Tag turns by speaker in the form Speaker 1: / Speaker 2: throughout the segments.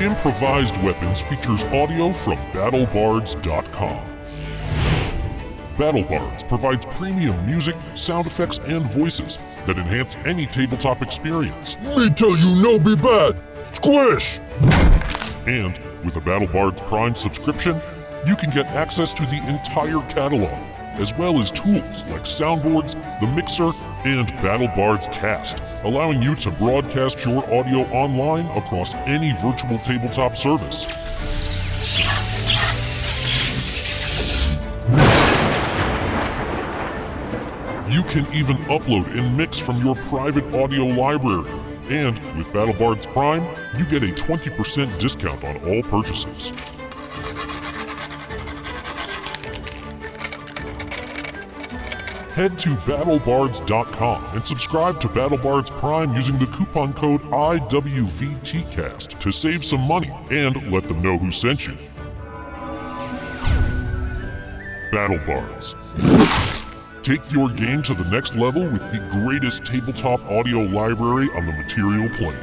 Speaker 1: Improvised Weapons features audio from BattleBards.com. BattleBards provides premium music, sound effects, and voices that enhance any tabletop experience.
Speaker 2: Me tell you no be bad. Squish!
Speaker 1: And with a BattleBards Prime subscription, you can get access to the entire catalog, as well as tools like soundboards, the mixer, and BattleBards Cast, allowing you to broadcast your audio online across any virtual tabletop service. You can even upload and mix from your private audio library. And with BattleBards Prime, you get a 20% discount on all purchases. Head to battlebards.com and subscribe to BattleBards Prime using the coupon code IWVTCast to save some money and let them know who sent you. BattleBards. Take your game to the next level with the greatest tabletop audio library on the material plane.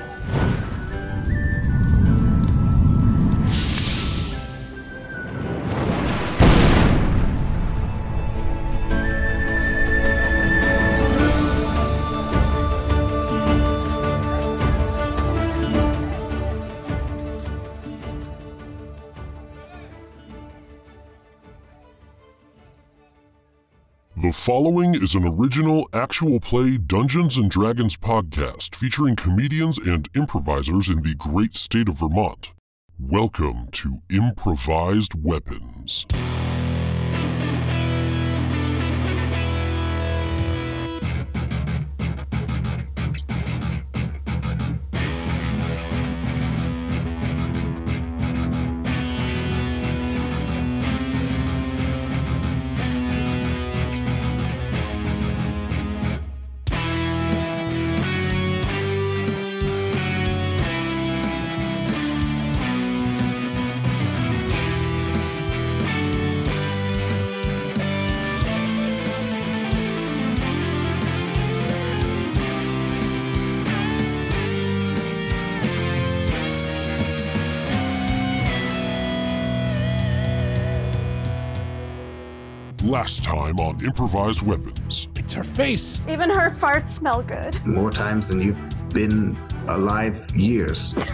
Speaker 1: The following is an original actual play Dungeons and Dragons podcast featuring comedians and improvisers in the great state of Vermont. Welcome to Improvised Weapons. Last time on Improvised Weapons.
Speaker 3: It's her face.
Speaker 4: Even her farts smell good.
Speaker 5: more times than you've been alive years.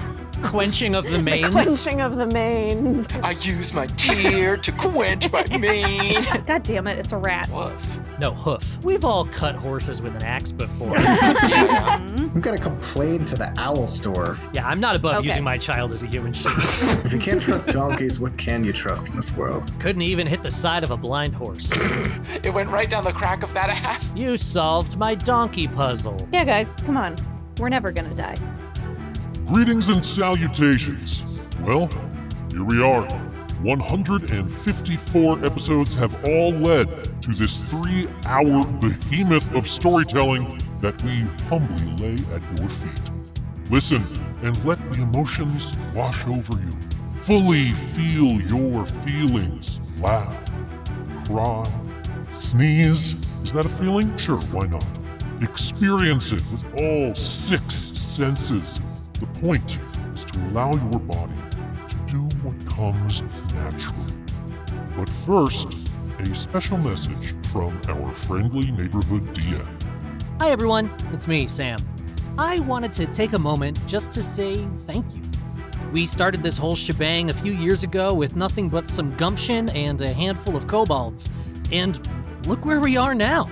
Speaker 3: Quenching of the mains.
Speaker 4: Quenching of the manes.
Speaker 6: I use my tear to quench my mane.
Speaker 7: God damn it, it's a rat.
Speaker 6: Woof.
Speaker 3: no, hoof. We've all cut horses with an axe before.
Speaker 6: Yeah.
Speaker 8: We've got to complain to the owl store.
Speaker 3: yeah, I'm not above
Speaker 7: Okay.
Speaker 3: using my child as a human shield.
Speaker 8: If you
Speaker 5: Can't trust donkeys. What can you trust in this world?
Speaker 3: Couldn't even hit the side of a blind horse.
Speaker 6: It went right down the crack of that ass.
Speaker 3: You solved my donkey puzzle.
Speaker 7: Yeah, guys, come on. We're never gonna die.
Speaker 1: Greetings and salutations. Well, here we are. 154 episodes have all led to this three hour behemoth of storytelling that we humbly lay at your feet. Listen and let the emotions wash over you. Fully feel your feelings. Laugh, cry, sneeze. Is that a feeling? Sure, why not? Experience it with all six senses. The point is to allow your body to do what comes naturally. But first, a special message from our friendly neighborhood DM.
Speaker 3: Hi, everyone. It's me, Sam. I wanted to take a moment just to say thank you. We started this whole shebang a few years ago with nothing but some gumption and a handful of kobolds. And look where we are now.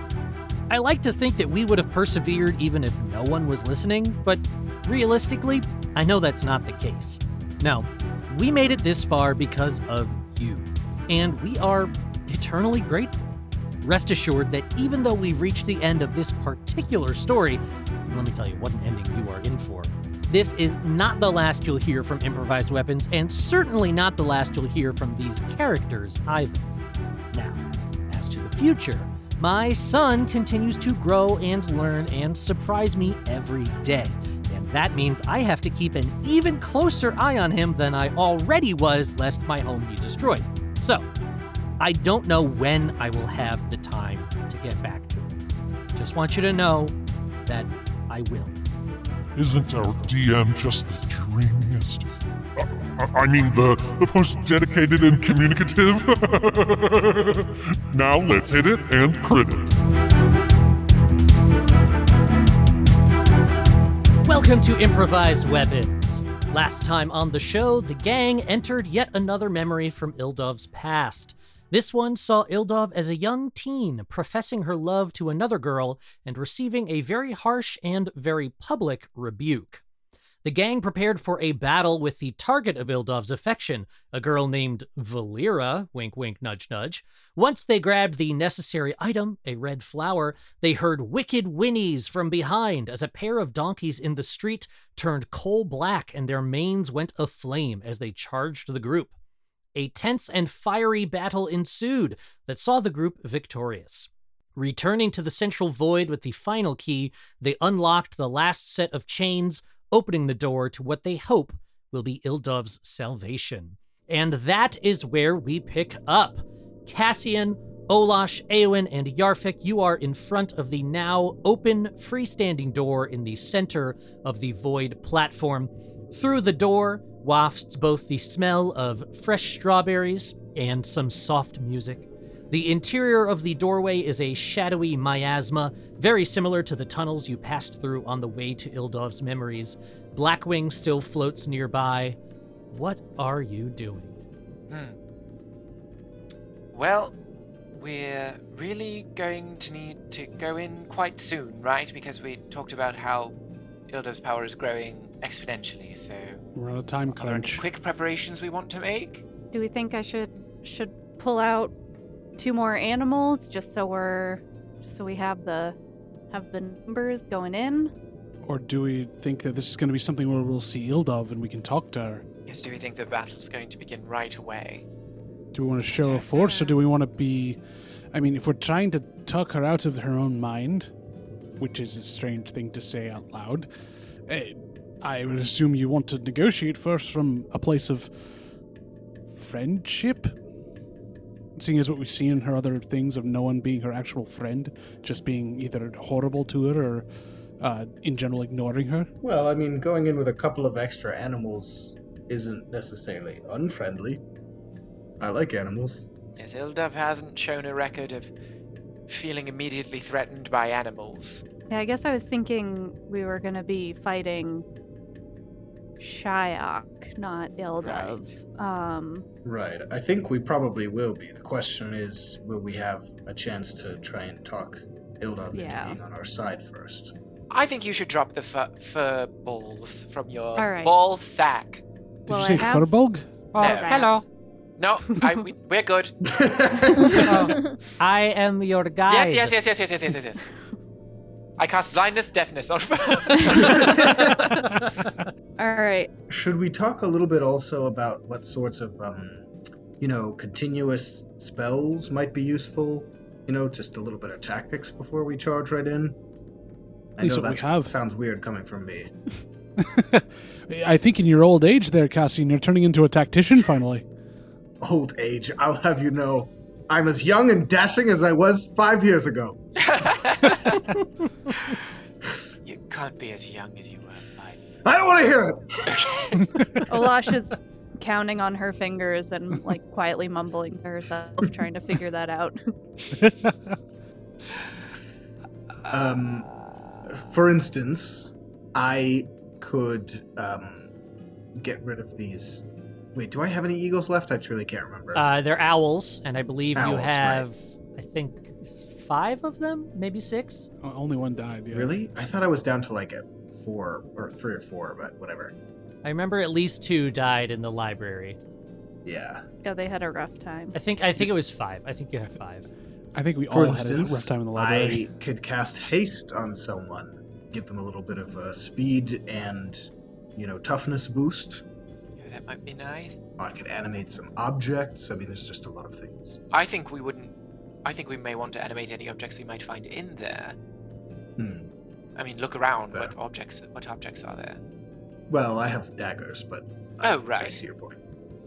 Speaker 3: I like to think that we would have persevered even if no one was listening, but realistically, I know that's not the case. No, we made it this far because of you, and we are eternally grateful. Rest assured that even though we've reached the end of this particular story, let me tell you what an ending you are in for. This is not the last you'll hear from improvised weapons, and certainly not the last you'll hear from these characters either. Now, as to the future, my son continues to grow and learn and surprise me every day. And that means I have to keep an even closer eye on him than I already was, lest my home be destroyed. So, I don't know when I will have the time to get back to it. Just want you to know that I will.
Speaker 1: Isn't our DM just the dreamiest? Uh, I I mean, the, the most dedicated and communicative. now let's hit it and crit it.
Speaker 3: Welcome to Improvised Weapons. Last time on the show, the gang entered yet another memory from Ildov's past. This one saw Ildov as a young teen professing her love to another girl and receiving a very harsh and very public rebuke. The gang prepared for a battle with the target of Ildov's affection, a girl named Valera, wink wink nudge nudge. Once they grabbed the necessary item, a red flower, they heard wicked whinnies from behind as a pair of donkeys in the street turned coal black and their manes went aflame as they charged the group. A tense and fiery battle ensued that saw the group victorious. Returning to the central void with the final key, they unlocked the last set of chains, opening the door to what they hope will be Ildov's salvation. And that is where we pick up. Cassian, Olash, Eowyn, and Yarfik, you are in front of the now open freestanding door in the center of the void platform. Through the door wafts both the smell of fresh strawberries and some soft music. The interior of the doorway is a shadowy miasma, very similar to the tunnels you passed through on the way to Ildov's memories. Blackwing still floats nearby. What are you doing?
Speaker 6: Well, we're really going to need to go in quite soon, right? Because we talked about how Ildo's power is growing exponentially. So,
Speaker 9: We're on a time
Speaker 6: are there any
Speaker 9: crunch.
Speaker 6: quick preparations we want to make?
Speaker 7: Do we think I should should pull out two more animals just so we're just so we have the have the numbers going in?
Speaker 9: Or do we think that this is going to be something where we'll see Ildov and we can talk to her?
Speaker 6: Yes, do we think the battle's going to begin right away?
Speaker 9: Do we want to show a force or do we want to be. I mean, if we're trying to talk her out of her own mind, which is a strange thing to say out loud, eh, I would assume you want to negotiate first from a place of friendship? Seeing as what we've seen in her other things of no one being her actual friend, just being either horrible to her or uh, in general ignoring her.
Speaker 5: Well, I mean, going in with a couple of extra animals isn't necessarily unfriendly. I like animals.
Speaker 6: Yes, Ildov hasn't shown a record of feeling immediately threatened by animals.
Speaker 7: Yeah, I guess I was thinking we were gonna be fighting Shyok, not Ildov. Um
Speaker 5: Right. I think we probably will be. The question is, will we have a chance to try and talk Ilda
Speaker 7: Yeah.
Speaker 5: into being on our side first?
Speaker 6: I think you should drop the fur, fur balls from your
Speaker 7: All right.
Speaker 6: ball sack.
Speaker 9: Did
Speaker 7: Well, I
Speaker 9: you say
Speaker 7: have-
Speaker 9: Furbog?
Speaker 3: Oh,
Speaker 6: No.
Speaker 7: hello.
Speaker 6: No, I, we, we're good.
Speaker 3: I am your guide.
Speaker 6: Yes, yes, yes, yes, yes, yes, yes, yes, yes. I cast blindness, deafness on.
Speaker 7: all right.
Speaker 5: Should we talk a little bit also about what sorts of, um, you know, continuous spells might be useful? You know, just a little bit of tactics before we charge right in. I
Speaker 9: Least
Speaker 5: know
Speaker 9: what we
Speaker 5: that
Speaker 9: have.
Speaker 5: sounds weird coming from me.
Speaker 9: I think in your old age there, Cassian, you're turning into a tactician finally.
Speaker 5: Old age, I'll have you know, I'm as young and dashing as I was five years ago.
Speaker 6: you can't be as young as you were five.
Speaker 5: I don't want to hear it.
Speaker 7: Olash is counting on her fingers and like quietly mumbling to herself, trying to figure that out.
Speaker 5: Um, for instance, I could um, get rid of these. Wait, do I have any eagles left? I truly can't remember.
Speaker 3: Uh, they're owls, and I believe you
Speaker 5: Owls, right.
Speaker 3: have, I think, s- five of them, maybe six.
Speaker 9: O- Only one died. Yeah.
Speaker 5: Really? I thought I was down to like a four or three or four, but whatever.
Speaker 3: I remember at least two died in the library.
Speaker 5: Yeah.
Speaker 7: Yeah, they had a rough time.
Speaker 3: I think I think it was five. I think you have five.
Speaker 9: I think we
Speaker 5: For
Speaker 9: all
Speaker 5: instance,
Speaker 9: had a rough time in the library.
Speaker 5: I could cast haste on someone, give them a little bit of uh, speed and, you know, toughness boost.
Speaker 6: Yeah, that might be nice.
Speaker 5: I could animate some objects. I mean, there's just a lot of things.
Speaker 6: I think we wouldn't. I think we may want to animate any objects we might find in there.
Speaker 5: Hmm.
Speaker 6: I mean, look around.
Speaker 5: Fair.
Speaker 6: What objects? What objects are there?
Speaker 5: Well, I have daggers, but
Speaker 6: Oh
Speaker 5: I
Speaker 6: right.
Speaker 5: see your point.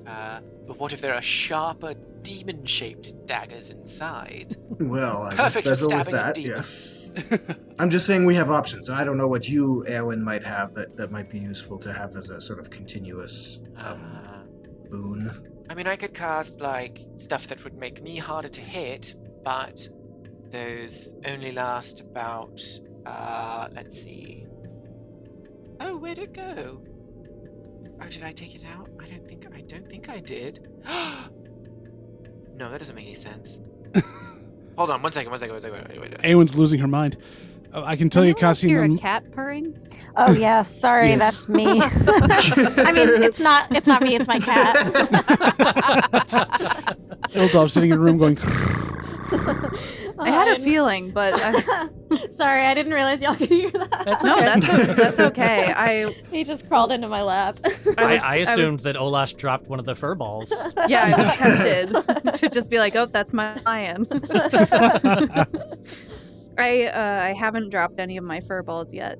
Speaker 6: Uh, but what if there are sharper demon shaped daggers inside.
Speaker 5: Well, I guess
Speaker 6: Perfect for
Speaker 5: there's always
Speaker 6: stabbing a
Speaker 5: that.
Speaker 6: demon.
Speaker 5: Yes. I'm just saying we have options, and I don't know what you, Erwin, might have that, that might be useful to have as a sort of continuous um,
Speaker 6: Uh,
Speaker 5: boon.
Speaker 6: I mean, I could cast like stuff that would make me harder to hit, but those only last about. Uh, let's see. Oh, where'd it go? Oh, did I take it out? I don't think I don't think I did. no, that doesn't make any sense. Hold on, one second, one second, one second. Wait, wait, wait, wait.
Speaker 9: Anyone's losing her mind. Uh, I can tell you,
Speaker 7: Anyone else hear
Speaker 9: Cassian.
Speaker 7: a cat purring?
Speaker 4: Oh yeah, sorry,
Speaker 5: Yes.
Speaker 4: that's me. I mean, it's not it's not me, it's my cat.
Speaker 9: Ildov sitting in a room going,
Speaker 7: I had a
Speaker 4: Um,
Speaker 7: feeling, but I,
Speaker 4: sorry, I didn't realize y'all could hear that.
Speaker 3: That's
Speaker 7: no,
Speaker 3: okay.
Speaker 7: that's o- that's okay. I
Speaker 4: He just crawled into my lap.
Speaker 7: I,
Speaker 3: I,
Speaker 7: was,
Speaker 3: I assumed that Olash dropped one of the fur balls.
Speaker 7: yeah, I was tempted to just be like, "Oh, that's my lion." I uh, I haven't dropped any of my fur balls yet.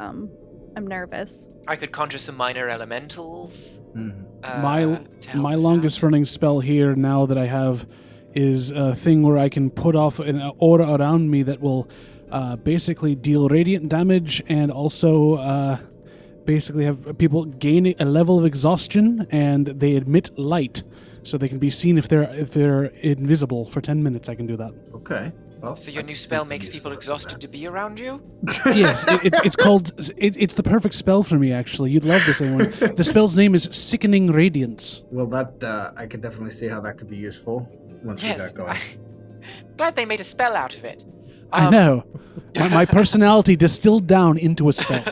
Speaker 7: Um, I'm nervous.
Speaker 6: I could conjure some minor elementals.
Speaker 5: Hmm.
Speaker 6: Uh,
Speaker 9: My-
Speaker 6: to help
Speaker 9: My
Speaker 6: us out.
Speaker 9: longest running spell here now that I have is a thing where I can put off an aura around me that will uh, basically deal radiant damage and also uh, basically have people gain a level of exhaustion and they emit light, so they can be seen if they're if they're invisible for ten minutes. I can do that.
Speaker 5: Okay. Well,
Speaker 6: So your
Speaker 5: I
Speaker 6: new
Speaker 5: can see
Speaker 6: spell
Speaker 5: some
Speaker 6: makes people
Speaker 5: usefulness in
Speaker 6: exhausted to be around you?
Speaker 9: yes, it, it's it's called it, it's the perfect spell for me. Actually, you'd love this, anyone. The spell's name is Sickening Radiance.
Speaker 5: that. Well, that uh, I can definitely see how that could be useful once we
Speaker 6: Yes.
Speaker 5: got going.
Speaker 6: Glad they made a spell out of it.
Speaker 9: I
Speaker 6: Um,
Speaker 9: know. My, my personality distilled down into a spell.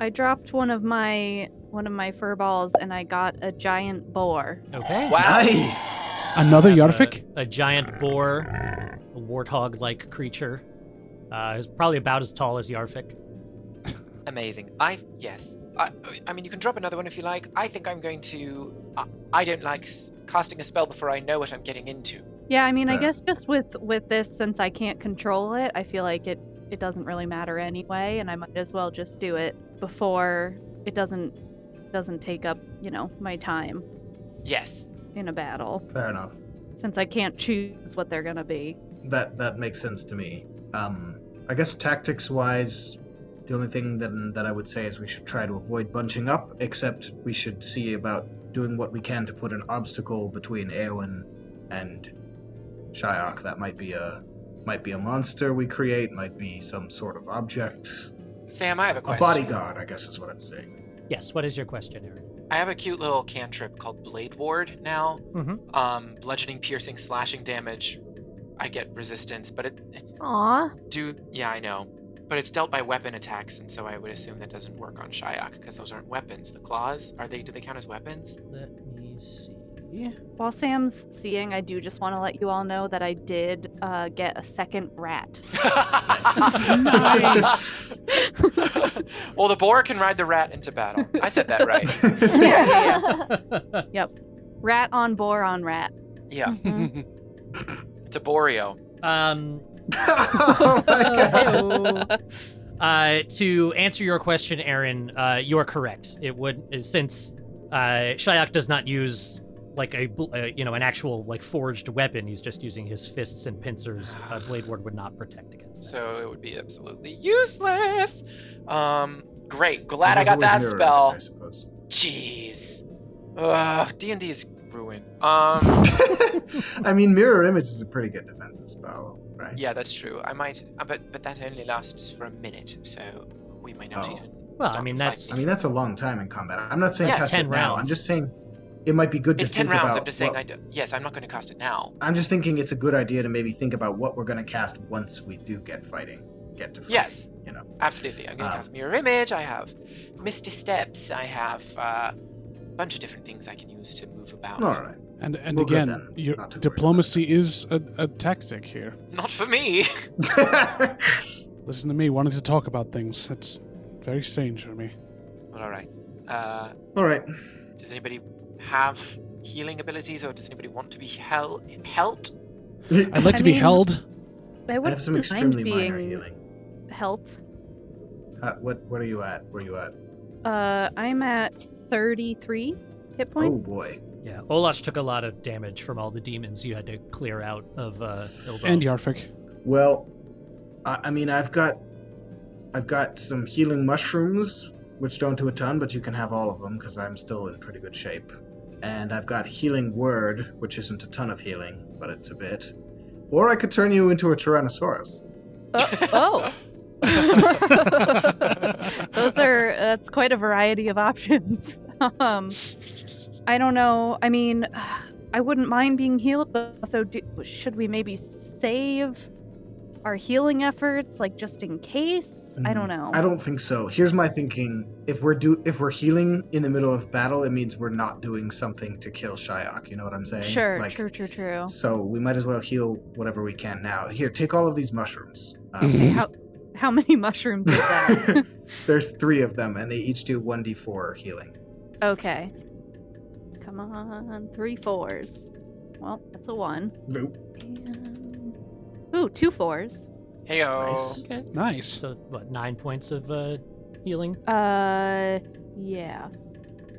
Speaker 7: I dropped one of my one of my fur balls, and I got a giant boar.
Speaker 3: Okay.
Speaker 6: Wow.
Speaker 5: Nice.
Speaker 9: Another
Speaker 3: have
Speaker 9: Yarfik?
Speaker 3: A, a giant boar, a warthog-like creature. Uh, is probably about as tall as Yarfik.
Speaker 6: Amazing. I yes. I, I mean, you can drop another one if you like. I think I'm going to. I, I don't like s- casting a spell before I know what I'm getting into.
Speaker 7: Yeah, I mean, I
Speaker 5: Uh.
Speaker 7: guess just with with this, since I can't control it, I feel like it it doesn't really matter anyway, and I might as well just do it before it doesn't doesn't take up you know my time
Speaker 6: Yes.
Speaker 7: in a battle,
Speaker 5: Fair enough.
Speaker 7: since I can't choose what they're gonna be.
Speaker 5: That that makes sense to me. Um, I guess tactics wise, the only thing that that I would say is we should try to avoid bunching up. Except we should see about doing what we can to put an obstacle between Eowyn and Shyok. That might be a might be a monster we create. Might be some sort of object.
Speaker 6: Sam, I have a
Speaker 5: A
Speaker 6: question.
Speaker 5: bodyguard, I guess, is what I'm saying.
Speaker 3: Yes. What is your question, Aaron?
Speaker 6: I have a cute little cantrip called Blade Ward now.
Speaker 9: Mm-hmm.
Speaker 3: Mhm.
Speaker 6: Um, bludgeoning, piercing, slashing damage. I get resistance, but it, it
Speaker 4: Aw.
Speaker 6: do. Yeah, I know. But it's dealt by weapon attacks, and so I would assume that doesn't work on Shyok because those aren't weapons. The claws are they? Do they count as weapons?
Speaker 3: Let me see.
Speaker 7: While Sam's seeing, I do just want to let you all know that I did uh, get a second rat.
Speaker 3: Mm-hmm. Nice.
Speaker 6: well, the boar can ride the rat into battle. I said that right.
Speaker 7: Rat on boar on rat.
Speaker 6: Yeah,
Speaker 4: Mhm.
Speaker 6: it's a Boreo.
Speaker 3: Um,
Speaker 5: oh my god.
Speaker 3: Uh, to answer your question, Aaron, uh, you are correct. It would since uh, Shayak does not use like a bl- uh, you know an actual like forged weapon. He's just using his fists and pincers. Uh, Blade Ward would not protect against that.
Speaker 6: So it would be absolutely useless. Um, great. Glad I
Speaker 5: There's always
Speaker 6: got that
Speaker 5: mirror image,
Speaker 6: spell.
Speaker 5: I suppose.
Speaker 6: Jeez. Ugh, D and D's ruin. Um,
Speaker 5: I mean, mirror image is a pretty good defensive spell, right?
Speaker 6: yeah, that's true. I might, uh, but but that only lasts for a minute, so we may not
Speaker 5: Oh.
Speaker 6: even.
Speaker 3: Well,
Speaker 6: stop
Speaker 3: I mean,
Speaker 6: the fight.
Speaker 3: that's-
Speaker 5: I mean, that's a long time in combat. I'm not saying
Speaker 6: Yeah,
Speaker 5: test
Speaker 3: 10
Speaker 5: it now. I'm
Speaker 3: rounds.
Speaker 5: just saying it might be good to
Speaker 6: it's ten
Speaker 5: think
Speaker 6: rounds.
Speaker 5: about.
Speaker 6: I'm just saying.
Speaker 5: what-
Speaker 6: I do- yes, I'm not going to cast it now.
Speaker 5: I'm just thinking it's a good idea to maybe think about what we're going to cast once we do get fighting, get to fighting.
Speaker 6: Yes.
Speaker 5: you know.
Speaker 6: Absolutely. I'm going to
Speaker 5: Um,
Speaker 6: cast Mirror Image. I have Misty Steps. I have uh, a bunch of different things I can use to move about.
Speaker 5: All right.
Speaker 9: And and
Speaker 5: Well, good
Speaker 9: again,
Speaker 5: then.
Speaker 9: your
Speaker 5: Not to worry
Speaker 9: diplomacy is a, a tactic here.
Speaker 6: Not for me.
Speaker 9: Listen to me, wanting to talk about things. That's very strange for me.
Speaker 6: well, all right. Uh,
Speaker 5: All right.
Speaker 6: does anybody have healing abilities, or does anybody want to be hel- helped?
Speaker 9: I'd like
Speaker 7: I
Speaker 9: to be
Speaker 7: mean,
Speaker 9: held.
Speaker 7: I
Speaker 5: I
Speaker 7: would
Speaker 5: have some extremely
Speaker 7: mind
Speaker 5: minor
Speaker 7: being
Speaker 5: healing.
Speaker 7: helped.
Speaker 5: Uh, what What are you at? Where are you at?
Speaker 7: Uh, I'm at 33 hit
Speaker 5: Oh
Speaker 7: points.
Speaker 5: boy.
Speaker 3: Yeah, Olash took a lot of damage from all the demons you had to clear out of uh, Ilbov.
Speaker 9: And Yarfik.
Speaker 5: Well, I, I mean, I've got, I've got some healing mushrooms, which don't do a ton, but you can have all of them because I'm still in pretty good shape. And I've got healing word, which isn't a ton of healing, but it's a bit. Or I could turn you into a Tyrannosaurus.
Speaker 7: Oh. oh. Those are that's quite a variety of options. Um, I don't know. I mean, I wouldn't mind being healed, but also do, should we maybe save our healing efforts, like just in case? I don't know.
Speaker 5: Mm, I don't think so. Here's my thinking: if we're do if we're healing in the middle of battle, it means we're not doing something to kill Shyok. You know what I'm saying?
Speaker 7: Sure,
Speaker 5: Like,
Speaker 7: true, true, true.
Speaker 5: So we might as well heal whatever we can now. Here, take all of these mushrooms. Um,
Speaker 9: Mhm.
Speaker 7: How many mushrooms is that?
Speaker 5: there's three of them, and they each do one d4 healing.
Speaker 7: okay. Come on, three fours. Well, that's a one.
Speaker 5: Nope.
Speaker 7: And... Ooh, two fours.
Speaker 6: Heyo.
Speaker 3: Okay.
Speaker 9: Nice.
Speaker 3: So what? Nine points of uh, healing.
Speaker 7: Uh, yeah,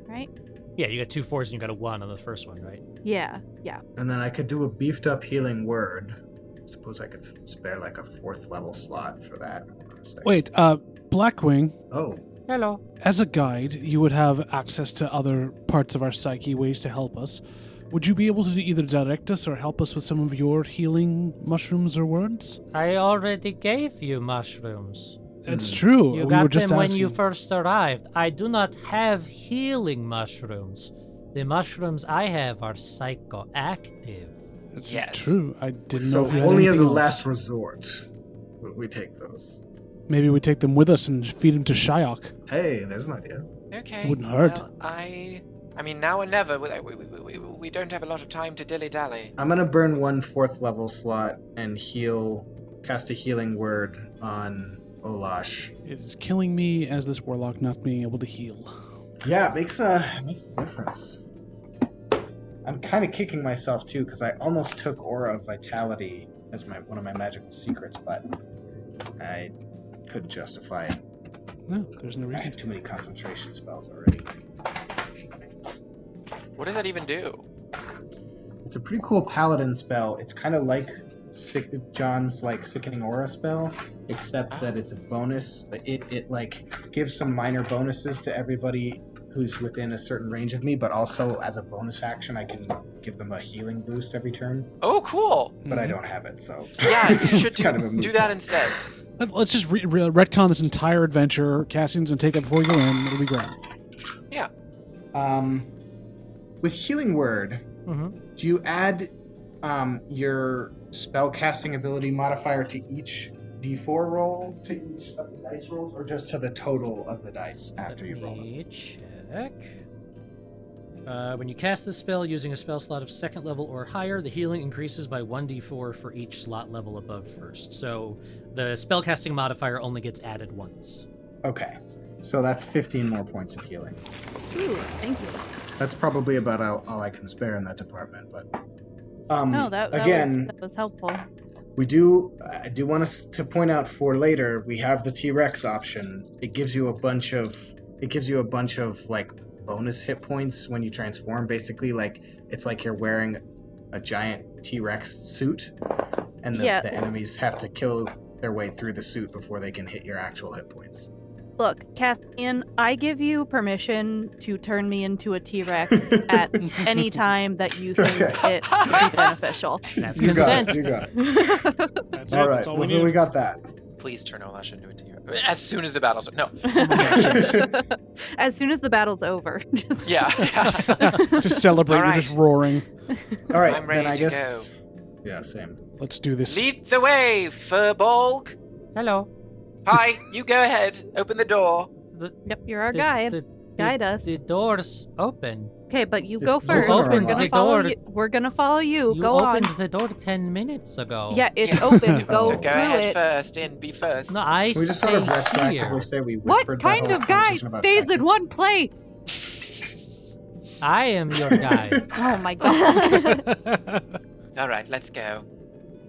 Speaker 7: right?
Speaker 3: Yeah, you got two fours and you got a one on the first one, right?
Speaker 7: Yeah, yeah.
Speaker 5: And then I could do a beefed up healing word. Suppose I could f- spare like a fourth level slot for that. Hold on a second.
Speaker 9: Wait, uh, Blackwing,
Speaker 5: Oh,
Speaker 6: Hello.
Speaker 9: as a guide, you would have access to other parts of our psyche, ways to help us. Would you be able to either direct us or help us with some of your healing mushrooms or words?
Speaker 3: I already gave you mushrooms.
Speaker 9: That's
Speaker 5: Hmm.
Speaker 9: true.
Speaker 3: You
Speaker 9: we were
Speaker 3: got
Speaker 9: just
Speaker 3: them when
Speaker 9: asking.
Speaker 3: you first arrived. I do not have healing mushrooms. The mushrooms I have are psychoactive.
Speaker 9: That's
Speaker 6: Yes.
Speaker 9: true. I didn't know
Speaker 5: so
Speaker 9: if you had
Speaker 5: only as a
Speaker 9: anything else.
Speaker 5: last resort would we take those.
Speaker 9: Maybe we take them with us and feed them to Shyok.
Speaker 5: Hey, there's an idea.
Speaker 6: Okay.
Speaker 9: Wouldn't hurt.
Speaker 6: well, I. I mean, now or never. We, we, we, we, we don't have a lot of time to dilly dally.
Speaker 5: I'm gonna burn one fourth level slot and heal, cast a healing word on Olash.
Speaker 9: It is killing me as this warlock not being able to heal.
Speaker 5: Yeah, it makes a it makes a difference. I'm kind of kicking myself too because I almost took Aura of Vitality as my one of my magical secrets, but I couldn't justify it.
Speaker 9: No, there's no
Speaker 5: I
Speaker 9: reason.
Speaker 5: have too many concentration spells already.
Speaker 6: What does that even do?
Speaker 5: It's a pretty cool paladin spell. It's kind of like sick, John's like sickening aura spell,
Speaker 6: Ah.
Speaker 5: except that it's a bonus. It it like gives some minor bonuses to everybody who's within a certain range of me, but also as a bonus action, I can give them a healing boost every turn.
Speaker 6: Oh, cool.
Speaker 5: But
Speaker 9: Mm-hmm.
Speaker 5: I don't have it, so
Speaker 6: Yeah, you should
Speaker 5: it's
Speaker 6: do,
Speaker 5: kind of a moot
Speaker 6: do that
Speaker 5: point.
Speaker 6: instead.
Speaker 9: Let- Let's just re- re- retcon this entire adventure, Cassian's, and take it before we go in. It'll be great.
Speaker 5: Um, with healing word,
Speaker 3: Mm-hmm.
Speaker 5: Do you add um, your spell casting ability modifier to each d4 roll, to each of the dice rolls, or just to the total of the dice after you
Speaker 3: Let
Speaker 5: roll them?
Speaker 3: me check. Uh, when you cast this spell using a spell slot of second level or higher, the healing increases by 1d4 for each slot level above first. So the spellcasting modifier only gets added once.
Speaker 5: Okay, so that's 15 more points of healing.
Speaker 7: Ooh, thank you.
Speaker 5: That's probably about all, all I can spare in that department, but. Um,
Speaker 7: No, Oh, that, that, was,
Speaker 5: again,
Speaker 7: that was helpful.
Speaker 5: we do. I do want us to point out for later. We have the T Rex option. It gives you a bunch of. It gives you a bunch of like bonus hit points when you transform. Basically, like it's like you're wearing a giant T Rex suit, and the,
Speaker 7: Yeah.
Speaker 5: the enemies have to kill their way through the suit before they can hit your actual hit points.
Speaker 7: Look, Cassian, I give you permission to turn me into a T Rex at any time that you think
Speaker 5: Okay.
Speaker 7: it would be beneficial.
Speaker 3: That's
Speaker 5: You got
Speaker 3: consent.
Speaker 5: it. You got it.
Speaker 9: That's
Speaker 5: all right. well, so we got that.
Speaker 6: Please turn Olash into a tier. As soon as the battle's no.
Speaker 7: as soon as the battle's over. Just...
Speaker 6: Yeah.
Speaker 9: Just celebrate.
Speaker 6: All
Speaker 9: You're just roaring.
Speaker 5: All right.
Speaker 6: I'm ready
Speaker 5: then I
Speaker 6: to
Speaker 5: guess. Yeah. Same.
Speaker 9: Let's do this.
Speaker 6: Lead the way, Furbolg.
Speaker 3: Hello.
Speaker 6: Hi, you go ahead. Open the door.
Speaker 3: The,
Speaker 7: Yep, you're our
Speaker 3: the-
Speaker 7: guide.
Speaker 3: the-
Speaker 7: Guide us.
Speaker 3: The door's open.
Speaker 7: Okay, but you
Speaker 5: Just
Speaker 7: go
Speaker 5: you
Speaker 7: first. We're
Speaker 5: opened
Speaker 7: gonna
Speaker 5: the
Speaker 7: follow
Speaker 3: door.
Speaker 7: you. We're gonna follow you.
Speaker 3: you
Speaker 7: go on.
Speaker 3: opened the door 10 minutes ago.
Speaker 7: Yeah,
Speaker 6: Yeah.
Speaker 7: it's open. Go
Speaker 6: so
Speaker 7: through
Speaker 6: go ahead
Speaker 7: it.
Speaker 6: first and be first.
Speaker 3: No, I
Speaker 5: Can we just sort of
Speaker 3: stay here.
Speaker 5: retroactively say we whispered that
Speaker 7: What kind
Speaker 5: whole
Speaker 7: of guy
Speaker 5: conversation
Speaker 7: stays
Speaker 5: about
Speaker 7: in
Speaker 5: tactics?
Speaker 7: one place?
Speaker 3: I am your guide.
Speaker 7: Oh my god.
Speaker 6: All right, let's go.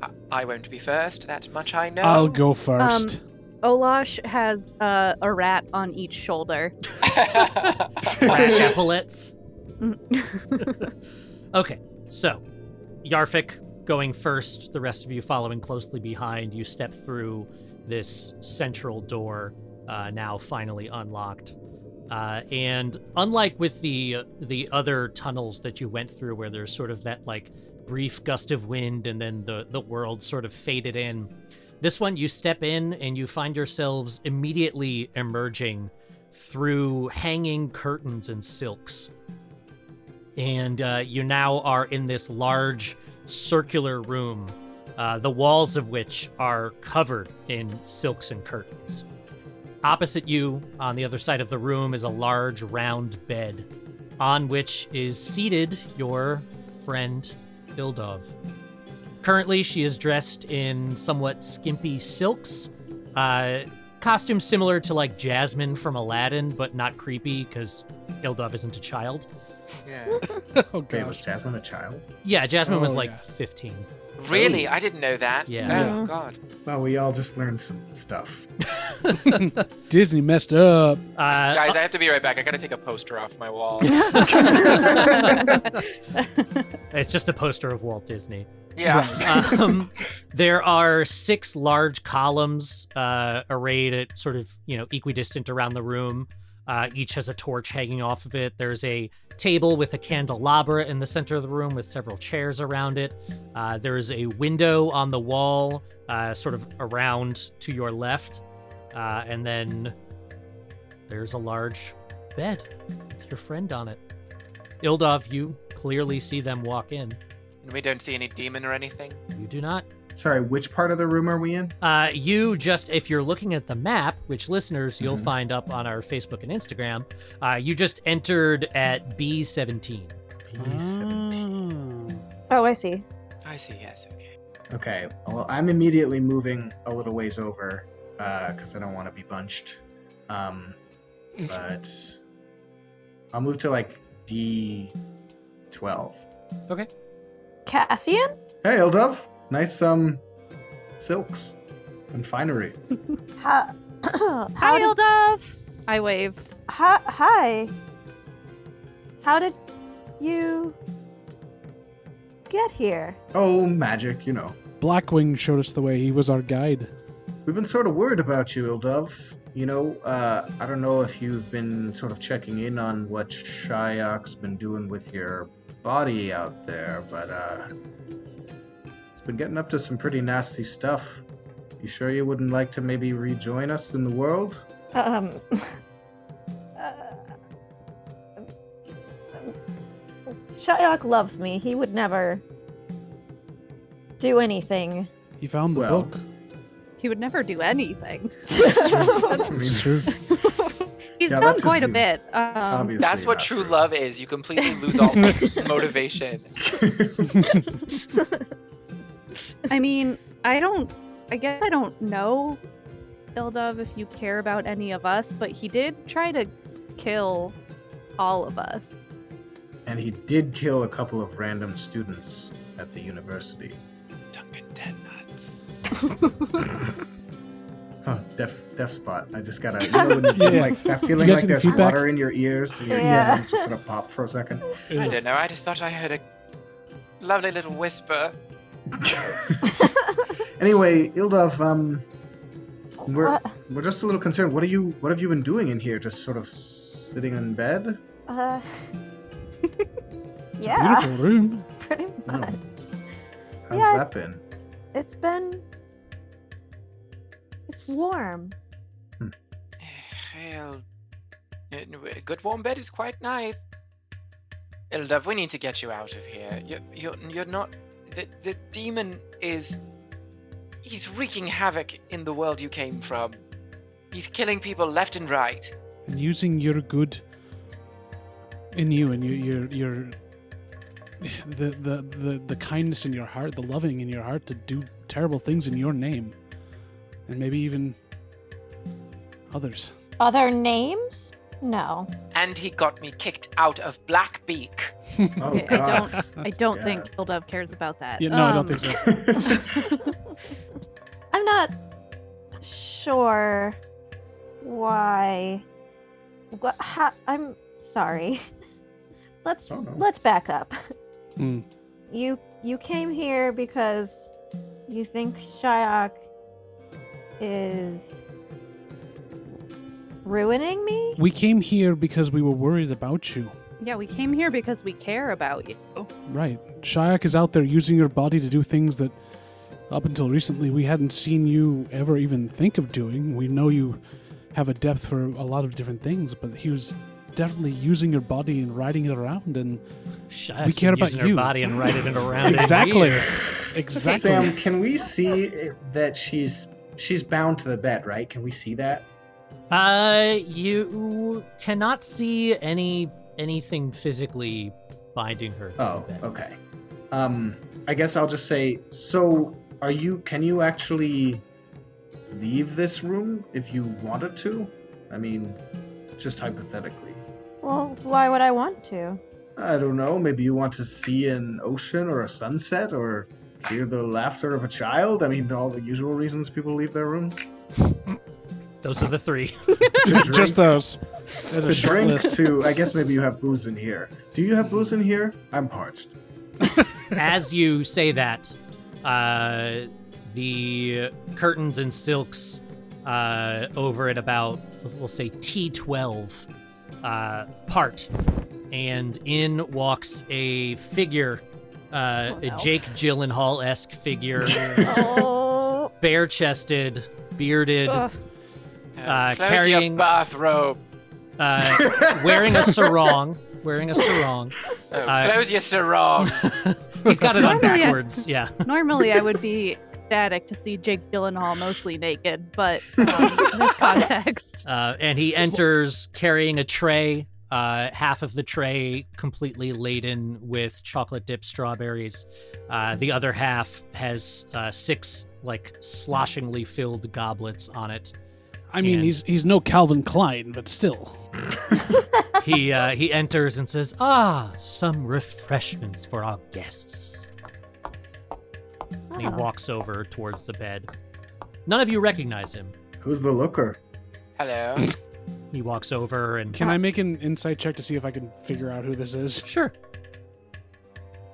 Speaker 6: I, I won't be first. That much I know.
Speaker 9: I'll go first.
Speaker 7: Olash has uh, a rat on each shoulder.
Speaker 3: Rat epaulets. Okay, so Yarfik going first, the rest of you following closely behind. You step through this central door, uh, now finally unlocked. Uh, and unlike with the the other tunnels that you went through, where there's sort of that like brief gust of wind and then the the world sort of faded in, this one you step in and you find yourselves immediately emerging through hanging curtains and silks and uh, you now are in this large circular room, uh, the walls of which are covered in silks and curtains. Opposite you, on the other side of the room, is a large round bed on which is seated your friend Ildov. Currently, she is dressed in somewhat skimpy silks, uh, costume similar to like Jasmine from Aladdin, but not creepy because Ildov isn't a child.
Speaker 5: Yeah.
Speaker 9: Oh
Speaker 5: Wait, was
Speaker 9: gosh.
Speaker 5: Jasmine a child?
Speaker 3: Yeah, Jasmine was
Speaker 9: Oh,
Speaker 3: like
Speaker 9: yeah.
Speaker 3: 15.
Speaker 6: Really? I didn't know that.
Speaker 3: Yeah.
Speaker 6: Oh, God.
Speaker 5: Well, we all just learned some stuff.
Speaker 9: Disney messed up.
Speaker 3: Uh,
Speaker 6: Guys, I have to be right back. I gotta take a poster off my wall.
Speaker 3: It's just a poster of Walt Disney.
Speaker 6: Yeah.
Speaker 3: Um, there are six large columns uh, arrayed at sort of you know equidistant around the room. Uh, each has a torch hanging off of it. There's a table with a candelabra in the center of the room with several chairs around it. Uh, there is a window on the wall, uh, sort of around to your left, uh, and then there's a large bed with your friend on it. Ildov, you clearly see them walk in.
Speaker 6: And we don't see any demon or anything.
Speaker 3: You do not.
Speaker 5: Sorry, which part of the room are we in?
Speaker 3: Uh, you just, if you're looking at the map, which listeners you'll
Speaker 9: Mm-hmm.
Speaker 3: find up on our Facebook and Instagram, uh, you just entered at B17.
Speaker 5: Mm. P17.
Speaker 4: Oh, I see.
Speaker 6: I see, yes, okay.
Speaker 5: Okay, well, I'm immediately moving a little ways over because I don't want to be bunched. Um, but I'll move to like D12.
Speaker 4: Cassian?
Speaker 5: Hey, Eldov! Nice, um, silks and finery.
Speaker 4: How, how
Speaker 7: Hi,
Speaker 4: did-
Speaker 7: Ildov. I wave.
Speaker 4: hi, hi. How did you get here?
Speaker 5: Oh, magic, you know.
Speaker 9: Blackwing showed us the way. He was our guide.
Speaker 5: We've been sort of worried about you, Ildov. You know, uh, I don't know if you've been sort of checking in on what Shyok's been doing with your body out there, but uh, it's been getting up to some pretty nasty stuff. You sure you wouldn't like to maybe rejoin us in the world?
Speaker 4: Um. uh, Shyok loves me. He would never do anything.
Speaker 9: He found the
Speaker 5: Well,
Speaker 9: book.
Speaker 7: He would never do anything.
Speaker 5: I mean,
Speaker 9: It's true.
Speaker 7: He's
Speaker 5: Yeah,
Speaker 7: done
Speaker 5: that
Speaker 7: quite a
Speaker 5: just
Speaker 7: bit.
Speaker 5: seems
Speaker 7: Um,
Speaker 5: obviously
Speaker 6: That's what
Speaker 5: not
Speaker 6: true love is. You completely lose all motivation.
Speaker 7: I mean, I don't. I guess I don't know, Ildov, if you care about any of us, but he did try to kill all of us.
Speaker 5: And he did kill a couple of random students at the university.
Speaker 6: Duncan Dead Nuts.
Speaker 5: Huh, deaf, deaf spot. I just gotta, you know, when you
Speaker 9: Yeah.
Speaker 5: like that feeling
Speaker 9: guys
Speaker 5: like
Speaker 9: some
Speaker 5: there's
Speaker 9: feedback?
Speaker 5: water in your ears and your
Speaker 4: Yeah.
Speaker 5: ears just sort of pop for a second.
Speaker 6: I don't know. I just thought I heard a lovely little whisper.
Speaker 5: Anyway, Ildov, um, we're
Speaker 4: What?
Speaker 5: we're just a little concerned. What are you? What have you been doing in here? Just sort of sitting in bed?
Speaker 4: Uh,
Speaker 9: It's
Speaker 4: yeah,
Speaker 9: a beautiful Mm. room.
Speaker 4: pretty
Speaker 5: No.
Speaker 4: much.
Speaker 5: How's
Speaker 4: Yeah,
Speaker 5: that been?
Speaker 4: It's been. It's warm.
Speaker 6: Well, a good warm bed is quite nice. Ildov, we need to get you out of here. You're, you're, you're not. The, the demon is. He's wreaking havoc in the world you came from. He's killing people left and right.
Speaker 9: And using your good in you and your your your the, the the the kindness in your heart, the loving in your heart to do terrible things in your name. And maybe even others.
Speaker 4: Other names? No.
Speaker 6: And he got me kicked out of Blackbeak.
Speaker 5: Oh
Speaker 7: I- I
Speaker 5: gosh.
Speaker 7: I don't
Speaker 5: Yeah.
Speaker 7: think Ildov cares about that. Um,
Speaker 9: Yeah, no, I don't think so.
Speaker 4: I'm not sure why. What? Ha, I'm sorry. Let's
Speaker 5: Oh, no.
Speaker 4: let's back up.
Speaker 9: Hmm.
Speaker 4: You you came here because you think Shyok is ruining me?
Speaker 9: We came here because we were worried about you.
Speaker 7: Yeah, we came here because we care about you.
Speaker 9: Right. Shayak is out there using your body to do things that up until recently we hadn't seen you ever even think of doing. We know you have a depth for a lot of different things, but he was definitely using your body and riding it around and
Speaker 3: Shyak's
Speaker 9: We
Speaker 3: been
Speaker 9: care about
Speaker 3: using
Speaker 9: you.
Speaker 3: her body and riding it around.
Speaker 9: Exactly. Exactly.
Speaker 5: Sam, can we see that she's she's bound to the bed, right? Can we see that?
Speaker 3: Uh, you cannot see any anything physically binding her. To
Speaker 5: Oh,
Speaker 3: the bed.
Speaker 5: okay. Um, I guess I'll just say. So, are you? Can you actually leave this room if you wanted to? I mean, just hypothetically.
Speaker 4: Well, why would I want to?
Speaker 5: I don't know. Maybe you want to see an ocean or a sunset or hear the laughter of a child. I mean, all the usual reasons people leave their room.
Speaker 3: Those are the three.
Speaker 9: Just those. There's
Speaker 5: To
Speaker 9: a short
Speaker 5: drink
Speaker 9: list.
Speaker 5: to. I guess maybe you have booze in here. Do you have booze in here? I'm parched.
Speaker 3: As you say that, uh, the curtains and silks uh, over at about, we'll say T12, uh, part. And in walks a figure,
Speaker 7: Oh,
Speaker 3: uh, a Jake Gyllenhaal esque figure,
Speaker 4: oh,
Speaker 3: bare chested, bearded,
Speaker 7: Ugh.
Speaker 3: Uh,
Speaker 6: Close
Speaker 3: carrying-
Speaker 6: your bathrobe.
Speaker 3: uh, wearing a sarong. Wearing a sarong.
Speaker 6: Oh,
Speaker 3: Uh,
Speaker 6: close your sarong.
Speaker 3: He's got it on
Speaker 7: Normally, I-
Speaker 3: backwards, yeah.
Speaker 7: Normally, I would be ecstatic to see Jake Gyllenhaal mostly naked, but um, in this context,
Speaker 3: Uh, and he enters carrying a tray, uh, half of the tray completely laden with chocolate dipped strawberries. Uh, the other half has uh, six, like, sloshingly filled goblets on it.
Speaker 9: I mean,
Speaker 3: And-
Speaker 9: he's he's no Calvin Klein, but still.
Speaker 3: He, uh, he enters and says, Ah, some refreshments for our guests. And he
Speaker 4: Ah.
Speaker 3: walks over towards the bed. None of you recognize him.
Speaker 5: Who's the looker?
Speaker 6: Hello.
Speaker 3: He walks over and.
Speaker 9: Can I make an insight check to see if I can figure out who this is?
Speaker 3: Sure,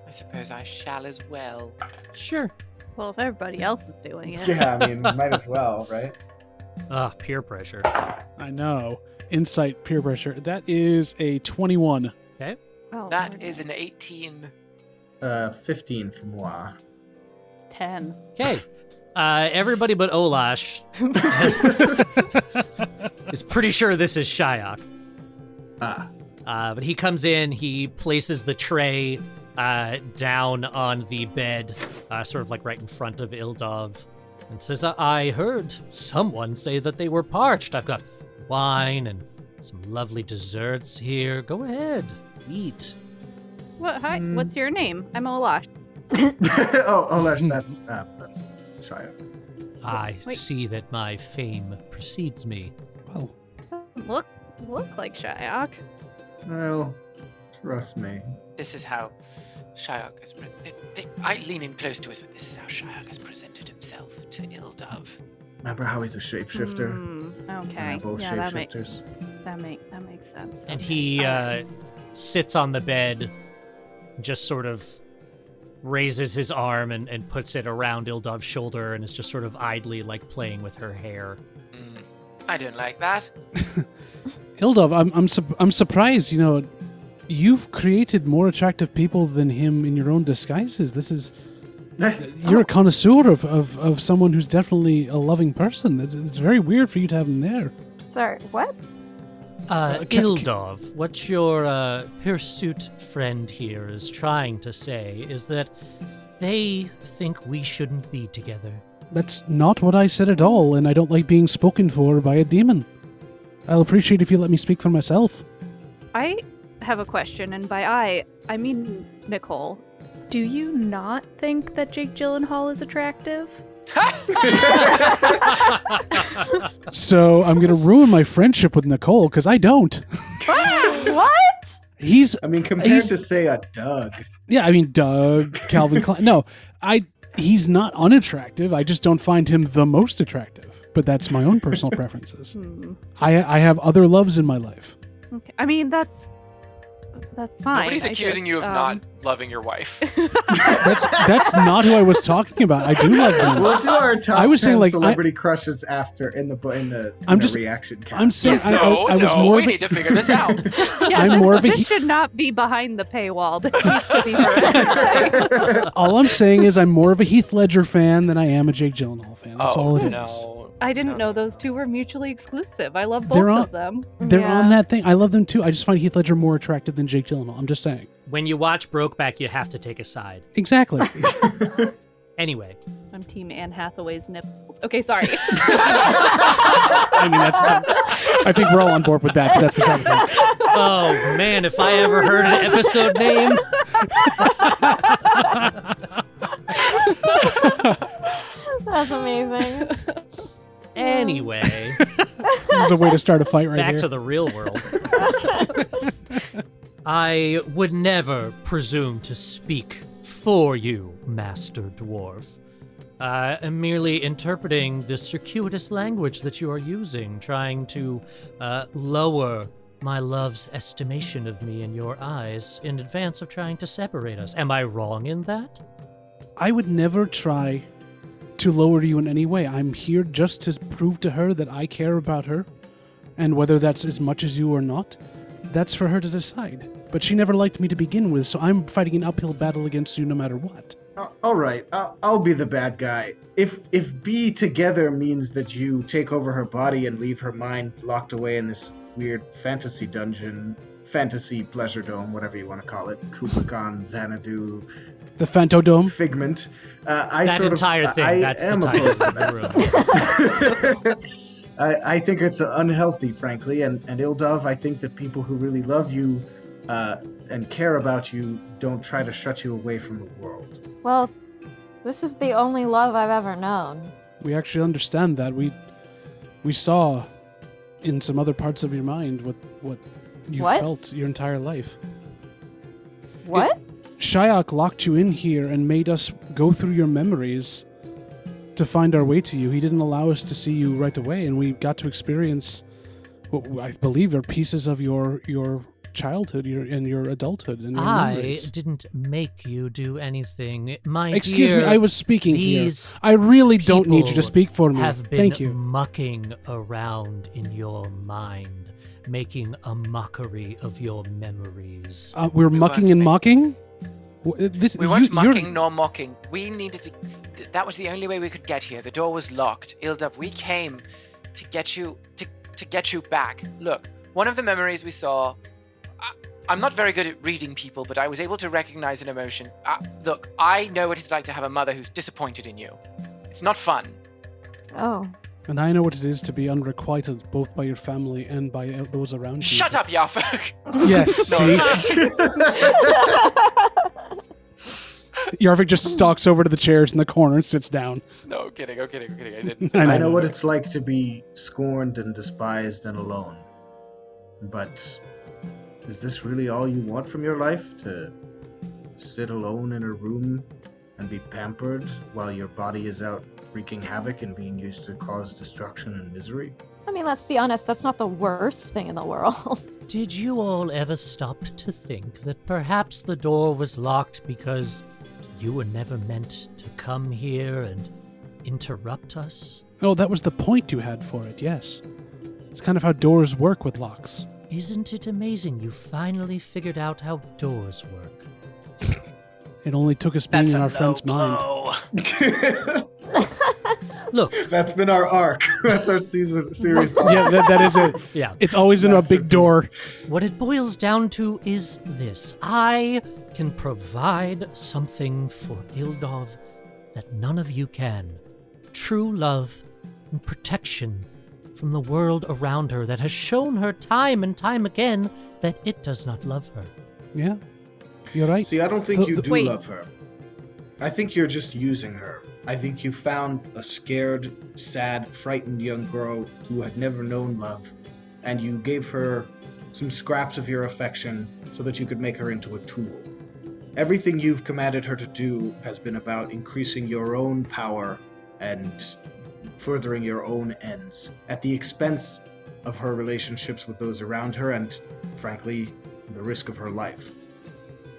Speaker 6: I suppose I shall as well.
Speaker 3: sure.
Speaker 7: well, if everybody else is doing it,
Speaker 5: Yeah, I mean, might as well, right?
Speaker 3: Ah, peer pressure.
Speaker 9: I know. Insight peer pressure. That is a 21.
Speaker 7: Oh,
Speaker 6: That is an 18.
Speaker 5: Uh, 15 for moi.
Speaker 7: ten.
Speaker 3: Okay. Uh, everybody but Olash is pretty sure this is Shyok.
Speaker 5: Ah,
Speaker 3: Uh, but he comes in, he places the tray uh, down on the bed, uh, sort of like right in front of Ildov, and says, "I- I heard someone say that they were parched. I've got wine and some lovely desserts here. Go ahead, eat.
Speaker 7: What? Hi.
Speaker 5: Hmm.
Speaker 7: What's your name? I'm Olash.
Speaker 5: oh, oh, that's that's uh, that's Shia.
Speaker 3: I
Speaker 7: Wait.
Speaker 3: see that my fame precedes me.
Speaker 9: Well,
Speaker 7: Look, look like Shyok.
Speaker 5: Well, trust me.
Speaker 6: This is how Shyok is. Pre- th- th- I lean in close to us, but this is how Shyok has presented himself to Ildov.
Speaker 5: Remember how he's a shapeshifter?
Speaker 7: Hmm,
Speaker 5: And
Speaker 7: okay.
Speaker 5: they're both
Speaker 7: yeah, that makes
Speaker 5: shapeshifters.
Speaker 7: that make that makes sense.
Speaker 3: and
Speaker 7: Okay,
Speaker 3: he uh,
Speaker 7: alright.
Speaker 3: sits on the bed, just sort of raises his arm and, and puts it around Ildov's shoulder and is just sort of idly like playing with her hair.
Speaker 6: Mm, I don't like that.
Speaker 9: Ildov, I'm I'm, sup I'm surprised. You know, you've created more attractive people than him in your own disguises. This is you're a connoisseur of, of, of someone who's definitely a loving person. It's, it's very weird for you to have him there.
Speaker 4: sorry. What?
Speaker 3: Uh,
Speaker 9: ca-
Speaker 3: Ildov, what your uh, hirsute friend here is trying to say is that they think we shouldn't be together.
Speaker 9: That's not what I said at all, and I don't like being spoken for by a demon. I'll appreciate if you let me speak for myself.
Speaker 7: I have a question, and by I, I mean Nicole. Do you not think that Jake Gyllenhaal is attractive?
Speaker 9: So I'm gonna ruin my friendship with Nicole because I don't.
Speaker 4: what?
Speaker 9: He's
Speaker 5: I mean, compared
Speaker 9: He's-
Speaker 5: to say a Doug.
Speaker 9: Yeah, I mean Doug, Calvin Klein. No, I he's not unattractive. I just don't find him the most attractive. But that's my own personal preferences.
Speaker 7: Hmm.
Speaker 9: I I have other loves in my life.
Speaker 7: Okay. I mean, that's That's fine.
Speaker 6: Nobody's
Speaker 7: I just,
Speaker 6: accusing you of
Speaker 7: um,
Speaker 6: not loving your wife.
Speaker 9: That's that's not who I was talking about. I do love them.
Speaker 5: We'll do our top
Speaker 9: I was
Speaker 5: 10
Speaker 9: saying, like, I-
Speaker 5: celebrity crushes after in the bu- in the, in
Speaker 9: I'm
Speaker 5: the
Speaker 9: just-
Speaker 5: reaction. Count.
Speaker 9: I'm saying I,
Speaker 6: no,
Speaker 9: I, I was
Speaker 6: no,
Speaker 9: more
Speaker 6: we
Speaker 9: of a,
Speaker 6: need to figure this out.
Speaker 7: Yeah,
Speaker 9: I'm
Speaker 7: this,
Speaker 9: more of a
Speaker 7: this
Speaker 9: he-
Speaker 7: should not be behind the paywall. This needs to be for
Speaker 9: all I'm saying is I'm more of a Heath Ledger fan than I am a Jake Gyllenhaal fan. That's
Speaker 6: oh,
Speaker 9: all it is.
Speaker 6: no.
Speaker 7: I didn't
Speaker 6: No,
Speaker 7: know those two were mutually exclusive. I love
Speaker 9: They're
Speaker 7: both
Speaker 9: on-
Speaker 7: of them.
Speaker 9: They're
Speaker 4: Yeah.
Speaker 9: on that thing. I love them too. I just find Heath Ledger more attractive than Jake Gyllenhaal. I'm just saying.
Speaker 3: When you watch Brokeback, you have to take a side.
Speaker 9: Exactly.
Speaker 3: Anyway,
Speaker 7: I'm Team Anne Hathaway's nipples. Okay, sorry.
Speaker 9: I mean, that's. Not, I think we're all on board with that. But that's beside the point.
Speaker 3: oh man, if I ever heard an episode name,
Speaker 4: That's amazing.
Speaker 3: anyway,
Speaker 9: This is a way to start a fight right
Speaker 3: back
Speaker 9: here.
Speaker 3: to the real world. I would never presume to speak for you, Master Dwarf. I am merely interpreting the circuitous language that you are using, trying to uh, lower my love's estimation of me in your eyes in advance of trying to separate us. Am I wrong in that?
Speaker 9: I would never try to lower you in any way. I'm here just to prove to her that I care about her, and whether that's as much as you or not, that's for her to decide. But she never liked me to begin with, so I'm fighting an uphill battle against you no matter what.
Speaker 5: Uh, all right, I'll, I'll be the bad guy. If if be together means that you take over her body and leave her mind locked away in this weird fantasy dungeon, fantasy pleasure dome, whatever you want to call it, Kublai Khan, Xanadu,
Speaker 9: The Fantodome.
Speaker 5: Figment. Uh, I
Speaker 3: that
Speaker 5: sort
Speaker 3: entire
Speaker 5: of,
Speaker 3: thing.
Speaker 5: I
Speaker 3: that's
Speaker 5: am
Speaker 3: the title of
Speaker 5: opposed
Speaker 3: the
Speaker 5: to that.
Speaker 3: room.
Speaker 5: I, I think it's unhealthy, frankly, and and Ildov. I think that people who really love you uh, and care about you don't try to shut you away from the world.
Speaker 4: Well, this is the only love I've ever known.
Speaker 9: We actually understand that. We we saw in some other parts of your mind what what you
Speaker 4: What?
Speaker 9: felt your entire life.
Speaker 4: What?
Speaker 9: Shyok locked you in here and made us go through your memories to find our way to you. He didn't allow us to see you right away, and we got to experience what I believe are pieces of your your childhood your, and your adulthood and your
Speaker 3: I
Speaker 9: memories.
Speaker 3: didn't make you do anything. My
Speaker 9: Excuse me,
Speaker 3: dear,
Speaker 9: I was speaking here.
Speaker 3: these
Speaker 9: I really don't need you to
Speaker 3: people
Speaker 9: speak for me.
Speaker 3: Have been
Speaker 9: Thank you.
Speaker 3: mucking around in your mind, making a mockery of your memories.
Speaker 9: Uh, we're mucking
Speaker 6: weren't
Speaker 9: and
Speaker 6: ma-
Speaker 9: mocking. W- uh, This
Speaker 6: We
Speaker 9: you-
Speaker 6: weren't
Speaker 9: you're-
Speaker 6: mucking nor mocking. We needed to. th- That was the only way we could get here. The door was locked. Ildub, we came to get you to to get you back. Look, one of the memories we saw. I, I'm not very good at reading people, but I was able to recognize an emotion. Uh, look, I know what it's like to have a mother who's disappointed in you. It's not fun.
Speaker 4: Oh.
Speaker 9: And I know what it is to be unrequited both by your family and by uh, those around you.
Speaker 6: Shut up, Yafuk.
Speaker 9: Yes, see? Yarvik just stalks over to the chairs in the corner and sits down.
Speaker 6: no kidding. I'm kidding. I'm kidding. I didn't.
Speaker 9: I
Speaker 5: I
Speaker 9: know.
Speaker 5: know what it's like to be scorned and despised and alone. But is this really all you want from your life? To sit alone in a room and be pampered while your body is out wreaking havoc and being used to cause destruction and misery?
Speaker 4: I mean, let's be honest, that's not the worst thing in the world.
Speaker 3: Did you all ever stop to think that perhaps the door was locked because you were never meant to come here and interrupt us?
Speaker 9: Oh, that was the point you had for it, yes. It's kind of how doors work with locks.
Speaker 3: Isn't it amazing you finally figured out how doors work?
Speaker 9: It only took us being
Speaker 6: That's
Speaker 9: in
Speaker 6: a
Speaker 9: our
Speaker 6: low
Speaker 9: friend's mind.
Speaker 6: blow.
Speaker 3: Look,
Speaker 5: That's been our arc. That's our season series.
Speaker 9: Yeah, that, that is it.
Speaker 3: yeah.
Speaker 9: It's always been a
Speaker 5: Massive
Speaker 9: big door.
Speaker 3: What it boils down to is this I can provide something for Ildov that none of you can true love and protection from the world around her that has shown her time and time again that it does not love her.
Speaker 9: Yeah. You're right.
Speaker 5: See, I don't think you do
Speaker 7: Wait.
Speaker 5: love her. I think you're just using her. I think you found a scared, sad, frightened young girl who had never known love, and you gave her some scraps of your affection so that you could make her into a tool. Everything you've commanded her to do has been about increasing your own power and furthering your own ends at the expense of her relationships with those around her and, frankly, the risk of her life.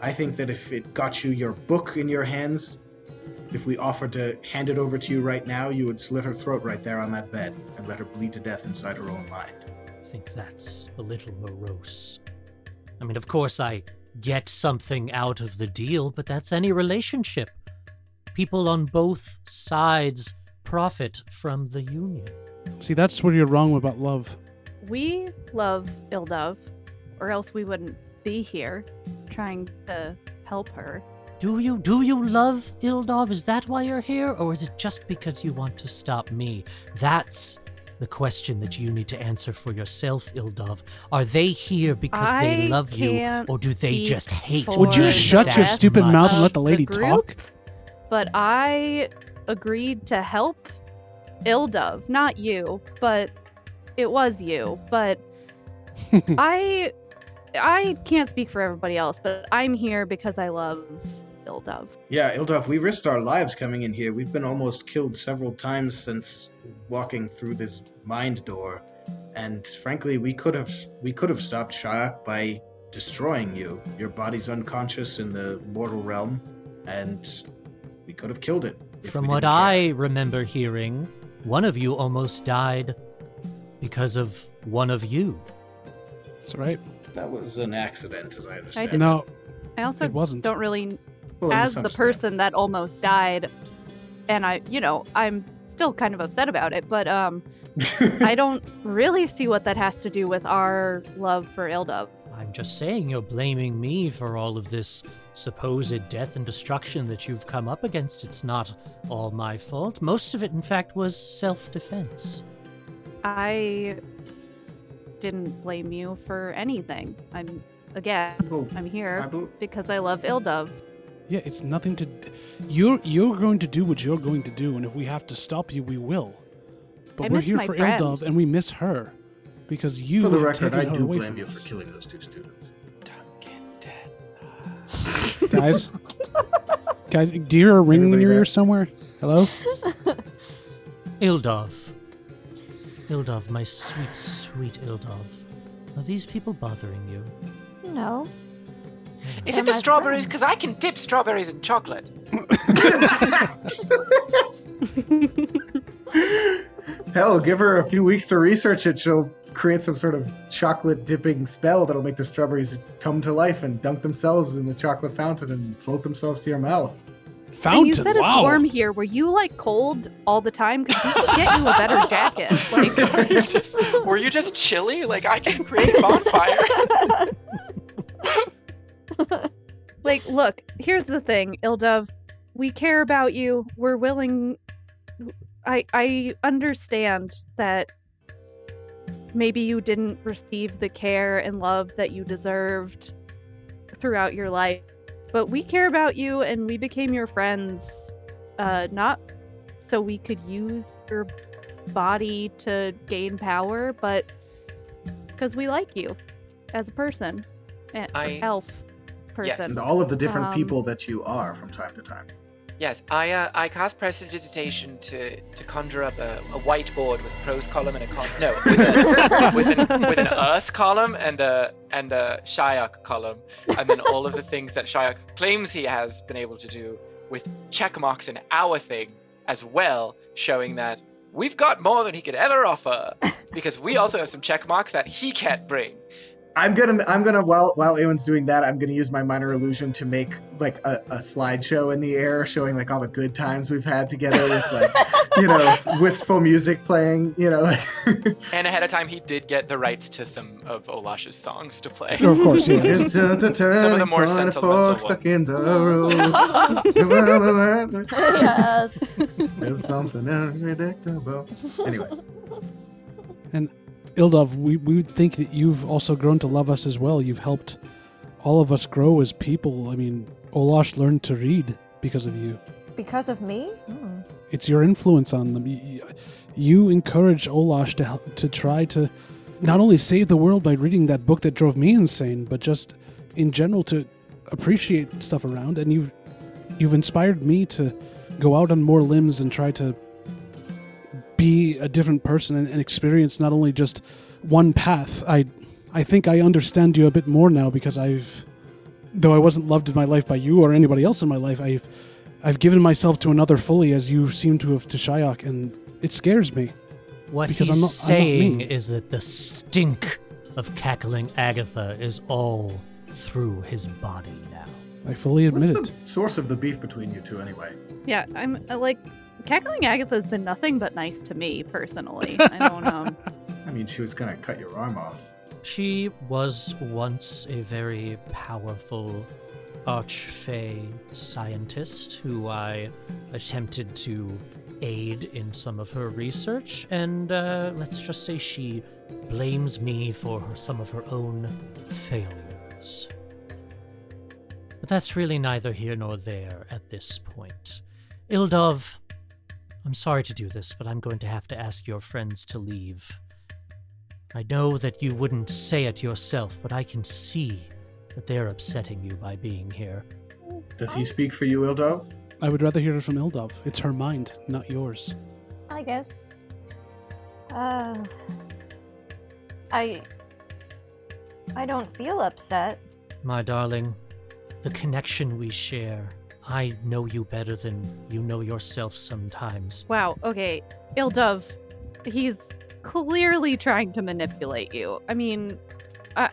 Speaker 5: I think that if it got you your book in your hands, if we offered to hand it over to you right now, you would slit her throat right there on that bed and let her bleed to death inside her own mind.
Speaker 3: I think that's a little morose. I mean, of course, I get something out of the deal, but that's any relationship. People on both sides profit from the union.
Speaker 9: See, that's where you're wrong about love.
Speaker 7: We love Ildov, or else we wouldn't be here trying to help her.
Speaker 3: Do you do you love Ildov? Is that why you're here, or is it just because you want to stop me? That's the question that you need to answer for yourself, Ildov. Are they here because
Speaker 7: I
Speaker 3: they love you,
Speaker 7: can't
Speaker 3: or do they
Speaker 7: speak
Speaker 3: just hate?
Speaker 7: for
Speaker 9: Would you
Speaker 7: the
Speaker 9: shut your
Speaker 7: best
Speaker 9: stupid
Speaker 7: much.
Speaker 9: mouth and let the
Speaker 7: of
Speaker 9: lady
Speaker 7: the group?
Speaker 9: talk?
Speaker 7: But I agreed to help Ildov, not you, but it was you. But I I can't speak for everybody else, but I'm here because I love Ildov.
Speaker 5: Yeah, Ildov, we risked our lives coming in here. We've been almost killed several times since walking through this mind door, and frankly, we could have we could have stopped Shayak by destroying you. Your body's unconscious in the mortal realm, and we could have killed it. if
Speaker 3: From
Speaker 5: we
Speaker 3: what
Speaker 5: didn't care.
Speaker 3: I remember hearing, one of you almost died because of one of you.
Speaker 9: That's right.
Speaker 5: that was an accident, as I understand.
Speaker 7: didn't-
Speaker 9: No,
Speaker 7: I also
Speaker 9: It wasn't.
Speaker 7: don't really
Speaker 5: Well, a
Speaker 7: as the
Speaker 5: misunderstanding.
Speaker 7: person that almost died and I you know, I'm still kind of upset about it, but um I don't really see what that has to do with our love for Ildov.
Speaker 3: I'm just saying you're blaming me for all of this supposed death and destruction that you've come up against. It's not all my fault. Most of it, in fact, was self defense.
Speaker 7: I didn't blame you for anything. I'm again,
Speaker 5: Well,
Speaker 7: I'm
Speaker 5: I
Speaker 7: here
Speaker 5: bel-
Speaker 7: because I love Ildov.
Speaker 9: yeah, it's nothing to. D- you're you're going to do what you're going to do, and if we have to stop you, we will. But
Speaker 7: I
Speaker 9: we're
Speaker 7: miss
Speaker 9: here
Speaker 7: my
Speaker 9: for
Speaker 7: friend.
Speaker 9: Ildov, and we miss her because you.
Speaker 5: For the
Speaker 9: have
Speaker 5: record, I
Speaker 9: taken her
Speaker 5: do
Speaker 9: away
Speaker 5: blame
Speaker 9: from
Speaker 5: you
Speaker 9: us.
Speaker 5: for killing those two students.
Speaker 6: Don't get dead.
Speaker 9: guys. guys, do you hear a ring in
Speaker 5: Everybody
Speaker 9: your
Speaker 5: there?
Speaker 9: ear somewhere? Hello.
Speaker 3: Ildov. Ildov, my sweet, sweet Ildov. Are these people bothering you?
Speaker 4: No.
Speaker 6: Is
Speaker 4: They're
Speaker 6: it the
Speaker 4: my
Speaker 6: strawberries? Because I
Speaker 4: friends.
Speaker 6: can dip strawberries in chocolate.
Speaker 5: Hell, give her a few weeks to research it. She'll create some sort of chocolate dipping spell that'll make the strawberries come to life and dunk themselves in the chocolate fountain and float themselves to your mouth.
Speaker 9: Fountain.
Speaker 7: and you said
Speaker 9: wow.
Speaker 7: it's warm here. Were you like cold all the time? Because we could get you a better jacket. Like
Speaker 6: Are you just- were you just chilly? Like I can create a bonfire.
Speaker 7: like look, here's the thing, Ildov. We care about you. We're willing I I understand that maybe you didn't receive the care and love that you deserved throughout your life, but we care about you and we became your friends uh not so we could use your body to gain power, but cuz we like you as a person. An
Speaker 6: I-
Speaker 7: elf person.
Speaker 5: And all of the different
Speaker 7: Um,
Speaker 5: people that you are from time to time.
Speaker 6: Yes, I uh, I cast prestidigitation to to conjure up a, a whiteboard with a prose column and a con no with, a, with an with an us column and a and a Shayak column, and then all of the things that Shayak claims he has been able to do with check marks in our thing as well, showing that we've got more than he could ever offer because we also have some check marks that he can't bring.
Speaker 5: I'm gonna, I'm gonna. While while Ewan's doing that, I'm gonna use my minor illusion to make like a, a slideshow in the air, showing like all the good times we've had together with like, you know, s- wistful music playing. You know,
Speaker 6: And ahead of time, he did get the rights to some of Olash's songs to play.
Speaker 9: of course, yeah.
Speaker 5: it's just a turning
Speaker 6: more
Speaker 5: point, a
Speaker 6: sentimental
Speaker 5: fork
Speaker 6: ones.
Speaker 5: stuck in the road.
Speaker 4: yes.
Speaker 5: It's something unpredictable. Anyway,
Speaker 9: Ildov, we, we would think that you've also grown to love us as well. You've helped all of us grow as people. I mean, Olash learned to read because of you.
Speaker 10: Because of me? Hmm.
Speaker 9: It's your influence on them. You, you encourage Olash to help, to try to not only save the world by reading that book that drove me insane, but just in general to appreciate stuff around. And you've you've inspired me to go out on more limbs and try to be a different person and, and experience not only just one path. I I think I understand you a bit more now because I've, though I wasn't loved in my life by you or anybody else in my life, I've, I've given myself to another fully as you seem to have to Shyok, and it scares me.
Speaker 3: What
Speaker 9: Because
Speaker 3: he's
Speaker 9: I'm not- I'm not
Speaker 3: saying
Speaker 9: mean.
Speaker 3: is that the stink of cackling Agatha is all through his body now.
Speaker 9: I fully admit
Speaker 11: What's
Speaker 9: it.
Speaker 11: the source of the beef between you two, anyway?
Speaker 7: Yeah, I'm uh, like cackling Agatha's been nothing but nice to me personally. I don't um
Speaker 11: I mean, she was gonna cut your arm off.
Speaker 3: She was once a very powerful archfey scientist who I attempted to aid in some of her research, and uh, let's just say she blames me for her, some of her own failures. But that's really neither here nor there at this point. Ildov, I'm sorry to do this, but I'm going to have to ask your friends to leave. I know that you wouldn't say it yourself, but I can see that they're upsetting you by being here.
Speaker 11: Does he speak for you, Ildov?
Speaker 9: I would rather hear it from Ildov. It's her mind, not yours.
Speaker 4: I guess. Uh, I. I don't feel upset.
Speaker 3: My darling, the connection we share, I know you better than you know yourself sometimes.
Speaker 7: wow, okay. Ildov, he's clearly trying to manipulate you. I mean, I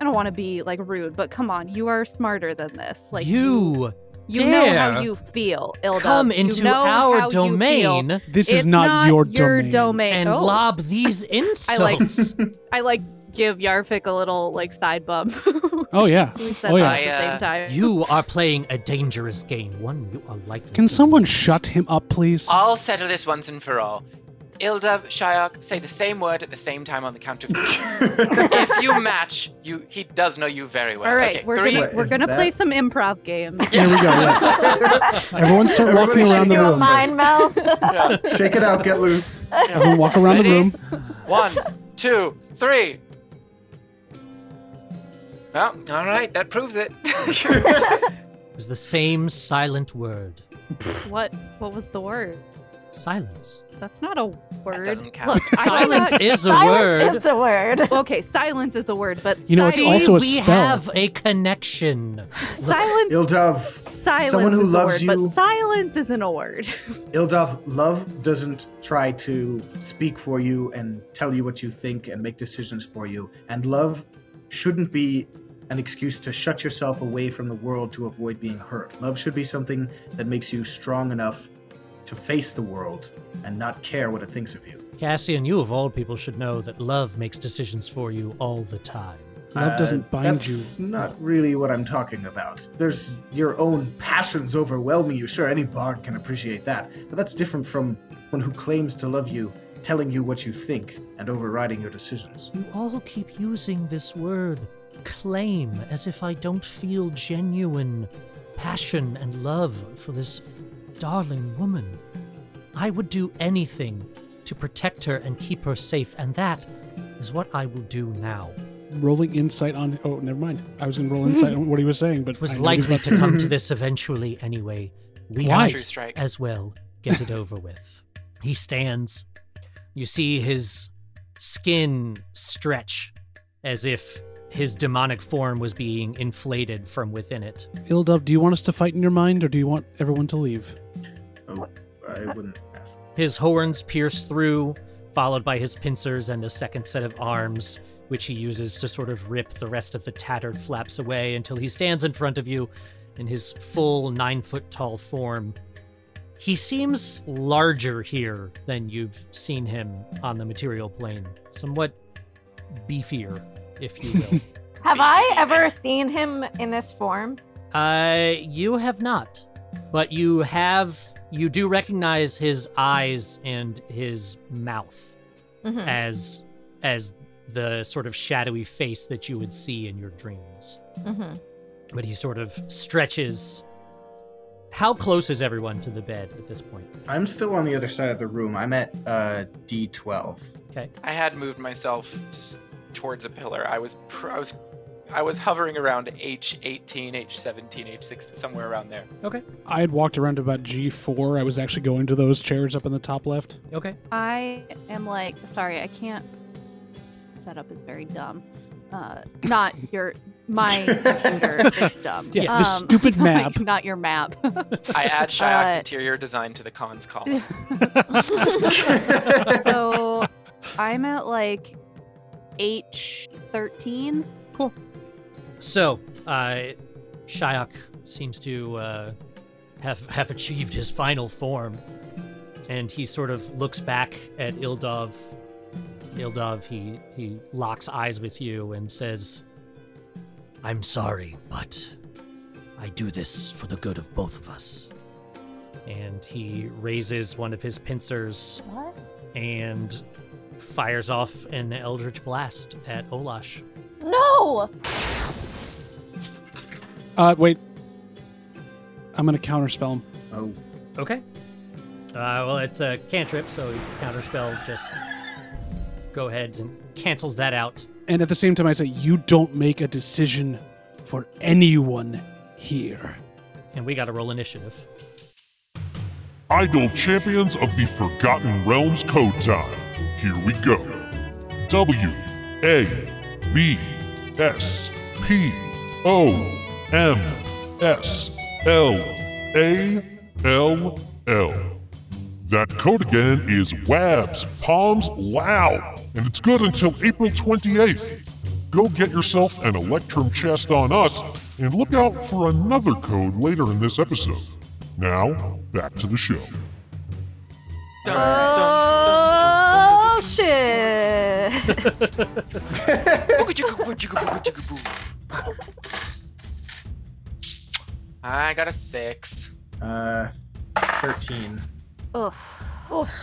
Speaker 7: I don't want to be like rude, but come on, you are smarter than this. Like
Speaker 3: you,
Speaker 7: you, you know
Speaker 3: dare
Speaker 7: how you feel, Ildov.
Speaker 3: come
Speaker 7: You
Speaker 3: into
Speaker 7: know how
Speaker 3: our
Speaker 7: you feel.
Speaker 3: domain
Speaker 9: This
Speaker 7: It's
Speaker 9: is not, your, domain.
Speaker 3: and
Speaker 7: Oh.
Speaker 3: lob these
Speaker 7: I like-
Speaker 3: insults.
Speaker 7: I like give Yarvik a little like side bump.
Speaker 9: Oh yeah.
Speaker 7: we said
Speaker 9: Oh,
Speaker 7: that
Speaker 6: yeah.
Speaker 7: at the
Speaker 6: I, uh,
Speaker 7: same time.
Speaker 3: you are playing a dangerous game, one you are likely.
Speaker 9: Can
Speaker 3: to
Speaker 9: someone
Speaker 3: lose.
Speaker 9: shut him up, please?
Speaker 6: I'll settle this once and for all. Ildav, Shyok, say the same word at the same time on the count of three. if you match, you he does know you very well.
Speaker 7: All right,
Speaker 6: okay,
Speaker 7: we're
Speaker 6: 3
Speaker 7: gonna
Speaker 11: What
Speaker 7: we're
Speaker 11: is
Speaker 7: gonna
Speaker 11: that?
Speaker 7: play some improv games.
Speaker 9: Here we go. Yes. Everyone start
Speaker 11: Everybody
Speaker 9: walking
Speaker 11: should
Speaker 9: around
Speaker 11: do
Speaker 9: the
Speaker 11: a
Speaker 9: room.
Speaker 4: Mind melt.
Speaker 11: Shake it out, get loose.
Speaker 9: Everyone walk around the
Speaker 6: Ready?
Speaker 9: room.
Speaker 6: One, two, three. Well, all right, that proves it.
Speaker 3: It was the same silent word.
Speaker 7: what what was the word?
Speaker 3: Silence.
Speaker 7: That's not a word.
Speaker 6: doesn't count.
Speaker 7: Look, I-
Speaker 3: Silence is a
Speaker 4: Silence
Speaker 3: word.
Speaker 4: is a word.
Speaker 7: okay, silence is a word, but
Speaker 9: You know, it's
Speaker 3: See,
Speaker 9: also a
Speaker 3: we
Speaker 9: spell.
Speaker 3: have a connection.
Speaker 7: silence
Speaker 11: Ildov,
Speaker 7: silence
Speaker 11: someone who
Speaker 7: is a
Speaker 11: loves
Speaker 7: word,
Speaker 11: you-
Speaker 7: but silence isn't a word.
Speaker 11: Ildov, love doesn't try to speak for you and tell you what you think and make decisions for you. And love shouldn't be an excuse to shut yourself away from the world to avoid being hurt. Love should be something that makes you strong enough to face the world and not care what it thinks of you.
Speaker 3: Cassian, you of all people should know that love makes decisions for you all the time.
Speaker 9: Love doesn't bind you.
Speaker 11: That's not really what I'm talking about. There's your own passions overwhelming you. Sure, any bard can appreciate that, but that's different from one who claims to love you telling you what you think and overriding your decisions.
Speaker 3: You all keep using this word, claim, as if I don't feel genuine passion and love for this darling woman. I would do anything to protect her and keep her safe, and that is what I will do now.
Speaker 9: Rolling insight on. Oh, never mind. I was going to roll insight on what he was saying, but
Speaker 3: Hmm. It was
Speaker 9: I know what he's
Speaker 3: likely
Speaker 9: about
Speaker 3: to come to this eventually anyway. We
Speaker 9: Why?
Speaker 6: True strike.
Speaker 3: as well get it over with. He stands. You see his skin stretch as if his demonic form was being inflated from within it.
Speaker 9: Ildov, do you want us to fight in your mind, or do you want everyone to leave?
Speaker 11: Oh, I wouldn't ask.
Speaker 3: His horns pierce through, followed by his pincers and a second set of arms, which he uses to sort of rip the rest of the tattered flaps away until he stands in front of you in his full nine foot tall form. He seems larger here than you've seen him on the material plane, somewhat beefier, if you will.
Speaker 4: Have I ever seen him in this form?
Speaker 3: Uh, you have not, but you have. You do recognize his eyes and his mouth
Speaker 4: Mhm.
Speaker 3: as as the sort of shadowy face that you would see in your dreams.
Speaker 4: Mm-hmm.
Speaker 3: But he sort of stretches. How close is everyone to the bed at this point?
Speaker 11: I'm still on the other side of the room. I'm at uh, D12.
Speaker 6: I had moved myself s- towards a pillar. I was pr- I was I was hovering around H18, H17, H16, somewhere around there.
Speaker 9: I had walked around to about G4. I was actually going to those chairs up in the top left.
Speaker 3: Okay.
Speaker 7: I am like sorry, I can't s- setup is very dumb. Uh, not your my computer is dumb. Um,
Speaker 9: Yeah, the stupid map.
Speaker 7: not your map.
Speaker 6: I add Shyak's
Speaker 7: Uh,
Speaker 6: interior design to the cons column.
Speaker 7: so I'm at like H thirteen.
Speaker 3: So, uh, Shyok seems to uh, have have achieved his final form, and he sort of looks back at Ildov. Ildov, he he locks eyes with you and says, "I'm sorry, but I do this for the good of both of us." And he raises one of his pincers
Speaker 7: What?
Speaker 3: and fires off an eldritch blast at Olash.
Speaker 4: No!
Speaker 9: Uh, wait. I'm gonna counterspell him.
Speaker 11: Oh,
Speaker 3: Okay. Uh, well, it's a cantrip, so counterspell just go ahead and cancels that out.
Speaker 9: And at the same time, I say, you don't make a decision for anyone here.
Speaker 3: And we got to roll initiative.
Speaker 1: Idol Champions of the Forgotten Realms Code Time. Here we go. W A B S P O M S L A L L. That code again is WABS Palms Loud, and it's good until April 28th. Go get yourself an Electrum chest on us, and look out for another code later in this episode. Now, back to the show.
Speaker 6: Dun, dun, dun, dun, dun, dun,
Speaker 4: Oh, shit!
Speaker 6: dun. Boogajigaboo, jigaboo, jigaboo. I got a six.
Speaker 11: uh, 13.
Speaker 7: Ugh.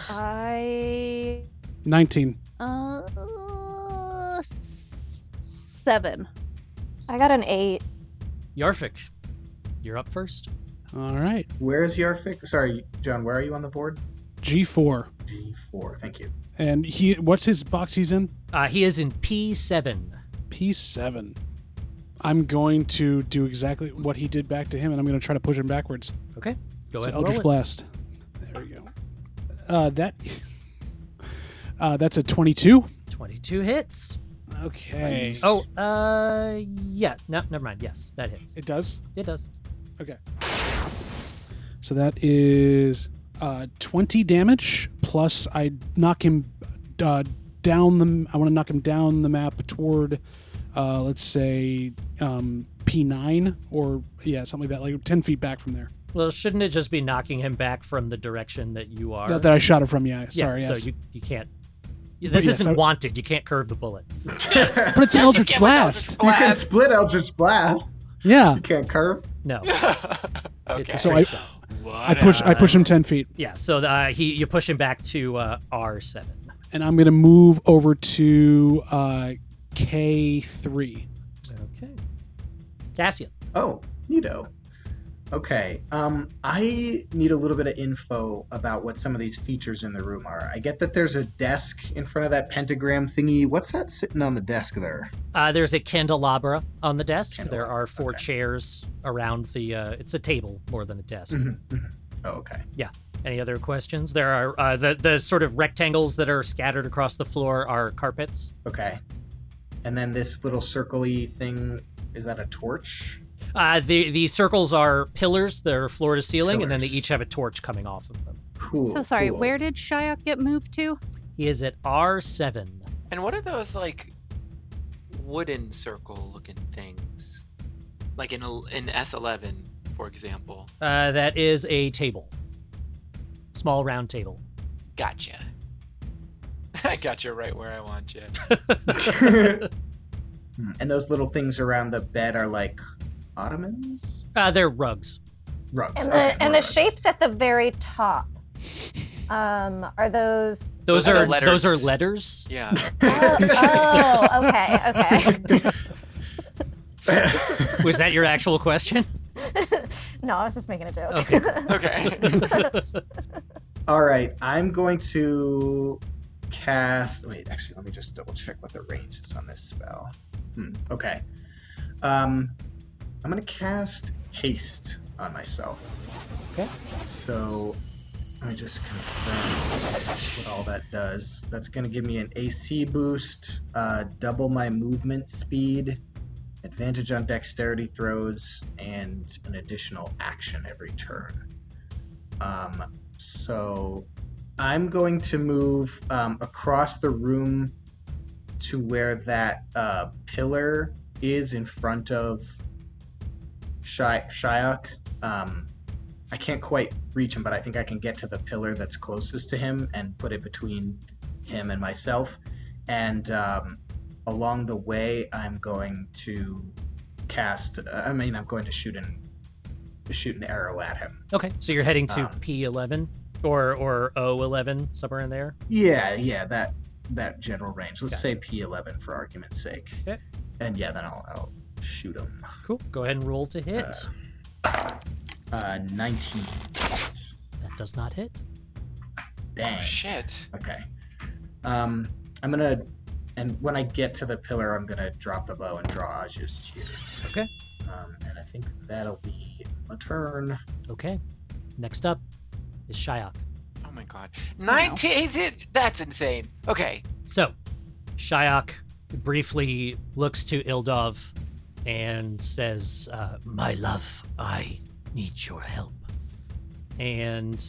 Speaker 7: I
Speaker 9: 19.
Speaker 7: uh s- seven.
Speaker 4: I got an eight.
Speaker 3: Yarfik, you're up first.
Speaker 9: All right.
Speaker 11: Where's Yarfik? Sorry, John, where are you on the board?
Speaker 9: G4.
Speaker 11: G4, thank you.
Speaker 9: And he, what's his box he's in?
Speaker 3: Uh, he is in P7.
Speaker 9: P7. I'm going to do exactly what he did back to him, and I'm going to try to push him backwards.
Speaker 3: Okay. Go
Speaker 9: So
Speaker 3: ahead. and
Speaker 9: Eldritch
Speaker 3: roll it.
Speaker 9: Blast. There we go. Uh, that. Uh, that's a 22.
Speaker 3: 22 hits.
Speaker 9: Okay.
Speaker 3: Oh, uh, yeah. No, never mind. Yes, that hits.
Speaker 9: it does.
Speaker 3: It does.
Speaker 9: So that is uh, 20 damage, plus I knock him uh, down the. I want to knock him down the map toward, uh, let's say, um, P9 or, yeah, something like that, like 10 feet back from there.
Speaker 3: Well, shouldn't it just be knocking him back from the direction that you are?
Speaker 9: That- That I shot it from, yeah.
Speaker 3: yeah,
Speaker 9: Sorry, yes.
Speaker 3: So you, you can't. This
Speaker 9: yes,
Speaker 3: isn't
Speaker 9: I-
Speaker 3: wanted. You can't curve the bullet.
Speaker 9: but it's an Eldritch Blast.
Speaker 11: You can split Eldritch Blast.
Speaker 9: Yeah.
Speaker 11: You can't curve.
Speaker 3: No. It's
Speaker 6: okay.
Speaker 3: a
Speaker 9: So
Speaker 3: straight
Speaker 9: I-
Speaker 3: shot.
Speaker 9: I push I push him 10 feet,
Speaker 3: Yeah, so uh, he you push him back to uh, R7.
Speaker 9: and I'm going to move over to uh, K3.
Speaker 3: Okay. Cassian.
Speaker 11: Oh, Nito. Okay. Um, I need a little bit of info about what some of these features in the room are. I get that there's a desk in front of that pentagram thingy. What's that sitting on the desk there?
Speaker 3: Uh, there's a candelabra on the desk. There are four
Speaker 11: okay.
Speaker 3: chairs around the. Uh, it's a table more than a desk.
Speaker 11: Mhm, mhm. oh, okay.
Speaker 3: Any other questions? There are uh, the the sort of rectangles that are scattered across the floor are carpets.
Speaker 11: Okay. And then this little circly thing is that a torch?
Speaker 3: Uh, the the circles are pillars. They're floor to ceiling, and then they
Speaker 11: Pillars.
Speaker 3: each have a torch coming off of them.
Speaker 11: Cool.
Speaker 7: So sorry,
Speaker 11: cool.
Speaker 7: where did Shyok get moved to?
Speaker 3: He is at R7.
Speaker 6: And what are those like wooden circle looking things? Like in a, in S11, for example.
Speaker 3: Uh, that is a table, small round table.
Speaker 6: Gotcha. I got you right where I want you.
Speaker 11: Hmm. And those little things around the bed are like ottomans?
Speaker 3: Uh, they're rugs.
Speaker 11: Rugs.
Speaker 4: And
Speaker 11: okay,
Speaker 4: the and the
Speaker 11: rugs.
Speaker 4: shapes at the very top. Um, are those?
Speaker 3: Those,
Speaker 6: Those are
Speaker 3: are,
Speaker 6: letters.
Speaker 3: those are letters.
Speaker 6: Yeah.
Speaker 4: Oh, oh okay, okay.
Speaker 3: Was that your actual question?
Speaker 4: No, I was just making a joke.
Speaker 3: Okay.
Speaker 6: Okay.
Speaker 11: All right, I'm going to cast. Wait, actually, let me just double check what the range is on this spell. Hmm, okay. Um, I'm going to cast haste on myself.
Speaker 3: Okay.
Speaker 11: So Let me just confirm what all that does. That's going to give me an AC boost, uh, double my movement speed, advantage on dexterity throws, and an additional action every turn. Um, so I'm going to move um, across the room to where that uh, pillar is in front of Shy- Shyok. Um, I can't quite reach him, but I think I can get to the pillar that's closest to him and put it between him and myself. And um, along the way, I'm going to cast. I mean, I'm going to shoot an shoot an arrow at him.
Speaker 3: Okay, so you're heading to
Speaker 6: Uh.
Speaker 11: Um,
Speaker 3: P11 or or O11 somewhere in there.
Speaker 11: Yeah, yeah, that that general range. Let's say P11 for argument's sake.
Speaker 3: Okay.
Speaker 11: And yeah, then I'll, I'll shoot him.
Speaker 3: Cool. Go ahead and roll to hit.
Speaker 11: Uh, Uh, 19.
Speaker 3: that does not hit.
Speaker 11: Dang.
Speaker 3: Oh,
Speaker 6: Shit.
Speaker 11: Okay. Um, I'm gonna, and when I get to the pillar, I'm gonna drop the bow and draw Aju's tear.
Speaker 3: Okay.
Speaker 11: Um, and I think that'll be my turn.
Speaker 3: Okay. Next up is Shyok.
Speaker 6: Oh my god. 19 is it? That's insane. Okay.
Speaker 3: So, Shyok briefly looks to Ildov and says, uh, My love, I need your help. And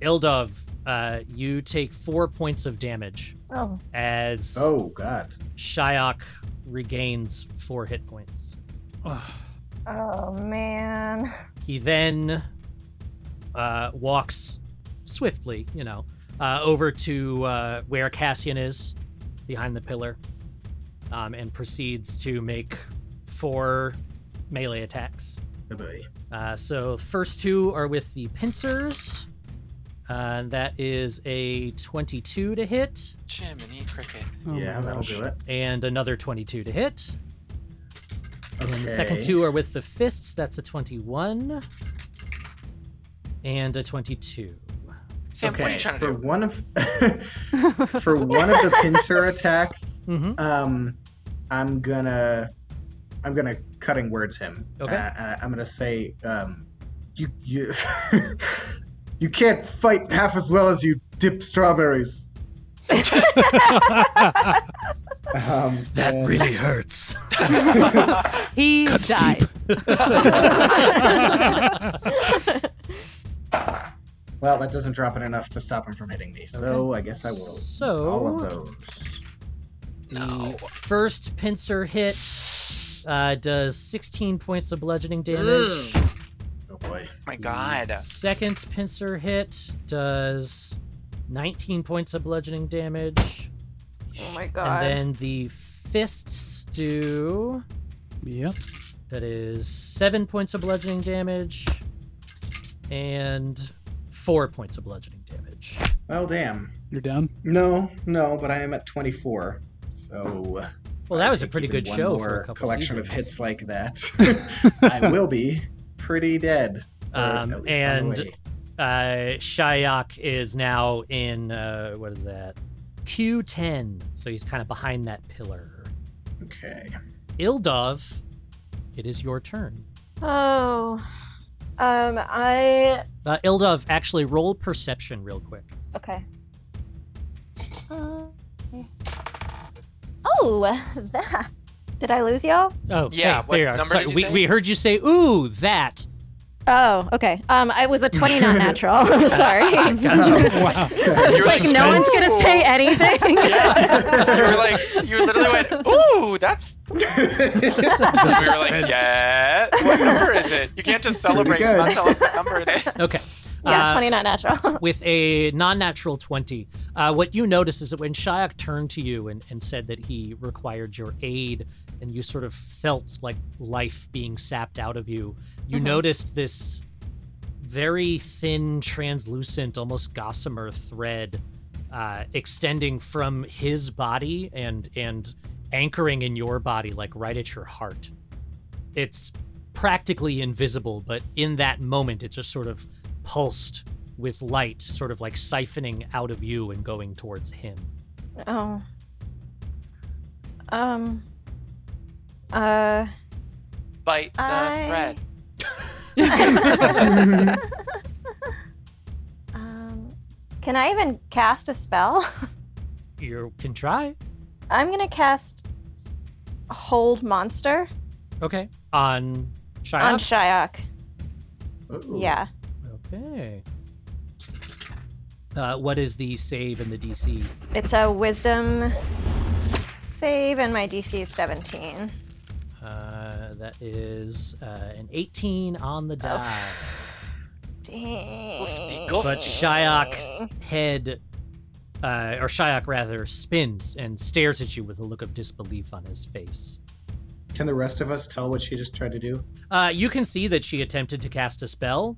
Speaker 3: Ildov, uh, you take four points of damage
Speaker 4: Oh,
Speaker 3: as
Speaker 11: Oh God.
Speaker 3: Shyok regains four hit points.
Speaker 4: oh man.
Speaker 3: He then uh, walks swiftly, you know, uh, over to uh, where Cassian is behind the pillar um, and proceeds to make four melee attacks.
Speaker 11: Oh boy.
Speaker 3: Uh, so, first two are with the pincers. Uh, that is a 22 to hit
Speaker 6: Jiminy Cricket.
Speaker 9: Oh my
Speaker 11: yeah, that'll
Speaker 9: gosh.
Speaker 11: do it.
Speaker 3: and another 22 to hit.
Speaker 11: Okay.
Speaker 3: And then the second two are with the fists. That's a 21 and a 22.
Speaker 6: Sam,
Speaker 11: okay,
Speaker 6: what are you trying to
Speaker 11: for
Speaker 6: do?
Speaker 11: one of for one of the pincer attacks,
Speaker 3: Mm-hmm.
Speaker 11: um, I'm gonna I'm gonna cutting words him.
Speaker 3: Okay.
Speaker 11: Uh, uh, I'm gonna say, um, you you you can't fight half as well as you dip strawberries. Um, and-
Speaker 3: hurts.
Speaker 7: He
Speaker 9: Cuts
Speaker 7: died.
Speaker 9: deep.
Speaker 11: Well, that doesn't drop it enough to stop him from hitting me, so I guess I will. all of
Speaker 3: So
Speaker 11: those.
Speaker 6: No.
Speaker 3: the first pincer hit uh, does 16 points of bludgeoning damage.
Speaker 6: Mm.
Speaker 11: Oh boy.
Speaker 6: my god.
Speaker 3: Second pincer hit does 19 points of bludgeoning damage,
Speaker 4: Oh my god.
Speaker 3: and then the fists do
Speaker 9: Yep.
Speaker 3: That is seven points of bludgeoning damage and four points of bludgeoning damage.
Speaker 11: Well, damn.
Speaker 9: You're down.
Speaker 11: No, no, but I am at 24. So.
Speaker 3: Well, that
Speaker 11: I
Speaker 3: was a
Speaker 11: think
Speaker 3: pretty
Speaker 11: even
Speaker 3: good
Speaker 11: one
Speaker 3: show
Speaker 11: more
Speaker 3: for a couple
Speaker 11: collection of
Speaker 3: seasons.
Speaker 11: hits like that. I will be pretty dead. or at
Speaker 3: Um,
Speaker 11: least on the
Speaker 3: and
Speaker 11: way.
Speaker 3: uh, Shyok is now in uh, what is that? Q10. So he's kind of behind that pillar.
Speaker 11: okay.
Speaker 3: Ildov, it is your turn.
Speaker 4: Oh. Um, I.
Speaker 3: Uh, Ildov, actually roll perception real quick.
Speaker 4: Okay. Uh, oh, that. Did I lose y'all?
Speaker 3: Oh,
Speaker 6: Yeah,
Speaker 3: hey,
Speaker 6: what
Speaker 3: there you are.
Speaker 6: number
Speaker 3: Sorry,
Speaker 6: did you
Speaker 3: we,
Speaker 6: say?
Speaker 3: we heard you say, ooh, that.
Speaker 4: Oh, okay. Um, I was a 20 not natural. Sorry.
Speaker 9: wow.
Speaker 6: You're
Speaker 4: It's like no one's gonna say anything.
Speaker 6: you were like, you literally went, ooh, that's. we were like, yeah. What number is it? You can't just celebrate and not
Speaker 11: good.
Speaker 6: tell us what number it is.
Speaker 3: Okay.
Speaker 4: yeah,
Speaker 3: Uh,
Speaker 4: 20 not natural.
Speaker 3: with a non-natural 20 uh, what you notice is that when shayak turned to you and, and said that he required your aid and you sort of felt like life being sapped out of you you
Speaker 4: Mhm.
Speaker 3: noticed this very thin translucent almost gossamer thread uh, extending from his body and and anchoring in your body like right at your heart it's practically invisible but in that moment it just sort of pulsed with light sort of like siphoning out of you and going towards him.
Speaker 4: Oh. Um. Uh.
Speaker 6: Bite the
Speaker 4: I-
Speaker 6: thread.
Speaker 4: Um, Can I even cast a spell?
Speaker 3: You can try.
Speaker 4: I'm gonna cast Hold Monster
Speaker 3: Okay. On Shia.
Speaker 4: on Shyok.
Speaker 11: Uh-oh.
Speaker 4: Yeah.
Speaker 3: okay. Uh, what is the save and the DC?
Speaker 4: It's a wisdom save, and my DC is 17.
Speaker 3: Uh, that is uh, an 18 on the die.
Speaker 4: Dang.
Speaker 6: Oh.
Speaker 3: But Shyok's head, uh, or Shyok rather, spins and stares at you with a look of disbelief on his face.
Speaker 11: Can the rest of us tell what she just tried to do?
Speaker 3: Uh, you can see that she attempted to cast a spell.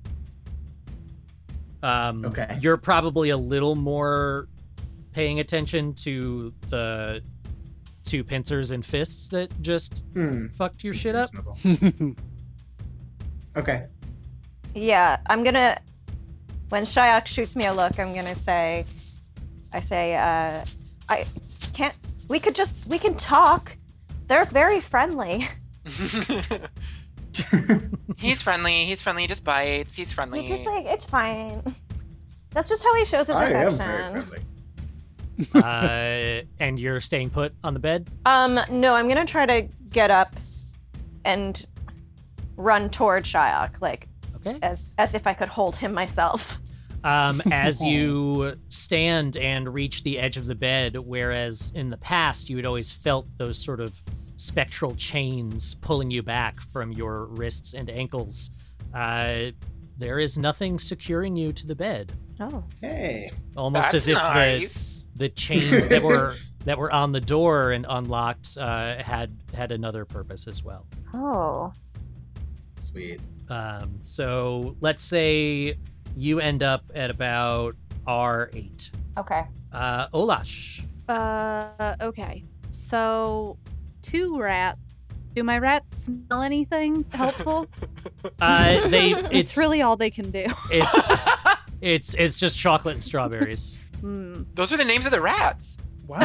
Speaker 3: Um,
Speaker 11: Okay.
Speaker 3: You're probably a little more paying attention to the two pincers and fists that just
Speaker 11: Hmm.
Speaker 3: fucked your
Speaker 11: seems
Speaker 3: shit up.
Speaker 11: reasonable. Okay.
Speaker 4: Yeah, I'm gonna. When Shyok shoots me a look, I'm gonna say, I say, uh, I can't. We could just. We can talk. They're very friendly.
Speaker 6: he's friendly. He's friendly. He just bites. He's friendly.
Speaker 4: He's just like, it's fine. That's just how he shows his
Speaker 11: I
Speaker 4: affection.
Speaker 11: am very friendly.
Speaker 3: uh, and you're staying put on the bed.
Speaker 4: Um, no, I'm gonna try to get up and run toward Shyok, like
Speaker 3: Okay.
Speaker 4: as as if I could hold him myself.
Speaker 3: um, as you stand and reach the edge of the bed, whereas in the past you had always felt those sort of spectral chains pulling you back from your wrists and ankles. Uh, there is nothing securing you to the bed,
Speaker 4: Oh.
Speaker 11: Hey.
Speaker 3: almost
Speaker 6: That's
Speaker 3: as if the,
Speaker 6: nice.
Speaker 3: the chains that were that were on the door and unlocked uh, had had another purpose as well.
Speaker 4: Oh.
Speaker 11: Sweet.
Speaker 3: Um, so let's say you end up at about R eight.
Speaker 4: Okay.
Speaker 3: Uh, Olash,
Speaker 7: Uh, okay. So, two rats. Do my rats smell anything helpful?
Speaker 3: Uh, they
Speaker 7: That's
Speaker 3: it's
Speaker 7: really all they can do.
Speaker 3: it's it's it's just chocolate and strawberries.
Speaker 7: Hmm.
Speaker 6: Those are the names of the rats.
Speaker 7: Wow.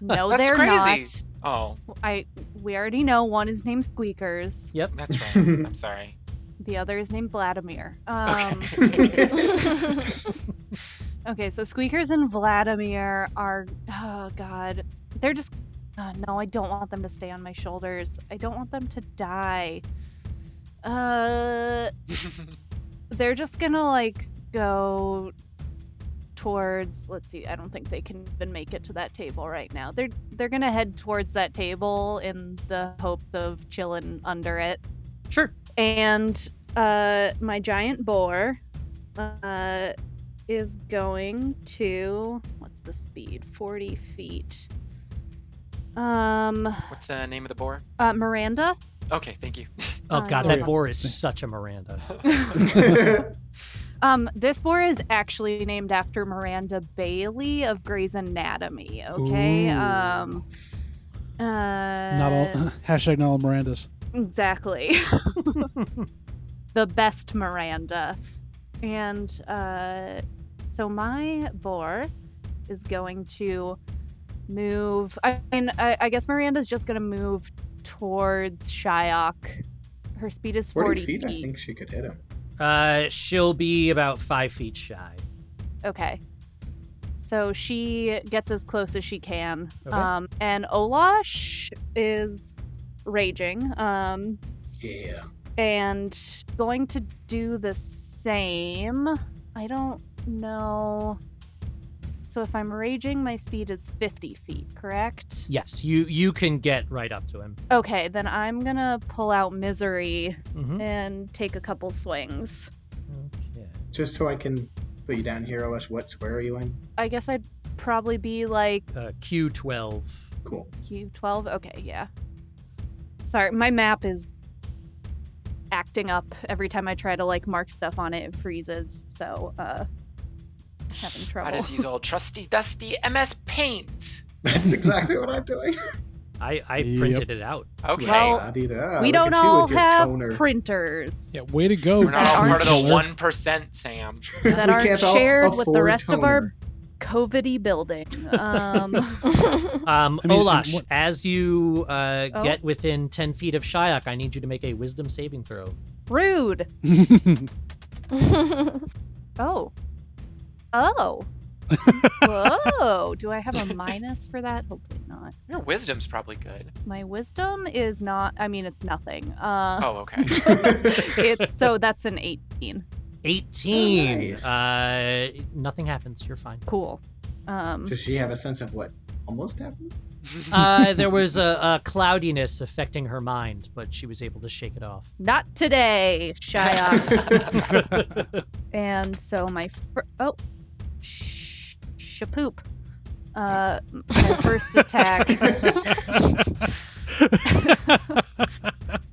Speaker 7: No,
Speaker 6: That's
Speaker 7: they're
Speaker 6: crazy. Oh,
Speaker 7: not. I we already know one is named Squeakers,
Speaker 3: yep.
Speaker 6: that's right. I'm sorry.
Speaker 7: the other is named Vladimir. Um, Okay, so Squeakers and Vladimir are. Oh, God. They're just. Uh, no, I don't want them to stay on my shoulders. I don't want them to die. Uh, they're just gonna, like, go towards. Let's see, I don't think they can even make it to that table right now. They're, they're gonna head towards that table in the hope of chilling under it
Speaker 3: Sure.
Speaker 7: and uh, my giant boar uh, is going to what's the speed 40 feet um
Speaker 6: What's the name of the boar?
Speaker 7: uh, miranda
Speaker 6: Okay, thank you.
Speaker 3: Oh
Speaker 7: Oh,
Speaker 3: god,
Speaker 7: yeah.
Speaker 3: that boar is such a Miranda.
Speaker 7: um this boar is actually named after miranda bailey of gray's anatomy okay
Speaker 9: Ooh.
Speaker 7: um uh
Speaker 9: not all hashtag not all Mirandas.
Speaker 7: Exactly. the best Miranda. And uh, so my boar is going to move. I mean, I, I guess Miranda's just going to move towards Shyok. Her speed is 40,
Speaker 11: 40 feet, I think she could hit him.
Speaker 3: Uh, she'll be about five feet shy.
Speaker 7: Okay. So she gets as close as she can.
Speaker 3: Okay.
Speaker 7: Um, and Olash is raging. Um,
Speaker 11: Yeah.
Speaker 7: and going to do the same. I don't know. So if I'm raging, my speed is 50 feet, correct?
Speaker 3: Yes, you you can get right up to him.
Speaker 7: Okay, then I'm gonna pull out misery
Speaker 3: Mm-hmm.
Speaker 7: and take a couple swings.
Speaker 9: Mm-hmm.
Speaker 3: Okay.
Speaker 11: Just so I can put you down here, Alish, what square are you in?
Speaker 7: I guess I'd probably be like
Speaker 3: Uh, Q twelve.
Speaker 11: Cool.
Speaker 7: Q12. Okay, yeah. Sorry, my map is acting up every time I try to like mark stuff on it. It freezes, so uh, I'm having
Speaker 6: I
Speaker 7: trouble.
Speaker 6: just use old trusty dusty MS Paint.
Speaker 11: That's exactly what I'm doing.
Speaker 3: I I
Speaker 9: Yep.
Speaker 3: printed it out.
Speaker 6: Okay.
Speaker 7: Well,
Speaker 11: La-di-da,
Speaker 7: we
Speaker 11: Ah, look
Speaker 7: don't
Speaker 11: at you
Speaker 7: all
Speaker 11: with your
Speaker 7: have
Speaker 11: toner.
Speaker 7: printers
Speaker 9: Yeah, way to go.
Speaker 6: We're not all
Speaker 7: Aren't
Speaker 6: part of
Speaker 9: Killer.
Speaker 6: the one percent, Sam.
Speaker 7: that
Speaker 11: We
Speaker 7: aren't
Speaker 11: can't all
Speaker 7: shared with the
Speaker 11: afford
Speaker 7: rest of our
Speaker 11: toner.
Speaker 7: COVIDy building. Um,
Speaker 3: Um,
Speaker 9: I mean, and
Speaker 3: Olash,
Speaker 9: what-
Speaker 3: as you uh,
Speaker 7: Oh.
Speaker 3: get within ten feet of Shyok, I need you to make a Wisdom saving throw.
Speaker 7: rude.
Speaker 4: oh
Speaker 7: Oh, Oh. Whoa. Do I have a minus for that? Hopefully not.
Speaker 6: Your wisdom's probably good.
Speaker 7: My wisdom is not. I mean, it's nothing. Uh,
Speaker 6: Oh, okay.
Speaker 7: it's so that's an 18.
Speaker 3: 18.
Speaker 11: Nice.
Speaker 3: Uh, nothing happens. You're fine.
Speaker 7: Cool. Um,
Speaker 11: Does she have a sense of what almost happened?
Speaker 3: Uh, there was a, a cloudiness affecting her mind, but she was able to shake it off.
Speaker 7: not today, Shia. and so my fir- oh, sh- shapoop. Uh, my first attack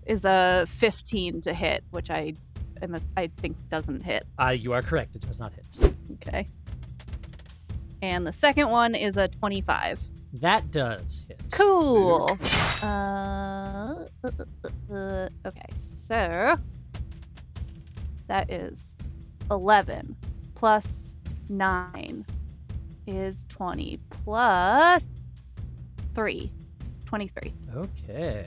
Speaker 7: is a 15 to hit, which I, am a- I think doesn't hit.
Speaker 3: Uh, you are correct. It does not hit.
Speaker 7: Okay. And the second one is a 25.
Speaker 3: That does hit.
Speaker 7: Cool. Uh, uh, uh, uh, okay, so that is 11 plus 9 is 20 plus 3 is 23.
Speaker 3: Okay.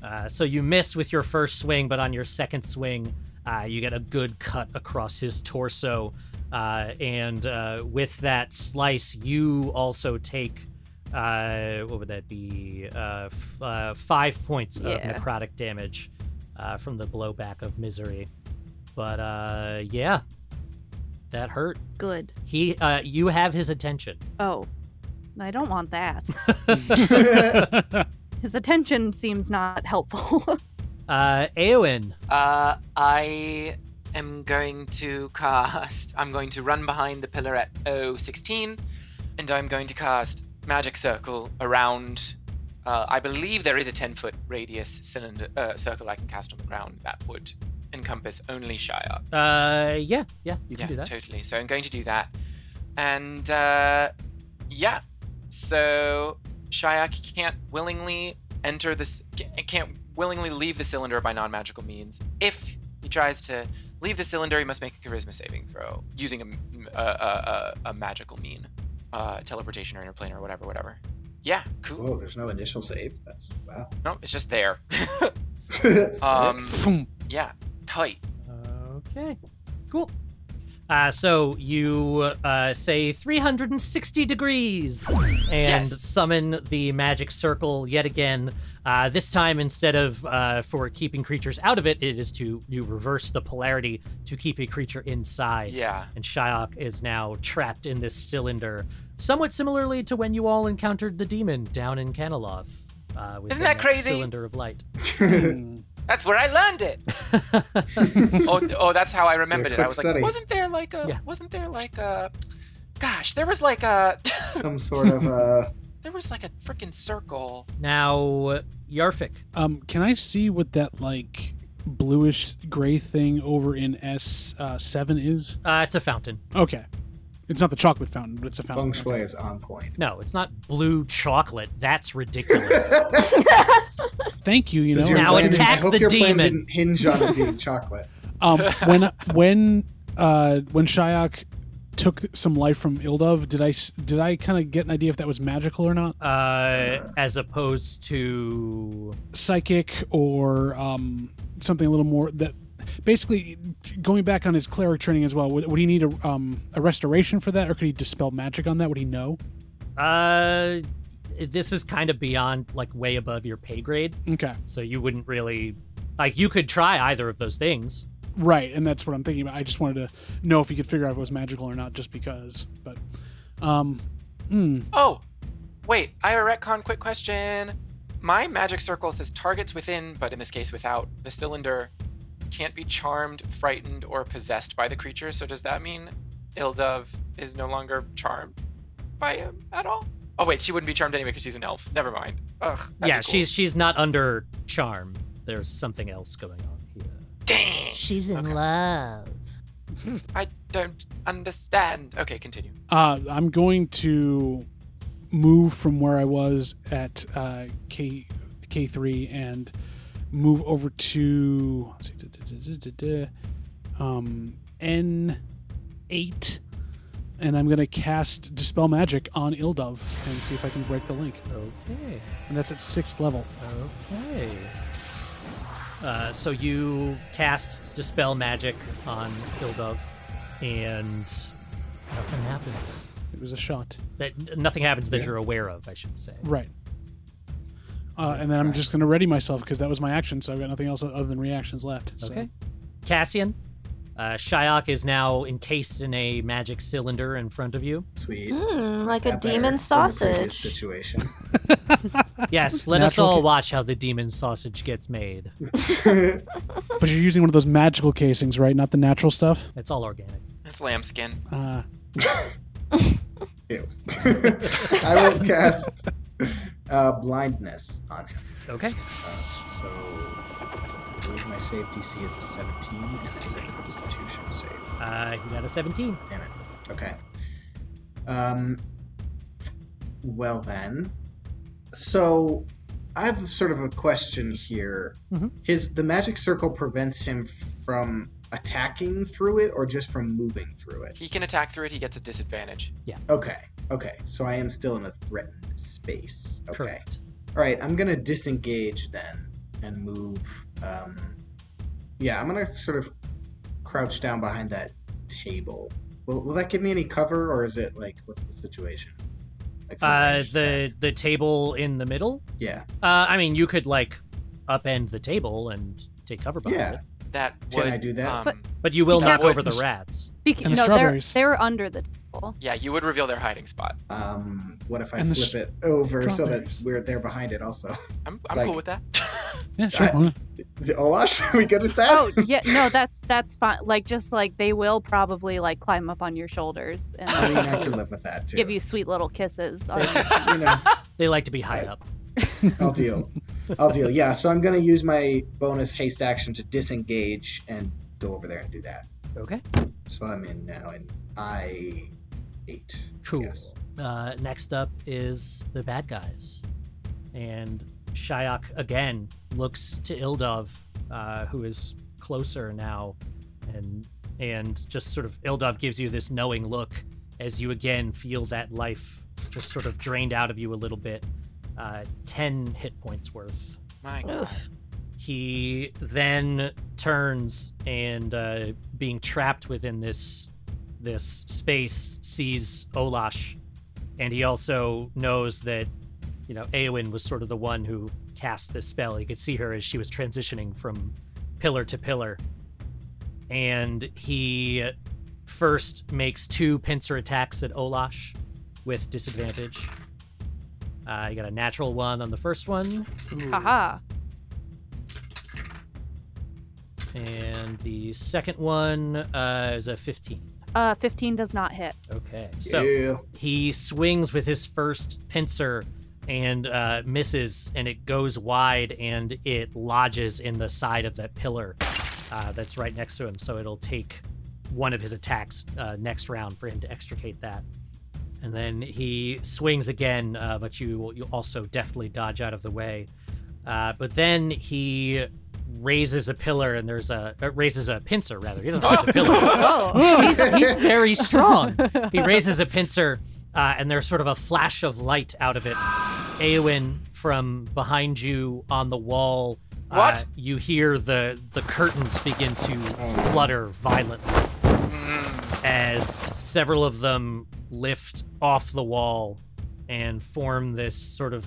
Speaker 3: Uh, so you miss with your first swing, but on your second swing, uh, you get a good cut across his torso. Uh, and uh, with that slice, you also take, uh, what would that be? Uh, f- uh, five points
Speaker 7: Yeah.
Speaker 3: of necrotic damage uh, from the blowback of misery. But uh, yeah, that hurt.
Speaker 7: Good.
Speaker 3: He, uh, you have his attention.
Speaker 7: Oh, I don't want that. His attention seems not helpful.
Speaker 3: Uh, Eowyn,
Speaker 6: Uh, I am going to cast. I'm going to run behind the pillar at 016, and I'm going to cast magic circle around. Uh, I believe there is a 10 foot radius cylinder uh, circle I can cast on the ground that would encompass only Shire.
Speaker 3: uh, yeah, yeah, you can
Speaker 6: yeah,
Speaker 3: do that.
Speaker 6: totally. So I'm going to do that, and uh, yeah, so Shire can't willingly enter this. ca- Can't willingly leave the cylinder by non-magical means. If he tries to leave the cylinder, he must make a charisma saving throw using a m- a, a- a- a magical mean, uh, teleportation or interplane or whatever, whatever. Yeah, cool.
Speaker 11: Whoa, there's no initial save. That's wow.
Speaker 6: No, it's just there.
Speaker 11: Sick.
Speaker 3: Uh,
Speaker 6: um, yeah, tight.
Speaker 3: Okay. Cool. Uh, so you uh, say 360 degrees and
Speaker 6: Yes.
Speaker 3: summon the magic circle yet again. Uh, this time, instead of uh, for keeping creatures out of it, it is to you reverse the polarity to keep a creature inside.
Speaker 6: Yeah.
Speaker 3: And Shyok is now trapped in this cylinder, somewhat similarly to when you all encountered the demon down in Caneloth. Uh, within
Speaker 6: that crazy?
Speaker 3: Cylinder of light.
Speaker 6: That's where I learned it. oh, oh, that's how I remembered it. I
Speaker 11: quick
Speaker 6: was
Speaker 11: study.
Speaker 6: like, wasn't there like a,
Speaker 3: Yeah.
Speaker 6: wasn't there like a, gosh, there was like a,
Speaker 11: Some sort of uh,
Speaker 6: there was like a freaking circle.
Speaker 3: Now, Yarfik.
Speaker 9: Um, can I see what that like bluish gray thing over in S uh, seven is?
Speaker 3: Uh, it's a fountain.
Speaker 9: Okay, it's not the chocolate fountain, but it's a
Speaker 11: feng
Speaker 9: fountain.
Speaker 11: shui is on point.
Speaker 3: No, it's not blue chocolate. That's ridiculous.
Speaker 9: Thank you. You know,
Speaker 11: Does your
Speaker 3: Now
Speaker 11: plan-
Speaker 3: attack
Speaker 11: I hope
Speaker 3: the
Speaker 11: your plan
Speaker 3: demon.
Speaker 11: didn't hinge on it being chocolate.
Speaker 9: um, when when uh, when Shyok took some life from Ildov, did I s- did I kind of get an idea if that was magical or not,
Speaker 3: uh, as opposed to
Speaker 9: psychic or um, something a little more that. Basically, going back on his cleric training as well, would, would he need a, um, a restoration for that, or could he dispel magic on that? Would he know?
Speaker 3: uh, this is kind of beyond like way above your pay grade,
Speaker 9: Okay.
Speaker 3: so you wouldn't really like you could try either of those things.
Speaker 9: Right, and that's what I'm thinking about. I just wanted to know if you could figure out if it was magical or not, just because. But, um, mm,
Speaker 6: Oh, wait, I have a retcon quick question. My magic circle says targets within, but in this case without, the cylinder can't be charmed, frightened, or possessed by the creature. So does that mean Ildov is no longer charmed by him at all? Oh wait, she wouldn't be charmed anyway because she's an elf. Never mind. Ugh. that'd be
Speaker 3: yeah,
Speaker 6: cool.
Speaker 3: she's she's not under charm. There's something else going on here.
Speaker 6: dang.
Speaker 3: She's in
Speaker 6: Okay.
Speaker 3: love.
Speaker 6: I don't understand. Okay, continue.
Speaker 9: uh, I'm going to move from where I was at uh, K K three and move over to let's see, duh, duh, duh, duh, duh, duh, um, N eight, and I'm gonna cast Dispel Magic on Ildov and see if I can break the link.
Speaker 3: Okay.
Speaker 9: And that's at sixth level.
Speaker 3: Okay. Uh, so you cast Dispel Magic on Ildov, and Nothing happens.
Speaker 9: It was a shot.
Speaker 3: That nothing happens that you're aware of, I should say.
Speaker 9: Right. Uh, and then I'm just going to ready myself because that was my action, so I've got nothing else other than reactions left. so-
Speaker 3: Okay. Cassian, uh, Shyok is now encased in a magic cylinder in front of you.
Speaker 11: Sweet.
Speaker 4: Hmm, like a
Speaker 11: That better
Speaker 4: demon
Speaker 11: than the previous
Speaker 4: sausage.
Speaker 11: Situation.
Speaker 3: Yes, let us
Speaker 9: Natural
Speaker 3: all
Speaker 9: ca-
Speaker 3: watch how the demon sausage gets made.
Speaker 9: But you're using one of those magical casings, right? Not the natural stuff?
Speaker 3: It's all organic.
Speaker 6: It's lambskin.
Speaker 9: Uh,
Speaker 11: Ew. I will cast uh, blindness on him.
Speaker 3: Okay.
Speaker 11: So, I believe my save DC is a 17, and it's a Constitution save.
Speaker 3: Uh, he got a 17.
Speaker 11: Damn it. Okay. Um. Well then, so I have sort of a question here.
Speaker 3: Mhm.
Speaker 11: His the magic circle prevents him from attacking through it, or just from moving through it.
Speaker 6: He can attack through it. He gets a disadvantage.
Speaker 11: Okay. Okay. So I am still in a threatened space. Okay.
Speaker 3: Correct.
Speaker 11: All right. I'm gonna disengage then and move. Um. Yeah. I'm gonna sort of crouch down behind that table. Will Will that give me any cover, or is it like what's the situation? Like for a
Speaker 3: Uh,
Speaker 11: ranged
Speaker 3: the
Speaker 11: attack?
Speaker 3: the table in the middle.
Speaker 11: yeah.
Speaker 3: Uh, I mean, you could like upend the table and take cover behind
Speaker 11: Yeah.
Speaker 3: it,
Speaker 6: That
Speaker 11: Can
Speaker 6: would.
Speaker 11: I do that?
Speaker 6: Um,
Speaker 7: But-
Speaker 3: but you will
Speaker 7: You
Speaker 3: knock
Speaker 6: can't-
Speaker 3: over the rats.
Speaker 7: Bec-
Speaker 9: And the
Speaker 7: no, they're,
Speaker 9: strawberries.
Speaker 7: they're under the table.
Speaker 6: Yeah, you would reveal their hiding spot.
Speaker 11: Um. What if I
Speaker 9: And the
Speaker 11: flip it over so that
Speaker 9: strawberries.
Speaker 11: we're there behind it also?
Speaker 6: I'm, I'm
Speaker 11: Like-
Speaker 6: cool with that.
Speaker 9: yeah, sure.
Speaker 11: I-
Speaker 9: why not?
Speaker 11: Is it Olash? Are we good at that?
Speaker 7: Oh yeah, no, that's that's fine. Like just like they will probably like climb up on your shoulders and
Speaker 11: I mean,
Speaker 7: like,
Speaker 11: I can live with that too.
Speaker 7: give you sweet little kisses. On your
Speaker 11: You know.
Speaker 3: They like to be high up.
Speaker 11: I'll deal. I'll deal. Yeah, so I'm going to use my bonus haste action to disengage and go over there and do that.
Speaker 3: Okay.
Speaker 11: So I'm in now, and I eight.
Speaker 3: Cool.
Speaker 11: Yes.
Speaker 3: Uh, next up is the bad guys, and Shyok again looks to Ildov, uh, who is closer now, and and just sort of Ildov gives you this knowing look as you again feel that life just sort of drained out of you a little bit, uh, ten hit points worth.
Speaker 6: My God.
Speaker 3: He then turns and, uh, being trapped within this this space, sees Olash, and he also knows that you know Eowyn was sort of the one who cast this spell. He could see her as she was transitioning from pillar to pillar, and he first makes two pincer attacks at Olash with disadvantage. Uh, you got a natural one on the first one.
Speaker 7: Haha.
Speaker 3: And the second one uh, is a 15.
Speaker 7: Uh, fifteen does not hit.
Speaker 3: Okay. So
Speaker 11: yeah.
Speaker 3: he swings with his first pincer and uh, misses, and it goes wide and it lodges in the side of that pillar uh, that's right next to him. So it'll take one of his attacks uh, next round for him to extricate that. And then he swings again, uh, but you you also deftly dodge out of the way. Uh, but then he raises a pillar, and there's a uh, raises a pincer rather. He doesn't raise a pillar
Speaker 7: Oh.
Speaker 3: he's, he's very strong. He raises a pincer, uh, and there's sort of a flash of light out of it. Eowyn, from behind you on the wall, uh,
Speaker 6: What?
Speaker 3: you hear the the curtains begin to flutter violently as several of them lift off the wall and form this sort of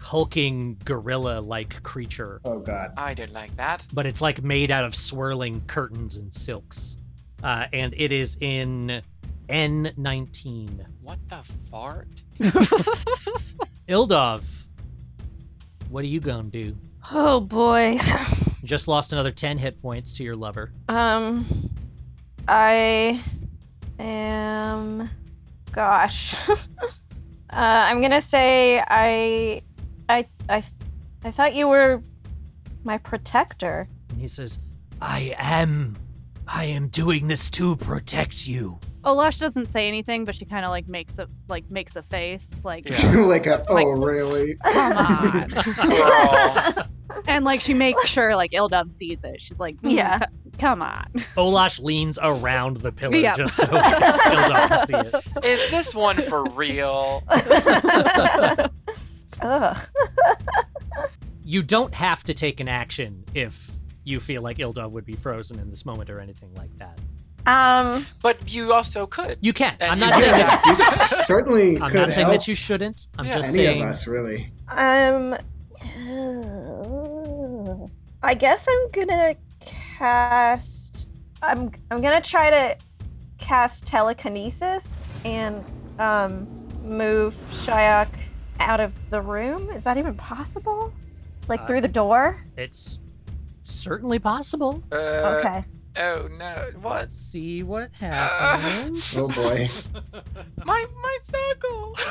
Speaker 3: hulking gorilla-like creature.
Speaker 11: Oh god.
Speaker 6: I don't like that.
Speaker 3: But it's like made out of swirling curtains and silks. Uh, and it is in N19.
Speaker 6: What the fart?
Speaker 3: Ildov, what are you gonna do?
Speaker 4: Oh boy.
Speaker 3: You just lost another 10 hit points to your lover.
Speaker 4: Um, I am. Gosh. uh, I'm gonna say I, I, I, th- I thought you were my protector.
Speaker 3: And he says, I am. I am doing this to protect you.
Speaker 7: Olash doesn't say anything, but she kind of like makes a like makes a face, like
Speaker 6: Yeah.
Speaker 11: like a oh
Speaker 7: Like-
Speaker 11: really?
Speaker 7: come on,
Speaker 6: Girl.
Speaker 7: and like she makes sure like Ildub sees it. She's like, "Mm,
Speaker 4: Yeah.
Speaker 7: c- come on.
Speaker 3: Olash leans around the pillar
Speaker 7: Yeah.
Speaker 3: just so Ildov can see it.
Speaker 6: Is this one for real?
Speaker 4: Ugh.
Speaker 3: You don't have to take an action if you feel like Ildov would be frozen in this moment or anything like that.
Speaker 4: Um,
Speaker 6: But you also could.
Speaker 3: You can.
Speaker 6: And
Speaker 3: I'm
Speaker 6: you
Speaker 3: not
Speaker 6: did
Speaker 3: saying that.
Speaker 11: You certainly
Speaker 3: I'm
Speaker 11: could
Speaker 3: not saying
Speaker 11: help
Speaker 3: that you shouldn't. I'm
Speaker 6: Yeah.
Speaker 3: just
Speaker 11: any
Speaker 3: saying.
Speaker 11: of us, really.
Speaker 4: Um, I guess I'm gonna cast. I'm I'm gonna try to cast telekinesis and um move Shayak out of the room. Is that even possible? Like through the door?
Speaker 3: It's certainly possible.
Speaker 6: Uh,
Speaker 4: okay.
Speaker 6: Oh no! What?
Speaker 3: Let's see what happens.
Speaker 11: Oh boy.
Speaker 6: My my circle.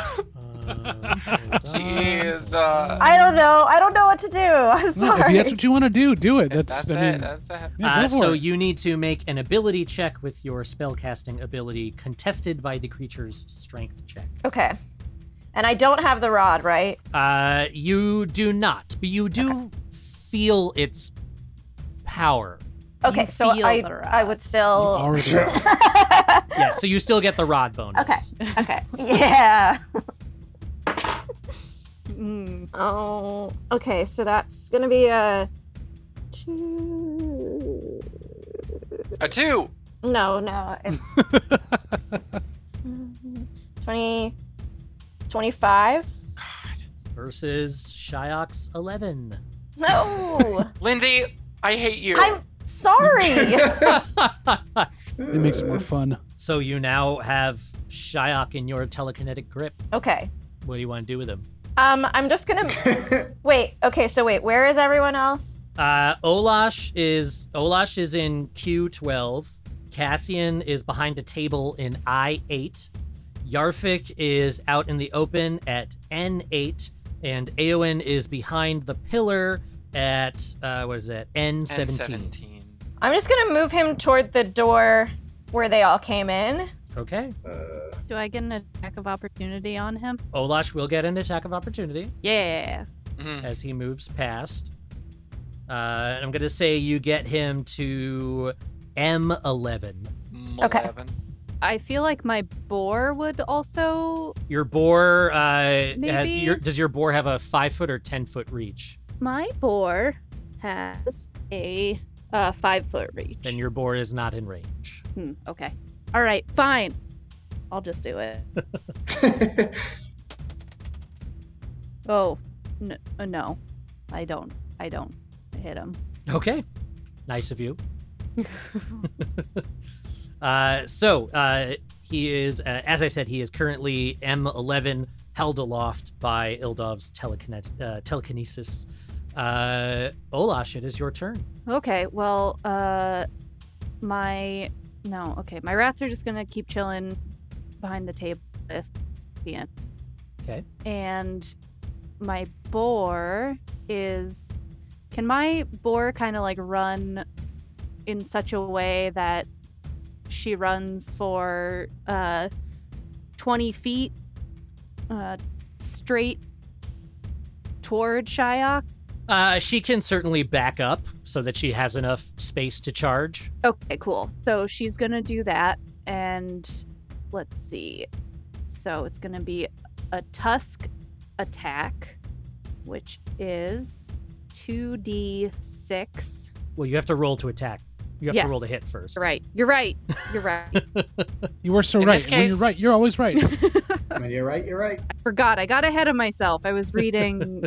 Speaker 3: Uh,
Speaker 6: Jesus.
Speaker 4: I don't know. I don't know what to do. I'm
Speaker 9: No, if
Speaker 4: sorry.
Speaker 9: that's what you want to do, do it. That's,
Speaker 6: that's
Speaker 9: I mean,
Speaker 6: it. That's it.
Speaker 9: yeah, go
Speaker 3: Uh,
Speaker 9: for
Speaker 3: so
Speaker 9: it.
Speaker 3: you need to make an ability check with your spellcasting ability, contested by the creature's strength check.
Speaker 4: okay. And I don't have the rod, right?
Speaker 3: Uh, you do not, but you do feel its power.
Speaker 4: Okay, so
Speaker 7: feel
Speaker 4: I
Speaker 7: the
Speaker 4: I
Speaker 7: rod.
Speaker 4: would
Speaker 9: you
Speaker 4: still.
Speaker 9: already are.
Speaker 3: Yeah, so you still get the rod bonus. Okay.
Speaker 4: okay. Yeah.
Speaker 7: Mm.
Speaker 4: Oh, okay. So that's gonna be a two.
Speaker 6: A two.
Speaker 4: No, no, it's 20, 25.
Speaker 3: Versus Shyok's 11.
Speaker 4: No,
Speaker 6: Lindsay, I hate you.
Speaker 4: I'm sorry.
Speaker 9: It makes it more fun.
Speaker 3: so you now have Shyok in your telekinetic grip.
Speaker 4: okay.
Speaker 3: What do you want to do with him?
Speaker 4: Um, I'm just gonna wait. Okay, so wait, where is everyone else?
Speaker 3: Uh, Olash is Olash is in Q12. Cassian is behind a table in I8. Yarfik is out in the open at N8, and Aowen is behind the pillar at uh, what is that N17.
Speaker 6: Seventeen.
Speaker 4: I'm just gonna move him toward the door where they all came in.
Speaker 3: Okay,
Speaker 7: Do I get an attack of opportunity on him?
Speaker 3: Olash will get an attack of opportunity
Speaker 7: Yeah.
Speaker 6: Mm.
Speaker 3: as he moves past. Uh, and I'm gonna say you get him to M11.
Speaker 4: Okay.
Speaker 6: Mm-hmm. Eleven.
Speaker 7: I feel like my boar would also.
Speaker 3: Your boar uh, has
Speaker 7: Maybe-
Speaker 3: your, does your boar have a five foot or ten foot reach?
Speaker 7: My boar has a uh, five foot reach.
Speaker 3: Then your boar is not in range.
Speaker 7: Hmm, okay. All right. Fine. I'll just do it. Oh, n- uh, no. I don't. I don't hit him.
Speaker 3: Okay, nice of you. uh, so uh, he is, uh, as I said, he is currently M11 held aloft by Ildov's telekinet- uh, telekinesis. Uh, Olash, it is your turn.
Speaker 7: Okay, well, uh, my no, okay, my rats are just gonna keep chilling behind the table if the end.
Speaker 3: Okay.
Speaker 7: And my boar is. Can my boar kind of like run in such a way that she runs for uh, 20 feet uh, straight toward Shyok?
Speaker 3: Uh, she can certainly back up so that she has enough space to charge.
Speaker 7: Okay, cool. So she's gonna do that, and let's see. So it's gonna be a tusk attack, which is 2d6.
Speaker 3: Well, you have to roll to attack. You have
Speaker 7: Yes.
Speaker 3: to roll to hit first.
Speaker 7: Right, you're right, you're right.
Speaker 9: You were so
Speaker 6: In
Speaker 9: right.
Speaker 6: this
Speaker 9: And When you're
Speaker 6: case-
Speaker 9: right, you're always right.
Speaker 11: When you're right, you're right.
Speaker 7: Forgot, I got ahead of myself. I was reading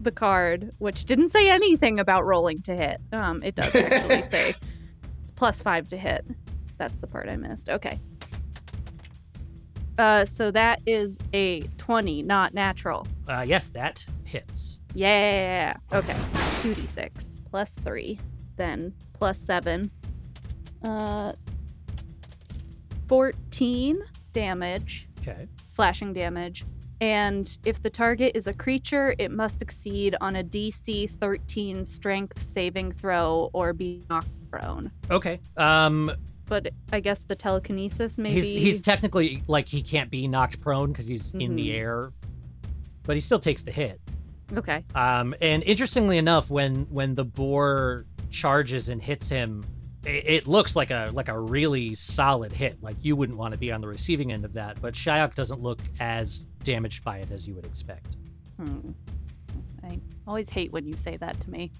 Speaker 7: the card, which didn't say anything about rolling to hit. Um, it does actually say it's plus five to hit. That's the part I missed. Okay. Uh, so that is a twenty, not natural.
Speaker 3: Uh, yes, that hits.
Speaker 7: Yeah. Okay. Two d six plus three, then plus seven. Uh, fourteen damage
Speaker 3: Okay.
Speaker 7: slashing damage. And if the target is a creature, it must exceed on a DC 13 strength saving throw or be knocked prone.
Speaker 3: Okay. Um,
Speaker 7: But I guess the telekinesis maybe.
Speaker 3: He's he's technically like he can't be knocked prone because he's in the
Speaker 7: Mhm.
Speaker 3: air, but he still takes the hit.
Speaker 7: Okay.
Speaker 3: Um, and interestingly enough, when when the boar charges and hits him, it, it looks like a like a really solid hit. Like you wouldn't want to be on the receiving end of that, but Shyok doesn't look as damaged by it as you would expect.
Speaker 7: Hmm. I Always hate when you say that to me.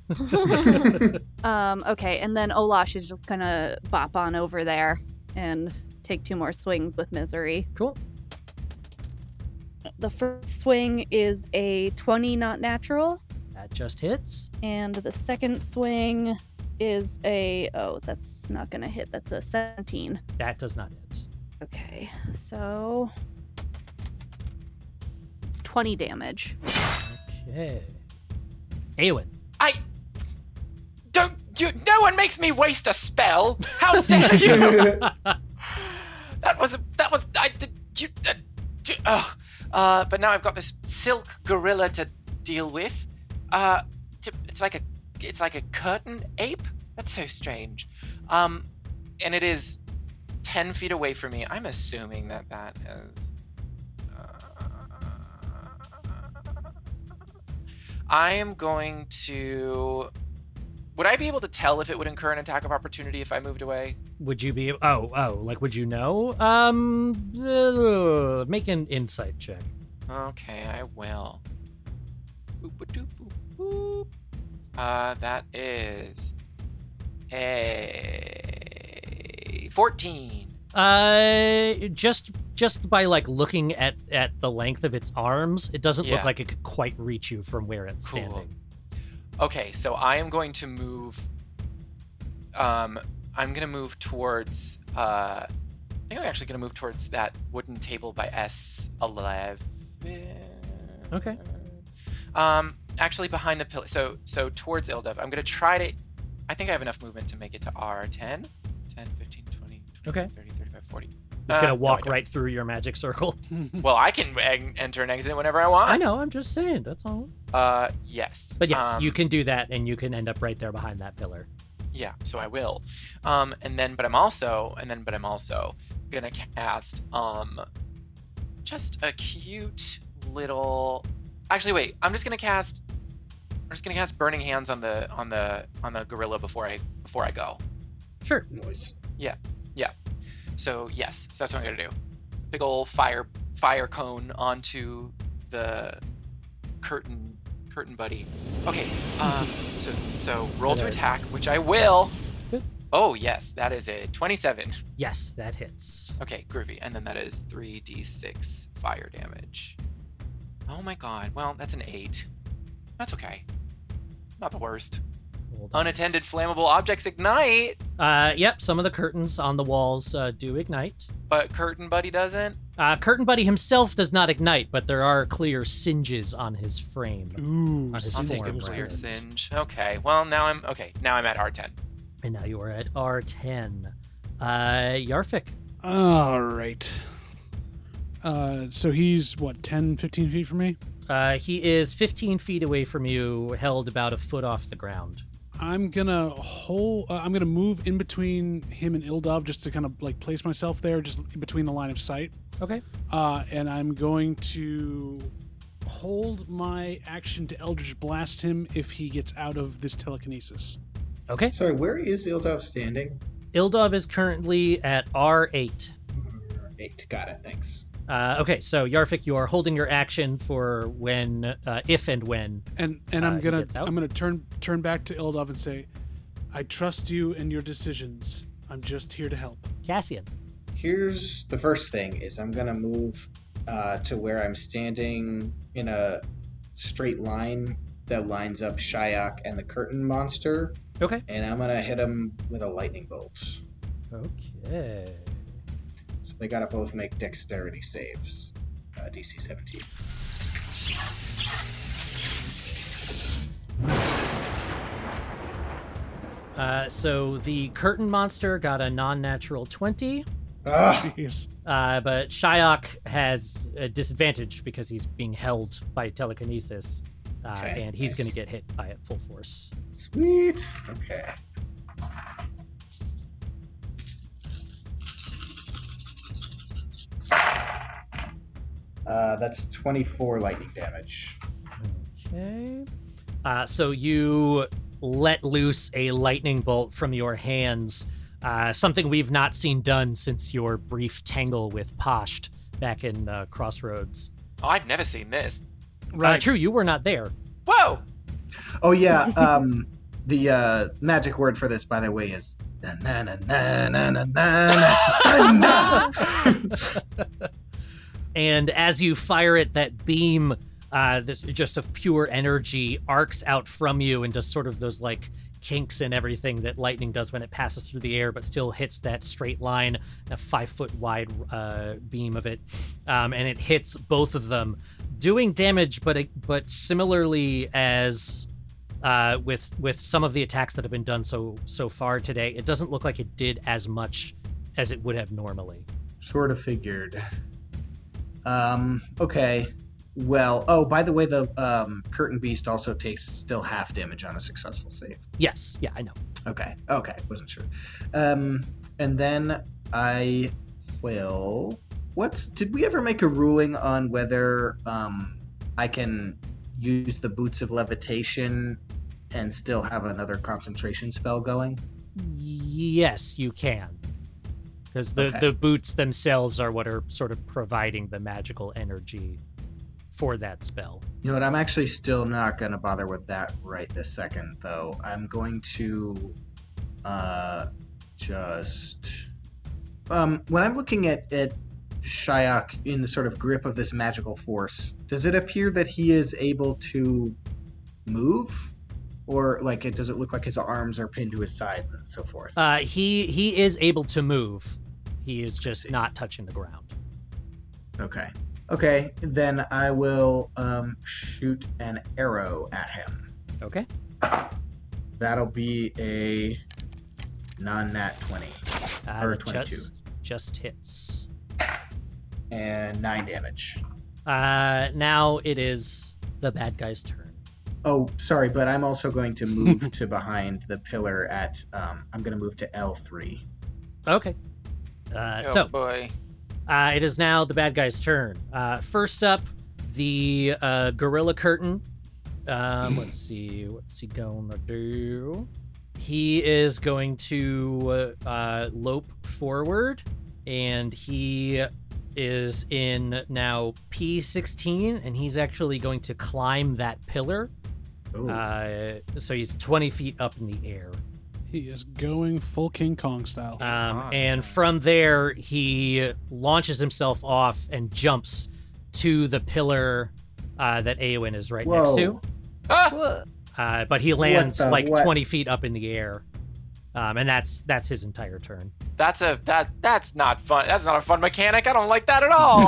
Speaker 7: Um, okay, and then Olash is just gonna bop on over there and take two more swings with misery.
Speaker 3: Cool.
Speaker 7: The first swing is a 20 not natural,
Speaker 3: That just hits.
Speaker 7: and the second swing is a oh, that's not gonna hit. That's a 17.
Speaker 3: That does not hit.
Speaker 7: Okay, so it's 20 damage.
Speaker 3: Okay. Awen.
Speaker 6: I don't. You, no one makes me waste a spell. How dare you? that was a, that was I did you. Uh, you- ugh. Uh, but now I've got this silk gorilla to deal with. Uh, t- it's like a it's like a curtain ape. That's so strange. Um, and it is ten feet away from me. I'm assuming that that is. uh, I am going to. Would I be able to tell if it would incur an attack of opportunity if I moved away?
Speaker 3: Would you be? Oh, oh, like would you know? Um, uh, make an insight check.
Speaker 6: Okay, I will. Boop, boop, doop, boop, boop. Uh, that is a 14.
Speaker 3: Uh, just just by like looking at at the length of its arms, it doesn't
Speaker 6: Yeah.
Speaker 3: look like it could quite reach you from where it's
Speaker 6: Cool.
Speaker 3: standing.
Speaker 6: Okay, so I am going to move. Um, I'm gonna move towards. Uh, I think I'm actually gonna move towards that wooden table by S eleven.
Speaker 3: Okay.
Speaker 6: Um, actually behind the pillar. So so towards Ildev. I'm gonna try to. I think I have enough movement to make it to R 10, 10, 15, 20, 20
Speaker 3: Okay.
Speaker 6: 30, 35, 40.
Speaker 3: Just
Speaker 6: Uh,
Speaker 3: gonna
Speaker 6: no, I
Speaker 3: walk
Speaker 6: don't.
Speaker 3: right through your magic circle.
Speaker 9: Mm-hmm.
Speaker 6: Well, I can eg- enter and exit whenever I want.
Speaker 3: I know. I'm just saying. That's all.
Speaker 6: Uh, yes.
Speaker 3: But yes, you
Speaker 6: Um,
Speaker 3: can do that, and you can end up right there behind that pillar.
Speaker 6: Yeah, so I will. Um, and then, but I'm also, and then, but I'm also gonna cast um, just a cute little. Actually, wait. I'm just gonna cast. I'm just gonna cast Burning Hands on the on the on the gorilla before I before I go.
Speaker 3: Sure.
Speaker 5: Noise.
Speaker 6: So yes, so that's what I'm gonna do. Big ol' fire fire cone onto the curtain curtain buddy. Okay, um, so so roll to
Speaker 3: Did I-
Speaker 6: attack, which I will.
Speaker 3: Good.
Speaker 6: Oh yes, that is a 27.
Speaker 3: Yes, that hits.
Speaker 6: Okay, groovy. And then that is 3d6 fire damage. Oh my god. Well, that's an 8. That's okay. Not the worst.
Speaker 3: Hold on.
Speaker 6: Unattended flammable objects ignite,
Speaker 3: Uh, yep. Some of the curtains on the walls uh, do ignite.
Speaker 6: but Curtain Buddy doesn't.
Speaker 3: Uh, Curtain Buddy himself does not ignite, but there are clear singes on his frame,
Speaker 9: Ooh,
Speaker 3: On his
Speaker 6: I'm
Speaker 3: form,
Speaker 9: singe
Speaker 6: taking
Speaker 9: goes
Speaker 3: right?
Speaker 6: clear
Speaker 9: through it.
Speaker 6: singe. Okay. Well, now I'm okay. Now I'm at R10.
Speaker 3: and now you are at R10. Uh, Yarfik.
Speaker 9: All right. Uh, so he's what 10, 15 feet from me.
Speaker 3: Uh, he is 15 feet away from you, held about a foot off the ground.
Speaker 9: I'm gonna whole. Uh, I'm gonna move in between him and Ildov just to kind of like place myself there, just in between the line of sight.
Speaker 3: Okay.
Speaker 9: Uh, and I'm going to hold my action to Eldritch Blast him if he gets out of this telekinesis.
Speaker 3: Okay.
Speaker 5: Sorry, where is Ildov standing?
Speaker 3: Ildov is currently at R8.
Speaker 5: Eight. Got it. Thanks.
Speaker 3: Uh, okay, so Yarfik, you are holding your action for when, uh, if and when.
Speaker 9: And and
Speaker 3: Uh,
Speaker 9: I'm
Speaker 3: he
Speaker 9: gonna
Speaker 3: gets out?
Speaker 9: I'm gonna turn turn back to Ildov and say, I trust you and your decisions. I'm just here to help.
Speaker 3: Cassian.
Speaker 5: Here's the first thing: is I'm gonna move uh, to where I'm standing in a straight line that lines up Shyok and the Curtain Monster,
Speaker 3: Okay.
Speaker 5: and I'm gonna hit him with a lightning bolt.
Speaker 3: Okay.
Speaker 5: So they gotta both make dexterity saves. Uh, DC 17.
Speaker 3: Uh, so the curtain monster got a non-natural 20,
Speaker 5: Ah,
Speaker 9: Jeez.
Speaker 3: uh, but Shyok has a disadvantage because he's being held by telekinesis, uh,
Speaker 5: Okay,
Speaker 3: and he's
Speaker 5: nice.
Speaker 3: going to get hit by it full force.
Speaker 5: sweet. Okay. Uh, that's 24 lightning damage.
Speaker 3: Okay. Uh, so you let loose a lightning bolt from your hands, uh, something we've not seen done since your brief tangle with Pasht back in uh, Crossroads.
Speaker 6: Oh, I've never seen this.
Speaker 3: Uh, true, you were not there.
Speaker 6: Whoa!
Speaker 11: Oh yeah, um, the uh, magic word for this, by the way, is na na na na na na na na.
Speaker 3: And as you fire it, that beam, uh, this just of pure energy, arcs out from you and does sort of those like kinks and everything that lightning does when it passes through the air, but still hits that straight line, a five foot wide uh, beam of it, um, and it hits both of them, doing damage, but it, but similarly as. Uh, with with some of the attacks that have been done so so far today, it doesn't look like it did as much as it would have normally.
Speaker 11: Sort of figured. Um, okay. Well, oh, by the way, the um, curtain beast also takes still half damage on a successful save.
Speaker 3: Yes, yeah, I know.
Speaker 11: Okay. Okay. Wasn't sure. Um, and then I will. What's did we ever make a ruling on whether um, I can use the boots of levitation and still have another concentration spell going?
Speaker 3: Yes, you can. Because the,
Speaker 11: Okay.
Speaker 3: the boots themselves are what are sort of providing the magical energy for that spell.
Speaker 11: You know what? I'm actually still not going to bother with that right this second, though. I'm going to uh, just. Um, when I'm looking at, at Shayak in the sort of grip of this magical force, does it appear that he is able to move? Or, like, it does it look like his arms are pinned to his sides and so forth?
Speaker 3: Uh, he he is able to move. He is just not touching the ground.
Speaker 11: okay. Okay, then I will um, shoot an arrow at him.
Speaker 3: Okay.
Speaker 11: That'll be a non nat 20
Speaker 3: Uh,
Speaker 11: Or
Speaker 3: that
Speaker 11: 22.
Speaker 3: Just, just hits.
Speaker 11: and 9 damage.
Speaker 3: Uh, now it is the bad guy's turn.
Speaker 11: Oh, sorry, but I'm also going to move to behind the pillar at. Um, I'm going to move to L3.
Speaker 3: Okay. Uh,
Speaker 6: oh
Speaker 3: so
Speaker 6: boy.
Speaker 3: Uh, it is now the bad guy's turn. Uh, first up, the uh, gorilla curtain. Um, let's see. What's he gonna do? He is going to uh, uh, lope forward, and he is in now P16, and he's actually going to climb that pillar.
Speaker 11: Ooh.
Speaker 3: Uh, so he's 20 feet up in the air.
Speaker 9: He is going full King Kong style.
Speaker 3: Um,
Speaker 6: on.
Speaker 3: and from there, he launches himself off and jumps to the pillar uh, that Aowen is right next to.
Speaker 11: Whoa.
Speaker 6: Ah!
Speaker 7: Whoa.
Speaker 3: Uh, but he lands
Speaker 11: the
Speaker 3: like
Speaker 11: what?
Speaker 3: 20 feet up in the air. Um, and that's that's his entire turn.
Speaker 6: That's a that that's not fun. That's not a fun mechanic. I don't like that at all.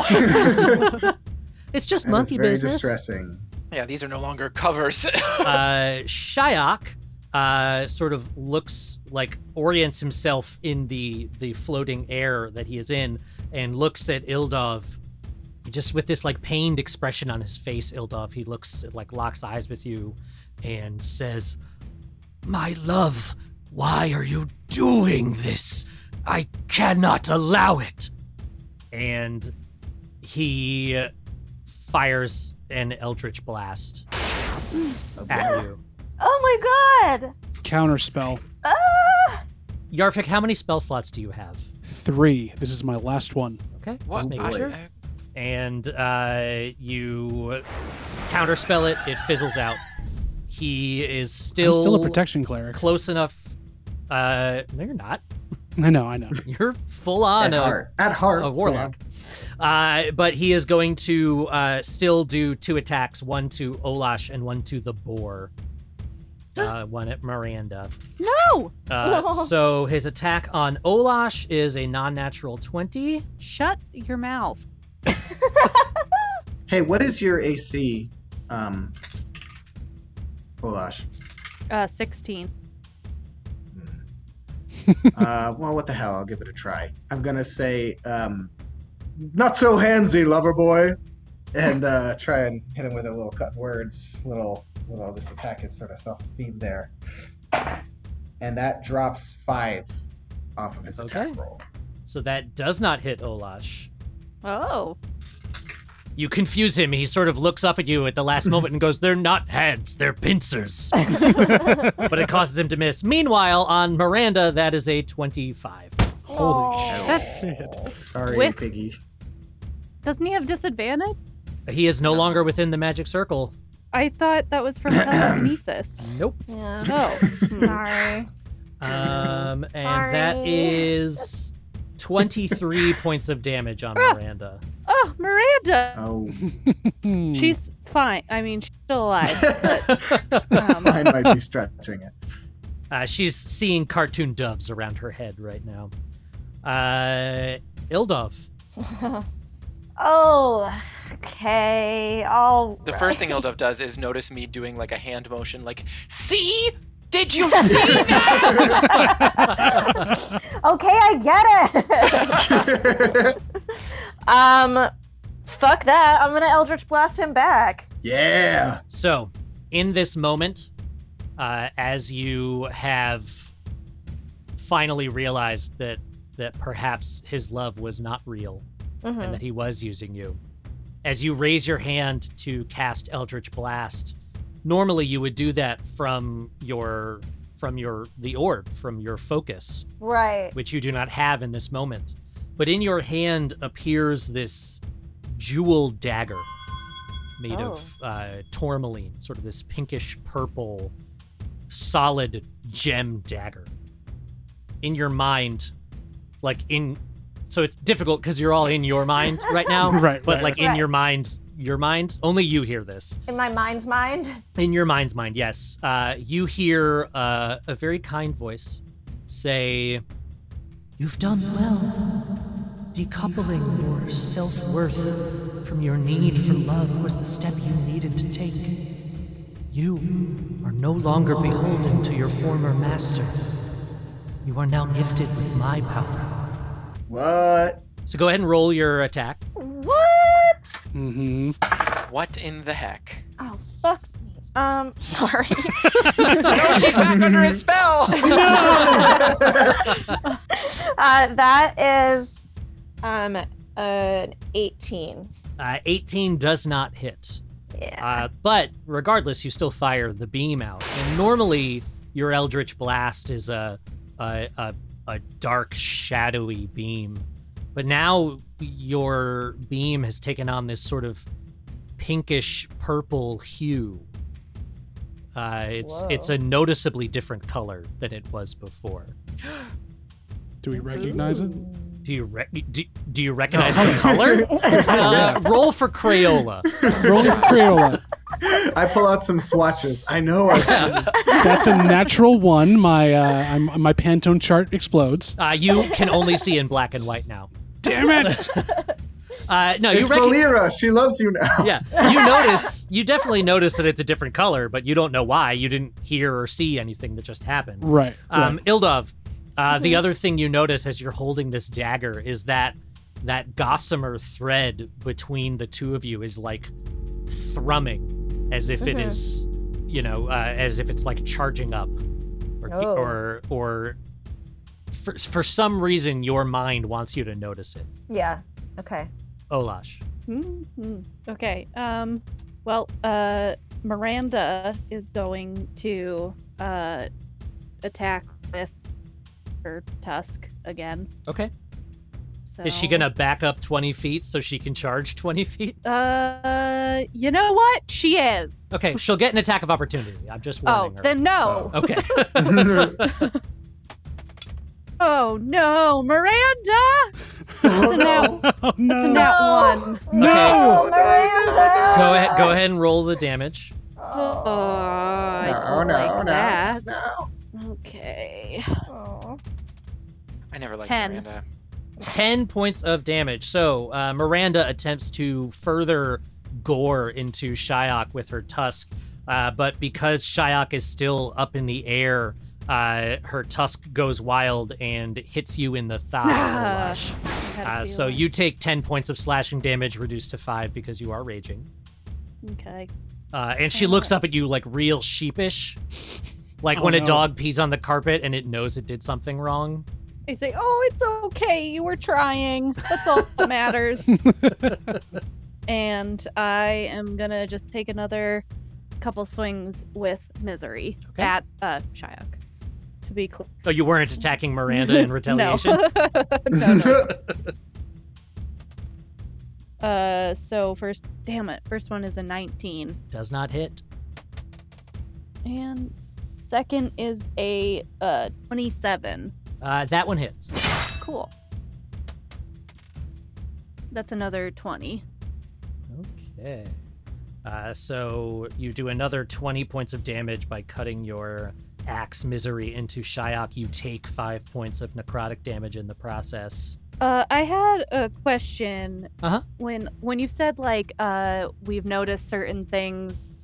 Speaker 3: It's just
Speaker 11: That is
Speaker 3: monkey
Speaker 11: very
Speaker 3: business.
Speaker 11: distressing.
Speaker 6: yeah, these are no longer covers.
Speaker 3: uh, Shyok uh, sort of looks like orients himself in the the floating air that he is in and looks at Ildov just with this like pained expression on his face Ildov he looks like locks eyes with you and says my love why are you doing this I cannot allow it and he uh, fires an eldritch blast at you.
Speaker 4: Oh my god!
Speaker 9: Counter spell
Speaker 4: Ah!
Speaker 3: Yarvik, how many spell slots do you have?
Speaker 9: three. This is my last one.
Speaker 3: Okay.
Speaker 6: what?
Speaker 3: just make
Speaker 6: I-
Speaker 3: sure.
Speaker 6: I-
Speaker 3: And uh, you counterspell it. It fizzles out. He is
Speaker 9: I'm
Speaker 3: still
Speaker 9: still a protection cleric.
Speaker 3: close enough. Uh, no, you're not.
Speaker 9: I know, I know.
Speaker 3: You're full on
Speaker 11: at,
Speaker 3: a,
Speaker 11: heart. at heart.
Speaker 3: Oh, a
Speaker 11: Sam.
Speaker 3: warlock. Uh, but he is going to uh, still do two attacks: one to Olash and one to the boar. Uh, one at Miranda.
Speaker 7: No!
Speaker 3: Uh, so his attack on Olash is a non-natural twenty.
Speaker 7: Shut your mouth.
Speaker 11: Hey, what is your AC? Um, Olash.
Speaker 7: Uh, 16.
Speaker 11: uh, well, what the hell? I'll give it a try. I'm gonna say, um, not so handsy, lover boy, and uh, try and hit him with a little cut words, little, little, just attack his sort of self-esteem there. And that drops five off of his attack
Speaker 3: Okay.
Speaker 11: roll.
Speaker 3: So that does not hit Olash.
Speaker 7: Oh.
Speaker 3: You confuse him. He sort of looks up at you at the last moment and goes, They're not hands, they're pincers. but it causes him to miss. Meanwhile, on Miranda, that is a 25.
Speaker 9: Holy
Speaker 4: Oh.
Speaker 7: That's,
Speaker 9: shit.
Speaker 11: Oh, Sorry,
Speaker 7: With-
Speaker 11: piggy.
Speaker 7: doesn't he have disadvantage?
Speaker 3: He is no longer within the magic circle.
Speaker 7: I thought that was from telekinesis.
Speaker 3: Nope.
Speaker 4: Yeah.
Speaker 7: Oh.
Speaker 4: Sorry.
Speaker 3: Um, and that
Speaker 4: Sorry.
Speaker 3: is 23 points of damage on Miranda.
Speaker 7: Oh, Miranda.
Speaker 11: Oh,
Speaker 9: Hmm.
Speaker 7: She's fine. I mean, she's still alive. Um,
Speaker 11: I might be stretching it.
Speaker 3: Uh, she's seeing cartoon doves around her head right now. Uh, Ildov.
Speaker 4: oh, okay. All
Speaker 6: The first thing Ildov does is notice me doing like a hand motion, like, see? Did you see now?
Speaker 4: Okay, I get it. um, fuck that. I'm gonna Eldritch Blast him back.
Speaker 11: yeah.
Speaker 3: So, in this moment, uh, as you have finally realized that that perhaps his love was not real
Speaker 6: Mm-hmm.
Speaker 4: Hmm.
Speaker 3: and that he was using you, as you raise your hand to cast Eldritch Blast, normally you would do that from your from your the orb from your focus
Speaker 4: Right.
Speaker 3: which you do not have in this moment. But in your hand appears this jewel dagger made of
Speaker 4: Oh.
Speaker 3: uh, tourmaline, sort of this pinkish purple, solid gem dagger. In your mind, like in. So it's difficult because you're all in your mind right now.
Speaker 9: Right,
Speaker 3: But
Speaker 9: right,
Speaker 3: like in
Speaker 4: right.
Speaker 3: your mind, your mind, only you hear this.
Speaker 4: In my mind's mind.
Speaker 3: In your mind's mind, yes. Uh, you hear uh, a very kind voice say, You've done well. Decoupling your self worth from your need for love was the step you needed to take. You are no longer beholden to your former master. You are now gifted with my power.
Speaker 11: What?
Speaker 3: So go ahead and roll your attack.
Speaker 4: What?
Speaker 3: Mm-hmm.
Speaker 9: Mhm.
Speaker 6: what in the heck?
Speaker 4: Oh, fuck me. Um, sorry.
Speaker 6: No, Oh, she's back under a spell!
Speaker 4: uh, that is um an 18.
Speaker 3: Uh, 18 does not hit.
Speaker 4: Yeah.
Speaker 3: Uh, but regardless, you still fire the beam out. And normally, your Eldritch Blast is a a, a, a dark, shadowy beam. But now your beam has taken on this sort of pinkish purple hue. Uh, it's it's a noticeably different color than it was before.
Speaker 9: Do we recognize it?
Speaker 3: Do you re- do, do you recognize the color? Uh, roll for Crayola.
Speaker 9: Roll for Crayola.
Speaker 11: I pull out some swatches. I know. I
Speaker 9: That's a natural one. My uh, I'm, my Pantone chart explodes.
Speaker 3: Uh, you can only see in black and white now.
Speaker 9: Damn it!
Speaker 3: Uh, no, you
Speaker 11: it's
Speaker 3: recognize.
Speaker 11: Valera. She loves you now.
Speaker 3: yeah you notice you definitely notice that it's a different color but you don't know why you didn't hear or see anything that just happened
Speaker 9: Right.
Speaker 3: um ildov uh, the other thing you notice as you're holding this dagger is that that gossamer thread between the two of you is like thrumming as if it is you know uh, as if it's like charging up or
Speaker 4: Oh.
Speaker 3: or or for, for some reason your mind wants you to notice it
Speaker 4: yeah. Okay.
Speaker 3: olash
Speaker 7: Mhm. Okay. Um. Well, uh, Miranda is going to uh attack with her tusk again.
Speaker 3: okay
Speaker 7: So
Speaker 3: is she gonna back up 20 feet so she can charge 20 feet
Speaker 7: Uh, you know what? She is.
Speaker 3: Okay, she'll get an attack of opportunity. I'm just
Speaker 7: Oh,
Speaker 3: warning her.
Speaker 7: then no. Oh.
Speaker 3: Okay.
Speaker 7: Oh, no, Miranda! It's a nat,
Speaker 9: oh
Speaker 7: it's a
Speaker 9: no!
Speaker 7: nat
Speaker 4: No.
Speaker 7: one.
Speaker 3: Okay.
Speaker 4: Oh, Miranda!
Speaker 3: Go ahead. Go ahead and roll the damage.
Speaker 7: Oh, I
Speaker 11: No,
Speaker 7: don't
Speaker 11: no,
Speaker 7: like
Speaker 11: no,
Speaker 7: that. Okay.
Speaker 6: I never liked
Speaker 7: Ten.
Speaker 6: Miranda.
Speaker 3: Ten points of damage. So uh, Miranda attempts to further gore into Shyok with her tusk, uh, but because Shyok is still up in the air, uh, her tusk goes wild and hits you in the
Speaker 7: Ah.
Speaker 3: thigh. Olash.
Speaker 7: Had a
Speaker 3: Uh, so
Speaker 7: feeling.
Speaker 3: you take ten points of slashing damage, reduced to five because you are raging.
Speaker 7: Okay.
Speaker 3: Uh, and she looks up at you like real sheepish. Like when a
Speaker 9: no.
Speaker 3: dog pees on the carpet and it knows it did something wrong.
Speaker 7: I say, oh, it's okay. You were trying. That's all that matters. and I am going to just take another couple swings with Misery
Speaker 3: Okay.
Speaker 7: at uh, Shyok, to be clear.
Speaker 3: Oh, you weren't attacking Miranda in retaliation?
Speaker 7: no. no, no. Uh, so first, damn it, first one is a 19,
Speaker 3: Does not hit.
Speaker 7: and second is a uh 27.
Speaker 3: Uh, that one hits.
Speaker 7: Cool. That's another 20.
Speaker 3: Okay. Uh, so you do another 20 points of damage by cutting your axe misery into Shyok. You take five points of necrotic damage in the process.
Speaker 7: Uh, I had a question.
Speaker 3: Uh-huh.
Speaker 7: When when you said like uh we've noticed certain things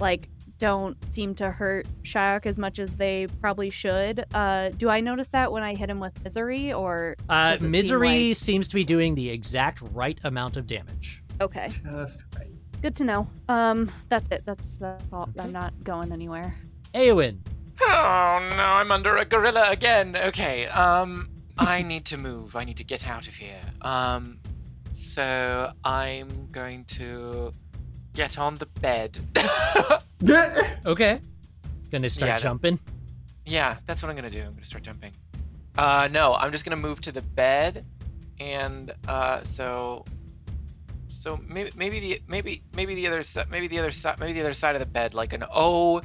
Speaker 7: like don't seem to hurt Shyok as much as they probably should. Uh, do I notice that when I hit him with misery or
Speaker 3: Uh,
Speaker 7: Does it seem
Speaker 3: misery
Speaker 7: like-
Speaker 3: seems to be doing the exact right amount of damage.
Speaker 7: okay?
Speaker 11: Just right.
Speaker 7: Good to know. Um, that's it. That's that's all.
Speaker 3: Okay.
Speaker 7: I'm not going anywhere.
Speaker 3: Eowyn,
Speaker 6: Oh no, I'm under a gorilla again. Okay, um, I need to move. I need to get out of here. Um, so I'm going to get on the bed.
Speaker 3: okay. Gonna start
Speaker 6: Yeah, that-
Speaker 3: jumping.
Speaker 6: yeah, that's what I'm gonna do. I'm gonna start jumping. Uh, no, I'm just gonna move to the bed, and uh, so, so maybe maybe the maybe maybe the other side maybe the other side maybe the other side of the bed like an O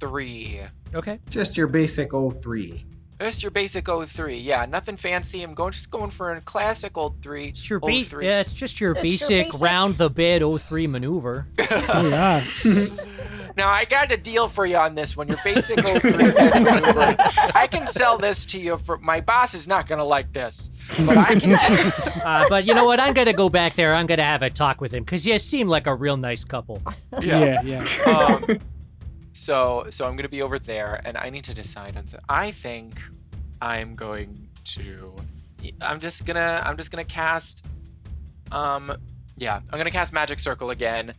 Speaker 6: three.
Speaker 3: Okay.
Speaker 11: Just your basic 03.
Speaker 6: Just your basic O3. Yeah, nothing fancy. I'm going just going for a classic old 3.
Speaker 3: It's your
Speaker 6: old
Speaker 3: ba-
Speaker 6: Oh, three.
Speaker 3: yeah, it's just your,
Speaker 4: It's
Speaker 3: basic,
Speaker 4: your basic-
Speaker 3: round the bed 03 maneuver.
Speaker 9: Oh yeah.
Speaker 6: now I got a deal for you on this one. Your basic O3 maneuver. I can sell this to you for my boss is not gonna like this. But I can
Speaker 3: Uh, but you know what? I'm gonna go back there. I'm gonna have a talk with him because you seem like a real nice couple.
Speaker 9: Yeah, yeah.
Speaker 6: um, so so I'm gonna be over there, and I need to decide on. So I think I'm going to. I'm just gonna I'm just gonna cast. Um, yeah, I'm gonna cast Magic Circle again,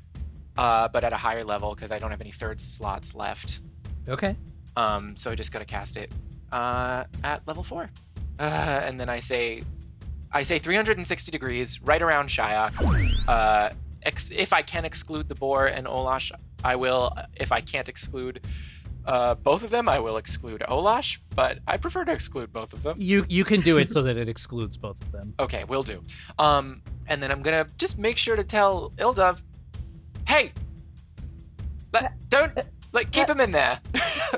Speaker 6: uh, but at a higher level because I don't have any third slots left.
Speaker 3: Okay.
Speaker 6: Um, so I just gotta cast it uh, at level four, uh, and then I say, I say 360 degrees right around Shyok. Uh, ex- if I can exclude the boar and Olash, I will. If I can't exclude uh, both of them, I will exclude Olash. But I prefer to exclude both of them.
Speaker 3: You you can do it so that it excludes both of them.
Speaker 6: Okay, will do. Um, and then I'm gonna just make sure to tell Ildov, hey, let, don't like keep him in there.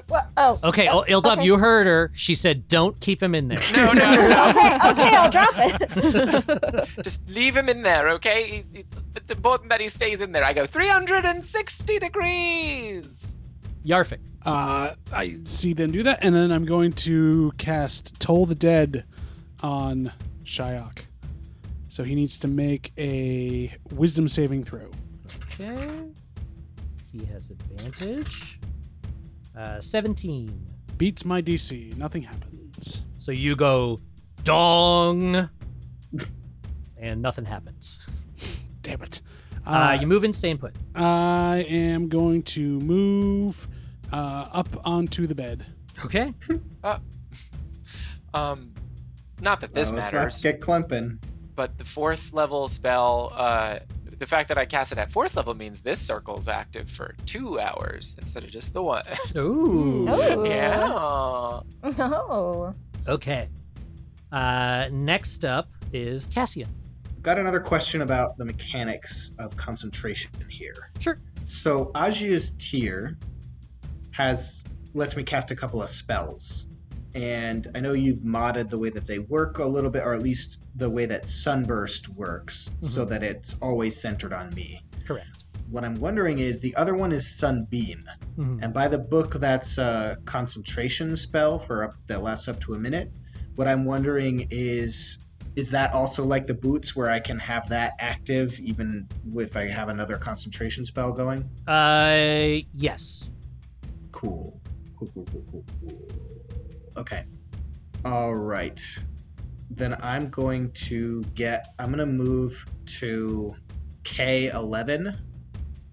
Speaker 4: What? Oh.
Speaker 3: Okay, oh, Ildov,
Speaker 4: okay.
Speaker 3: you heard her. She said, "Don't keep him in there."
Speaker 6: no, no, no.
Speaker 4: Okay, okay, I'll drop it.
Speaker 6: Just leave him in there, okay? He- It's, it's important that he stays in there. I go 360 degrees.
Speaker 3: Yarfik.
Speaker 9: Uh, I see them do that, and then I'm going to cast Toll the Dead on Shyok. So he needs to make a Wisdom saving throw.
Speaker 3: Okay. He has advantage. Uh, 17.
Speaker 9: Beats my DC. Nothing happens.
Speaker 3: So you go dong, and nothing happens.
Speaker 9: Damn it.
Speaker 3: Uh, you move and stay and put.
Speaker 9: I am going to move uh, up onto the bed.
Speaker 3: Okay.
Speaker 6: Um, not that this
Speaker 11: Well, let's
Speaker 6: matters,
Speaker 11: Uh, not get clumping.
Speaker 6: but the fourth level spell, uh, the fact that I cast it at fourth level means this circle's active for two hours instead of just the one.
Speaker 3: Ooh.
Speaker 4: Ooh.
Speaker 6: yeah.
Speaker 4: Oh.
Speaker 3: Okay. Uh, next up is Cassian.
Speaker 11: Got another question about the mechanics of concentration here.
Speaker 3: Sure.
Speaker 11: So Ajia's tier has lets me cast a couple of spells. And I know you've modded the way that they work a little bit, or at least the way that Sunburst works, so that it's always centered on me.
Speaker 3: Mm-hmm. Correct.
Speaker 11: What I'm wondering is the other one is Sunbeam.
Speaker 3: Mhm.
Speaker 11: And by the book, that's a concentration spell for up that lasts up to a minute. What I'm wondering is, is that also like the boots where I can have that active even if I have another concentration spell going?
Speaker 3: Uh, yes.
Speaker 11: Cool. Cool, cool, cool, cool, cool. Okay. All right. Then I'm going to get, I'm going to move to K11.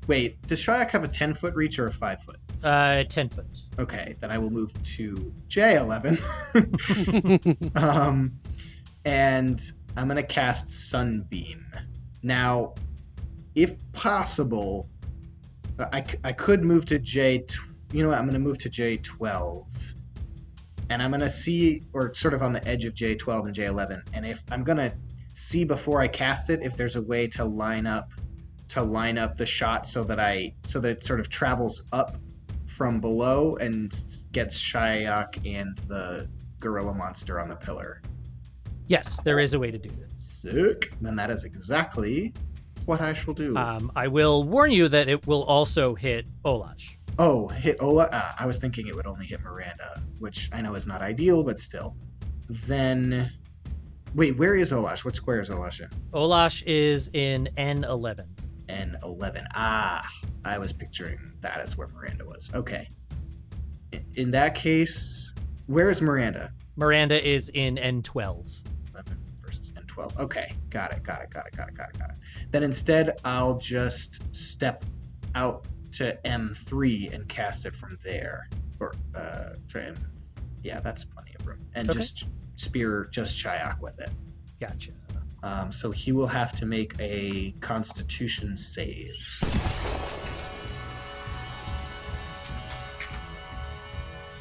Speaker 11: Wait, does Shyok have a 10 foot reach or a 5 foot?
Speaker 3: Uh, 10 foot.
Speaker 11: Okay, then I will move to J11. um, and I'm going to cast Sunbeam. Now, if possible, I, c- I could move to J. Tw- you know what? I'm going to move to J12. And I'm going to see, or sort of on the edge of J12 and J11. And if I'm going to see before I cast it if there's a way to line up to line up the shot so that I so that it sort of travels up from below and s- gets Shyok and the gorilla monster on the pillar.
Speaker 3: Yes, there is a way to do this.
Speaker 11: Sick. And that is exactly what I shall do.
Speaker 3: Um, I will warn you that it will also hit Olash.
Speaker 11: oh, hit Ola. Ah, I was thinking it would only hit Miranda, which I know is not ideal, but still. Then, wait, where is Olash? What square is Olash in?
Speaker 3: Olash is in N11.
Speaker 11: and 11. Ah, I was picturing that as where Miranda was. Okay. I- In that case, where is Miranda?
Speaker 3: Miranda is in N12.
Speaker 11: 11 versus N12. Okay, got it, got it, got it, got it, got it, got it. Then instead, I'll just step out to M3 and cast it from there. Or, uh, to M. Yeah, that's plenty of room. And
Speaker 3: Okay.
Speaker 11: just spear just Shyok with it.
Speaker 3: Gotcha.
Speaker 11: Um, so he will have to make a constitution save.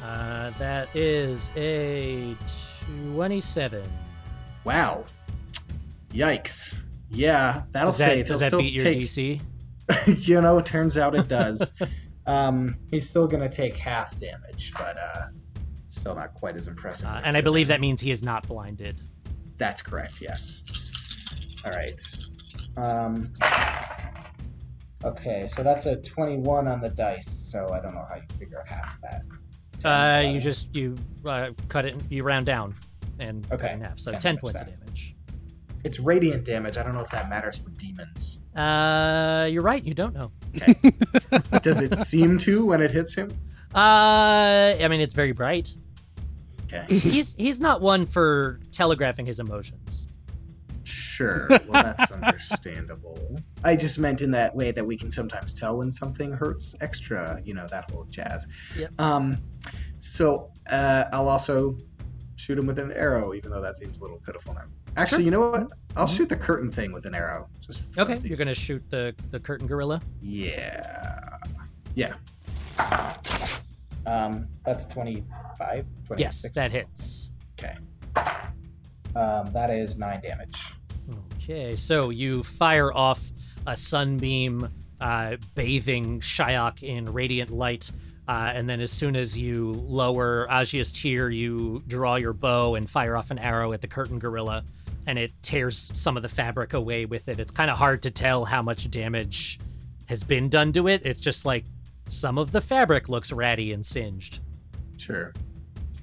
Speaker 3: Uh, that is a 27.
Speaker 11: Wow. Yikes. Yeah, that'll
Speaker 3: does that,
Speaker 11: save.
Speaker 3: does
Speaker 11: He'll
Speaker 3: that
Speaker 11: still
Speaker 3: beat your
Speaker 11: take-
Speaker 3: DC?
Speaker 11: you know, turns out it does. um, he's still gonna take half damage, but uh, still not quite as impressive.
Speaker 3: Uh, and I believe that means he is not blinded.
Speaker 11: that's correct. Yes. All right. Um, okay, so that's a twenty-one on the dice. So I don't know how you figure out half of that.
Speaker 3: Uh, you just you uh, cut it, you round down, and cut
Speaker 11: Okay,
Speaker 3: it in half. So
Speaker 11: 10
Speaker 3: ten
Speaker 11: points
Speaker 3: points of damage.
Speaker 11: It's radiant damage. I don't know if that matters for demons.
Speaker 3: Uh, you're right. You don't know.
Speaker 11: Does it seem to when it hits him?
Speaker 3: Uh, I mean, it's very bright.
Speaker 11: Okay.
Speaker 3: He's he's not one for telegraphing his emotions.
Speaker 11: Sure. Well, that's understandable. I just meant in that way that we can sometimes tell when something hurts extra, you know, that whole jazz.
Speaker 3: Yep.
Speaker 11: Um, so uh, I'll also shoot him with an arrow, even though that seems a little pitiful now. Actually, you know what? I'll shoot the curtain thing with an arrow. Just for
Speaker 3: Okay, you're
Speaker 11: funsies.
Speaker 3: gonna shoot the the curtain gorilla.
Speaker 11: Yeah. Yeah. Um, that's 25, 26.
Speaker 3: Yes, that hits.
Speaker 11: Okay. Um, that is nine damage.
Speaker 3: Okay, so you fire off a sunbeam, uh, bathing Shyok in radiant light, uh, and then as soon as you lower Ajia's tear, you draw your bow and fire off an arrow at the curtain gorilla, and it tears some of the fabric away with it. It's kind of hard to tell how much damage has been done to it. It's just like some of the fabric looks ratty and singed
Speaker 11: Sure.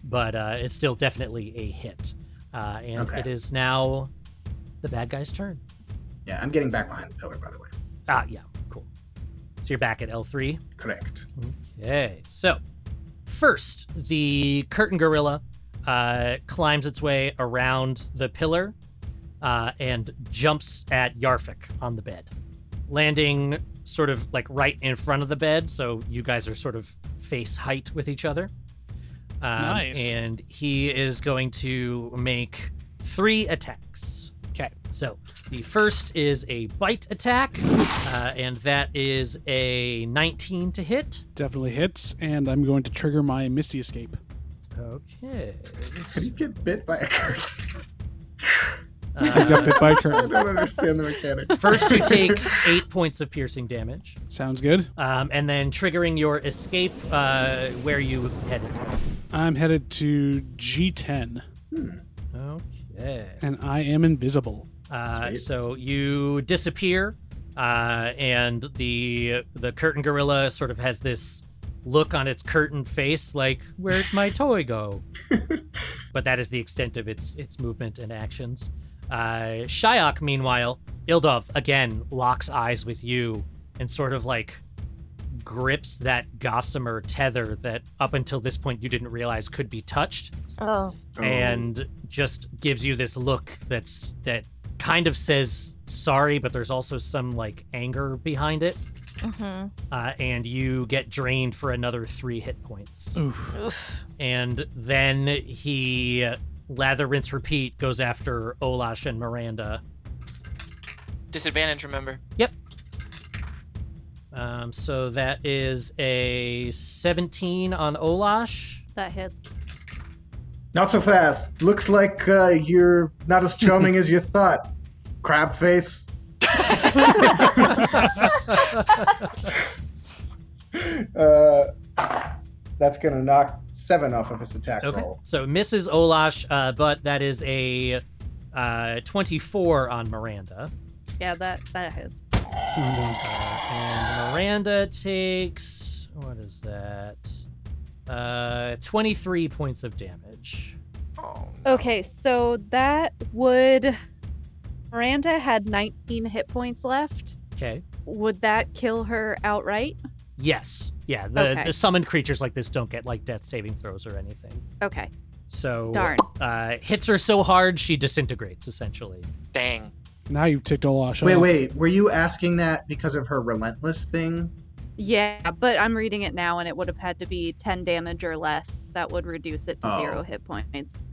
Speaker 3: but uh, it's still definitely a hit. Uh, and
Speaker 11: Okay.
Speaker 3: it is now the bad guy's turn.
Speaker 11: Yeah, I'm getting back behind the pillar, by the way.
Speaker 3: Ah, yeah, cool. So you're back at L3.
Speaker 11: Correct.
Speaker 3: Okay, so first, the curtain gorilla uh, climbs its way around the pillar uh, and jumps at Yarfik on the bed, landing sort of like right in front of the bed. So you guys are sort of face height with each other. Um,
Speaker 9: Nice.
Speaker 3: And he is going to make three attacks.
Speaker 9: Okay.
Speaker 3: So the first is a bite attack, uh, and that is a 19 to hit.
Speaker 9: Definitely hits, and I'm going to trigger my Misty Escape.
Speaker 3: Okay.
Speaker 11: Could you get bit by a curtain?
Speaker 9: I got
Speaker 3: Uh,
Speaker 9: bit by a
Speaker 11: I
Speaker 9: curtain.
Speaker 11: don't understand the mechanic.
Speaker 3: first, you take eight points of piercing damage,
Speaker 9: Sounds good.
Speaker 3: um, and then triggering your escape uh, where you headed.
Speaker 9: I'm headed to G10,
Speaker 3: Okay.
Speaker 9: and I am invisible.
Speaker 3: Uh, so you disappear, uh, and the the curtain gorilla sort of has this look on its curtain face, like "Where'd my toy go?" but that is the extent of its its movement and actions. Uh, Shyok, meanwhile, Ildov again locks eyes with you and sort of like grips that gossamer tether that up until this point you didn't realize could be touched
Speaker 4: Oh,
Speaker 3: and just gives you this look that's that kind of says sorry, but there's also some like anger behind it,
Speaker 4: mm-hmm.
Speaker 3: uh, and you get drained for another three hit points.
Speaker 9: Oof.
Speaker 3: And then he uh, lather, rinse, repeat goes after Olash and Miranda.
Speaker 6: Disadvantage, remember.
Speaker 3: Um, so that is a 17 on Olash.
Speaker 7: That hits.
Speaker 11: Not so fast. Looks like uh, you're not as charming as you thought. crab face. uh, that's gonna knock seven off of his attack
Speaker 3: Okay.
Speaker 11: roll.
Speaker 3: Oh. So Mrs. Olash, uh, but that is a uh, 24 on Miranda.
Speaker 7: Yeah, that that hits.
Speaker 3: And Miranda takes. What is that? Uh, 23 points of damage.
Speaker 6: Oh,
Speaker 7: Okay, so that would Miranda had 19 hit points left.
Speaker 3: Okay.
Speaker 7: Would that kill her outright?
Speaker 3: Yes. Yeah. The,
Speaker 7: Okay.
Speaker 3: the summoned creatures like this don't get like death saving throws or anything.
Speaker 7: Okay.
Speaker 3: So
Speaker 7: Darn.
Speaker 3: Uh, hits her so hard she disintegrates essentially.
Speaker 6: Dang.
Speaker 9: Now you've ticked Olash
Speaker 11: Wait,
Speaker 9: off.
Speaker 11: wait. Were you asking that because of her relentless thing?
Speaker 7: Yeah, but I'm reading it now and it would have had to be 10 damage or less. That would reduce it to
Speaker 11: Oh.
Speaker 7: zero hit points.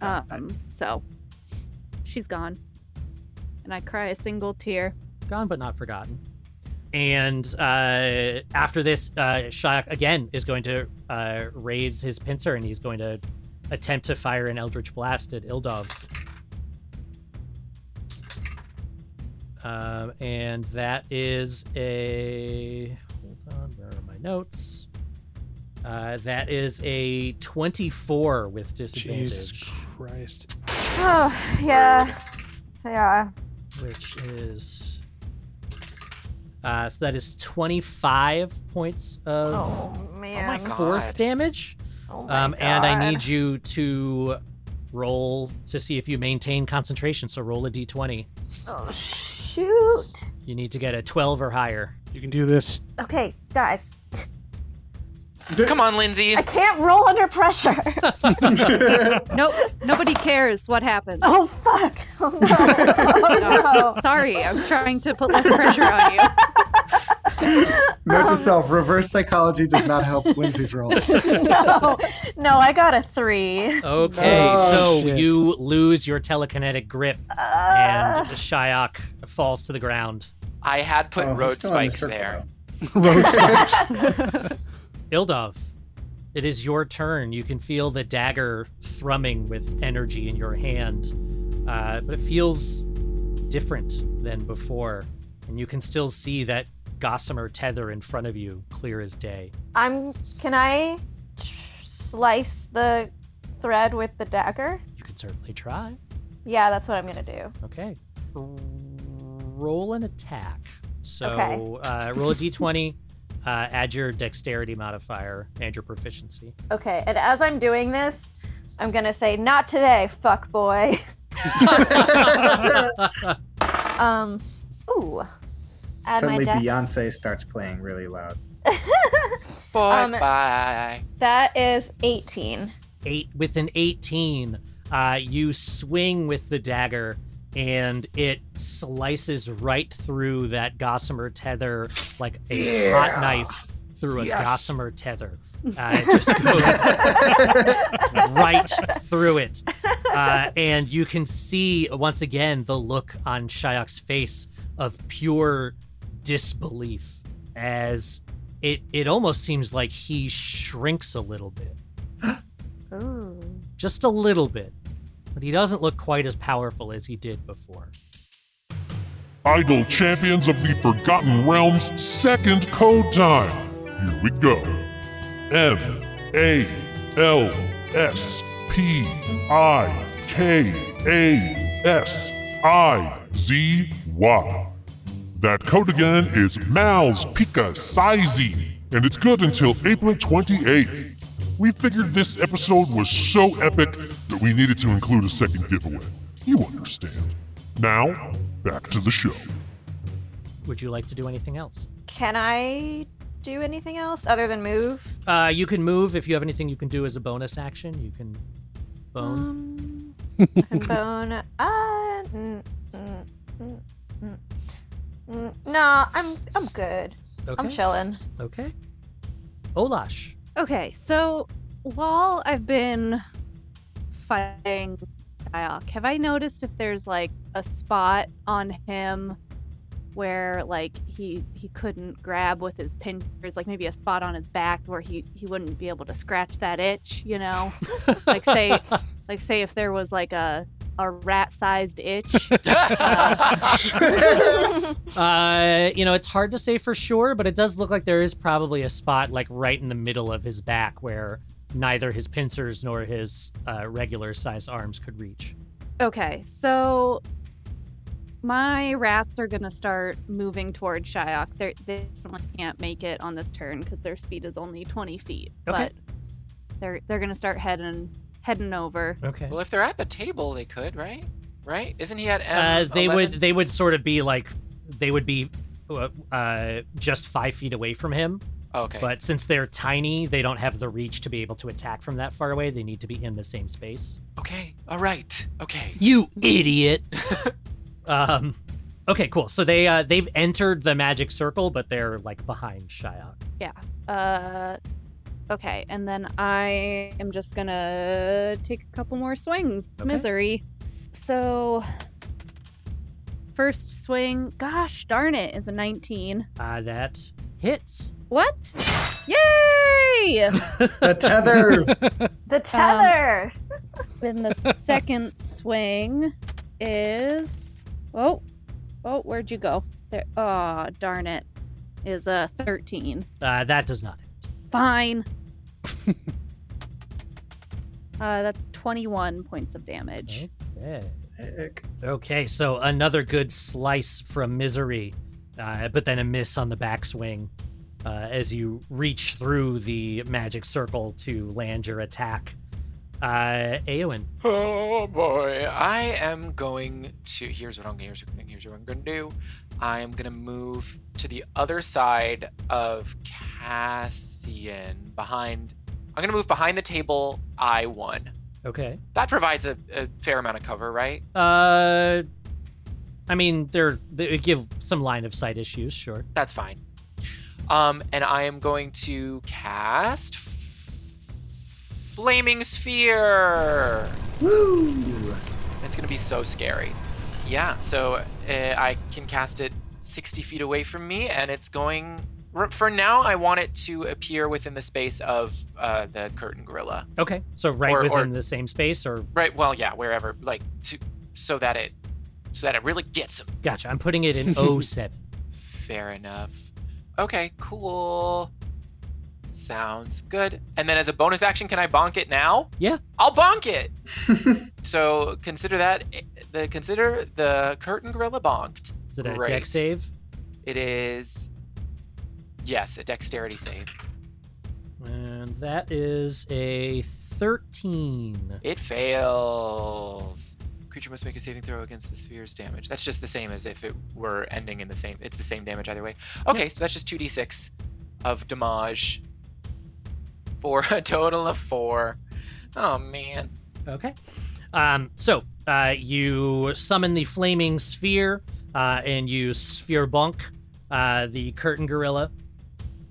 Speaker 4: Uh,
Speaker 11: Got
Speaker 7: Um, so she's gone. And I cry a single tear.
Speaker 3: Gone but not forgotten. And uh, after this, uh, Shayak again is going to uh, raise his pincer and he's going to attempt to fire an Eldritch Blast at Ildov. Um, and that is a. Hold on, where are my notes? Uh, that is a 24 with disadvantage,
Speaker 9: Jesus Christ.
Speaker 4: Oh, yeah. Yeah.
Speaker 3: which is. Uh, so that is 25 points of
Speaker 4: Oh, man.
Speaker 6: God.
Speaker 3: force damage.
Speaker 4: Oh my
Speaker 3: Um, and I need
Speaker 4: God.
Speaker 3: you to roll to see if you maintain concentration. So roll a d20.
Speaker 4: Oh, shoot.
Speaker 3: You need to get a 12 or higher.
Speaker 9: You can do this.
Speaker 4: Okay, guys.
Speaker 6: Come on, Lindsay.
Speaker 4: I can't roll under pressure.
Speaker 7: Nope. nobody cares what happens.
Speaker 4: oh, fuck. Oh, no.
Speaker 7: Sorry, I was trying to put less pressure on you.
Speaker 4: um,
Speaker 11: Note to self: reverse psychology does not help Lindsay's roll.
Speaker 4: Oh, no. no. No, I got a three.
Speaker 3: Okay,
Speaker 9: Oh,
Speaker 3: so
Speaker 9: shit.
Speaker 3: you lose your telekinetic grip,
Speaker 4: Uh.
Speaker 3: and Shyok falls to the ground.
Speaker 6: I had put
Speaker 11: Oh, he's
Speaker 6: road
Speaker 11: still in the
Speaker 6: spikes
Speaker 11: circle,
Speaker 6: there.
Speaker 9: Road spikes.
Speaker 3: Ildov, it is your turn. You can feel the dagger thrumming with energy in your hand, uh, but it feels different than before. And you can still see that gossamer tether in front of you, clear as day.
Speaker 4: I'm. Can I slice the thread with the dagger?
Speaker 3: You can certainly try.
Speaker 4: Yeah, that's what I'm gonna do.
Speaker 3: Okay. Roll an attack. So
Speaker 4: Okay.
Speaker 3: uh, roll a d20, uh, add your dexterity modifier and your proficiency.
Speaker 4: Okay, and as I'm doing this, I'm gonna say, "Not today, fuck boy." um, ooh. Add
Speaker 11: Suddenly,
Speaker 4: my dex.
Speaker 11: Beyonce starts playing really loud.
Speaker 6: Boy,
Speaker 4: Um,
Speaker 6: bye.
Speaker 4: That is 18.
Speaker 3: eight with an 18 uh, you swing with the dagger and it slices right through that gossamer tether like a hot knife through a gossamer tether uh, it just goes right through it uh, and you can see once again the look on Shayok's face of pure disbelief as it it almost seems like he shrinks a little bit
Speaker 4: Ooh.
Speaker 3: just a little bit, but he doesn't look quite as powerful as he did before.
Speaker 1: Idol Champions of the Forgotten Realms second code time. Here we go. M A L S P I K A S I Z Y. That code again is Mal's Pika Sizey, and it's good until April 28th. We figured this episode was so epic that we needed to include a second giveaway. You understand. Now, back to the show.
Speaker 3: Would you like to do anything else?
Speaker 4: Can I do anything else other than move?
Speaker 3: Uh, you can move if you have anything you can do as a bonus action. You can bone.
Speaker 4: Um, and bone. Uh, mm, mm, mm, mm, mm. no, I'm I'm good.
Speaker 3: Okay.
Speaker 4: I'm chilling.
Speaker 3: Okay. Olash.
Speaker 7: Okay, so while I've been fighting Dialk, have I noticed if there's like a spot on him where like he he couldn't grab with his pincers, like maybe a spot on his back where he he wouldn't be able to scratch that itch, you know? like say like say if there was like a a rat-sized itch.
Speaker 3: Uh, you know, it's hard to say for sure, but it does look like there is probably a spot like right in the middle of his back where neither his pincers nor his uh, regular sized arms could reach.
Speaker 7: Okay, so my rats are gonna start moving toward Shyok. They're, they definitely can't make it on this turn because their speed is only twenty feet.
Speaker 3: Okay.
Speaker 7: But they're they're gonna start heading heading over.
Speaker 3: Okay.
Speaker 6: Well, if they're at the table, they could, right? Right? Isn't he at
Speaker 3: Uh,
Speaker 6: M?
Speaker 3: they would they would sort of be like they would be uh, uh, just five feet away from him,
Speaker 6: Okay.
Speaker 3: but since they're tiny, they don't have the reach to be able to attack from that far away. They need to be in the same space.
Speaker 6: Okay. All right. Okay.
Speaker 3: You idiot. um, okay, cool. So they uh, they've entered the magic circle, but they're like behind Shyok.
Speaker 7: Uh, okay, and then I am just gonna take a couple more swings.
Speaker 3: Okay.
Speaker 7: Misery. So, first swing, gosh darn it, is a 19.
Speaker 3: Uh, that hits.
Speaker 7: What? Yay!
Speaker 11: The tether.
Speaker 4: The tether.
Speaker 7: then the second swing is. Oh, oh, where'd you go? There. Oh, darn it. Is a 13.
Speaker 3: Uh, that does not hit.
Speaker 7: Fine. uh, that's 21 points of damage.
Speaker 3: Okay.
Speaker 11: Heck.
Speaker 3: Okay, so another good slice from Misery, uh, but then a miss on the backswing uh, as you reach through the magic circle to land your attack. Uh, Eowyn.
Speaker 6: Oh boy, I am going to. Here's what I'm here's what, I'm- here's what I'm gonna do. I am gonna move to the other side of Cassian, behind. I'm gonna move behind the table I one.
Speaker 3: Okay.
Speaker 6: That provides a, a fair amount of cover, right?
Speaker 3: Uh, I mean, they're they give some line of sight issues, sure.
Speaker 6: That's fine. Um, and I am going to cast flaming sphere.
Speaker 11: Woo!
Speaker 6: It's gonna be so scary. Yeah, so uh, I can cast it 60 feet away from me, and it's going. r- For now, I want it to appear within the space of uh, the curtain gorilla.
Speaker 3: Okay, so right
Speaker 6: Or- or-
Speaker 3: within the same space, or
Speaker 6: Right. Well, yeah, wherever, like, to, so that it, so that it really gets him.
Speaker 3: gotcha. I'm putting it in 07.
Speaker 6: Fair enough. Okay. Cool. Sounds good. And then as a bonus action, can I bonk it now?
Speaker 3: Yeah.
Speaker 6: I'll bonk it. so consider that the consider the curtain gorilla bonked.
Speaker 3: Is it a deck
Speaker 6: Great.
Speaker 3: save?
Speaker 6: It is. Yes, a dexterity save.
Speaker 3: And that is a 13.
Speaker 6: It fails. Creature must make a saving throw against the sphere's damage. That's just the same as if it were ending in the same. It's the same damage either way. Okay, so that's just 2d6 of damage for a total of four. Oh man.
Speaker 3: Okay. Um, so uh, you summon the flaming sphere uh, and you sphere bunk uh, the curtain gorilla,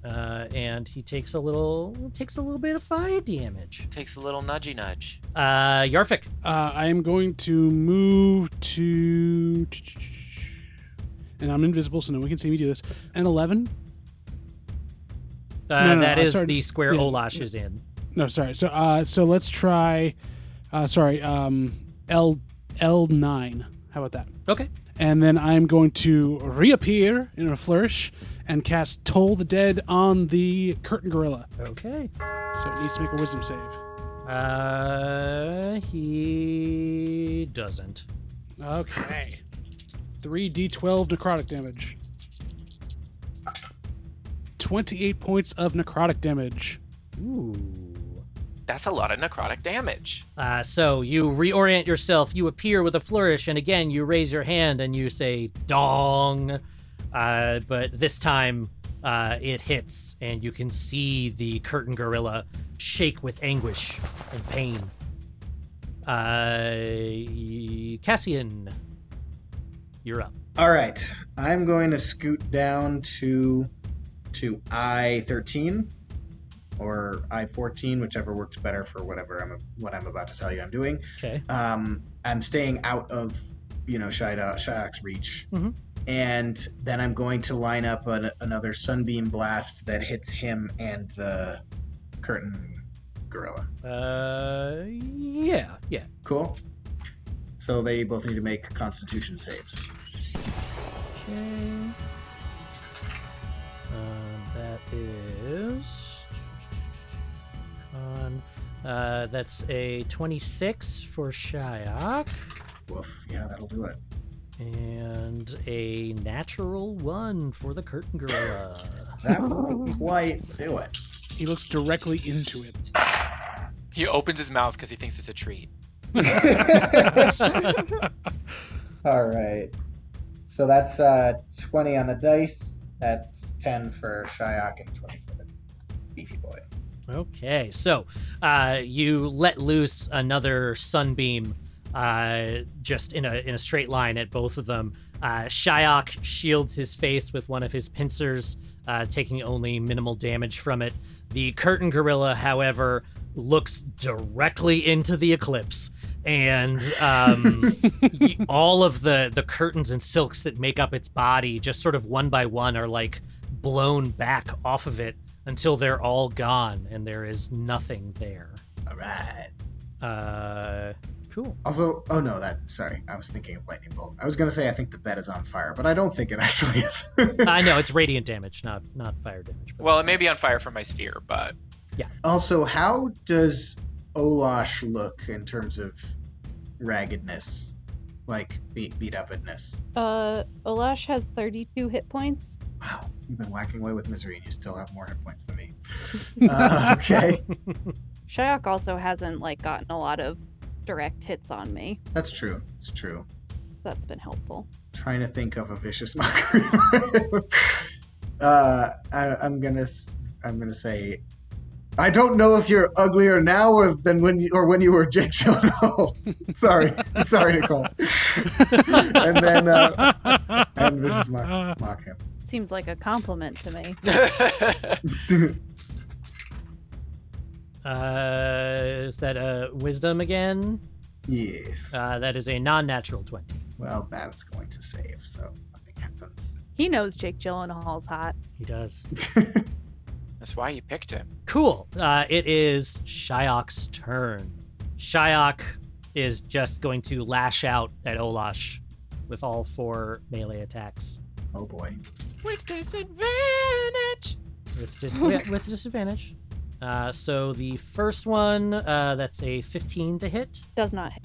Speaker 3: uh, and he takes a little takes a little bit of fire damage.
Speaker 6: Takes a little nudgy nudge.
Speaker 3: Uh, Yarfik.
Speaker 9: Uh, I am going to move to. And I'm invisible, so no one can see me do this. And 11?
Speaker 3: Uh,
Speaker 9: No, no,
Speaker 3: that
Speaker 9: I
Speaker 3: is
Speaker 9: started-
Speaker 3: the square
Speaker 9: yeah,
Speaker 3: Olash is in.
Speaker 9: No, sorry. So uh, so let's try. Uh, sorry, um, L L9. How about that?
Speaker 3: Okay.
Speaker 9: And then I'm going to reappear in a flourish and cast Toll the Dead on the curtain gorilla.
Speaker 3: Okay.
Speaker 9: So it needs to make a wisdom save.
Speaker 3: Uh, he doesn't.
Speaker 9: Okay. 3d12 necrotic damage. 28 points of necrotic damage.
Speaker 3: Ooh.
Speaker 6: That's a lot of necrotic damage.
Speaker 3: Uh, so you reorient yourself, you appear with a flourish, and again you raise your hand and you say "dong," uh, but this time uh, it hits, and you can see the curtain gorilla shake with anguish and pain. Uh, Cassian, you're up.
Speaker 11: All right. I'm going to scoot down to to I thirteen or I fourteen, whichever works better for whatever I'm what I'm about to tell you I'm doing.
Speaker 3: Okay.
Speaker 11: Um, I'm staying out of you know Shida, Shadak's reach,
Speaker 3: Mhm.
Speaker 11: and then I'm going to line up an, another sunbeam blast that hits him and the curtain gorilla.
Speaker 3: Uh, yeah, yeah.
Speaker 11: Cool. So they both need to make Constitution saves.
Speaker 3: Okay. Um, that is. Um, uh, that's a 26 for Shyak
Speaker 11: Woof. Yeah, that'll do it.
Speaker 3: and a natural one for the curtain gorilla.
Speaker 11: That won't quite do it.
Speaker 9: He looks directly into it.
Speaker 6: He opens his mouth because he thinks it's a treat.
Speaker 11: All right. So that's uh, 20 on the dice. That's 10 for Shyak and 20 for the beefy boy.
Speaker 3: Okay, so uh, you let loose another sunbeam, uh, just in a in a straight line at both of them. Uh, Shyok shields his face with one of his pincers, uh, taking only minimal damage from it. The curtain gorilla, however, looks directly into the eclipse, and um, y- all of the the curtains and silks that make up its body, just sort of one by one, are like blown back off of it until they're all gone and there is nothing there.
Speaker 11: All right.
Speaker 3: Uh, cool.
Speaker 11: Also, oh no, that, sorry. I was thinking of Lightning Bolt. I was going to say I think the bed is on fire, but I don't think it actually is.
Speaker 3: I know it's radiant damage, not not fire damage. but-
Speaker 6: Well, it may be on fire from my sphere, but
Speaker 11: also, how does Olash look in terms of raggedness? Like, beat, beat upness?
Speaker 7: Uh, Olash has 32 hit points.
Speaker 11: Wow, you've been whacking away with misery and you still have more hit points than me. Uh, okay,
Speaker 7: Shyok also hasn't like gotten a lot of direct hits on me.
Speaker 11: that's true. It's true.
Speaker 7: That's been helpful.
Speaker 11: trying to think of a vicious mockery. uh, I, I'm gonna, s- I'm gonna say, I don't know if you're uglier now or than when you, or when you were Jake Gyllenhaal. sorry, sorry, Nicole. and then uh, and vicious mock, mock him.
Speaker 7: Seems like a compliment to me.
Speaker 3: uh, is that a wisdom again?
Speaker 11: yes.
Speaker 3: Uh, that is a non-natural twenty.
Speaker 11: well, Babbitt's going to save, so nothing happens.
Speaker 7: He knows Jake Gyllenhaal's hot.
Speaker 3: He does.
Speaker 6: that's why you picked him.
Speaker 3: Cool. Uh, it is Shyok's turn. Shyok is just going to lash out at Olash with all four melee attacks
Speaker 11: Oh boy.
Speaker 6: With disadvantage.
Speaker 3: with, dis- wi- with disadvantage. Uh, so the first one, uh, that's a 15 to hit,
Speaker 7: Does not hit.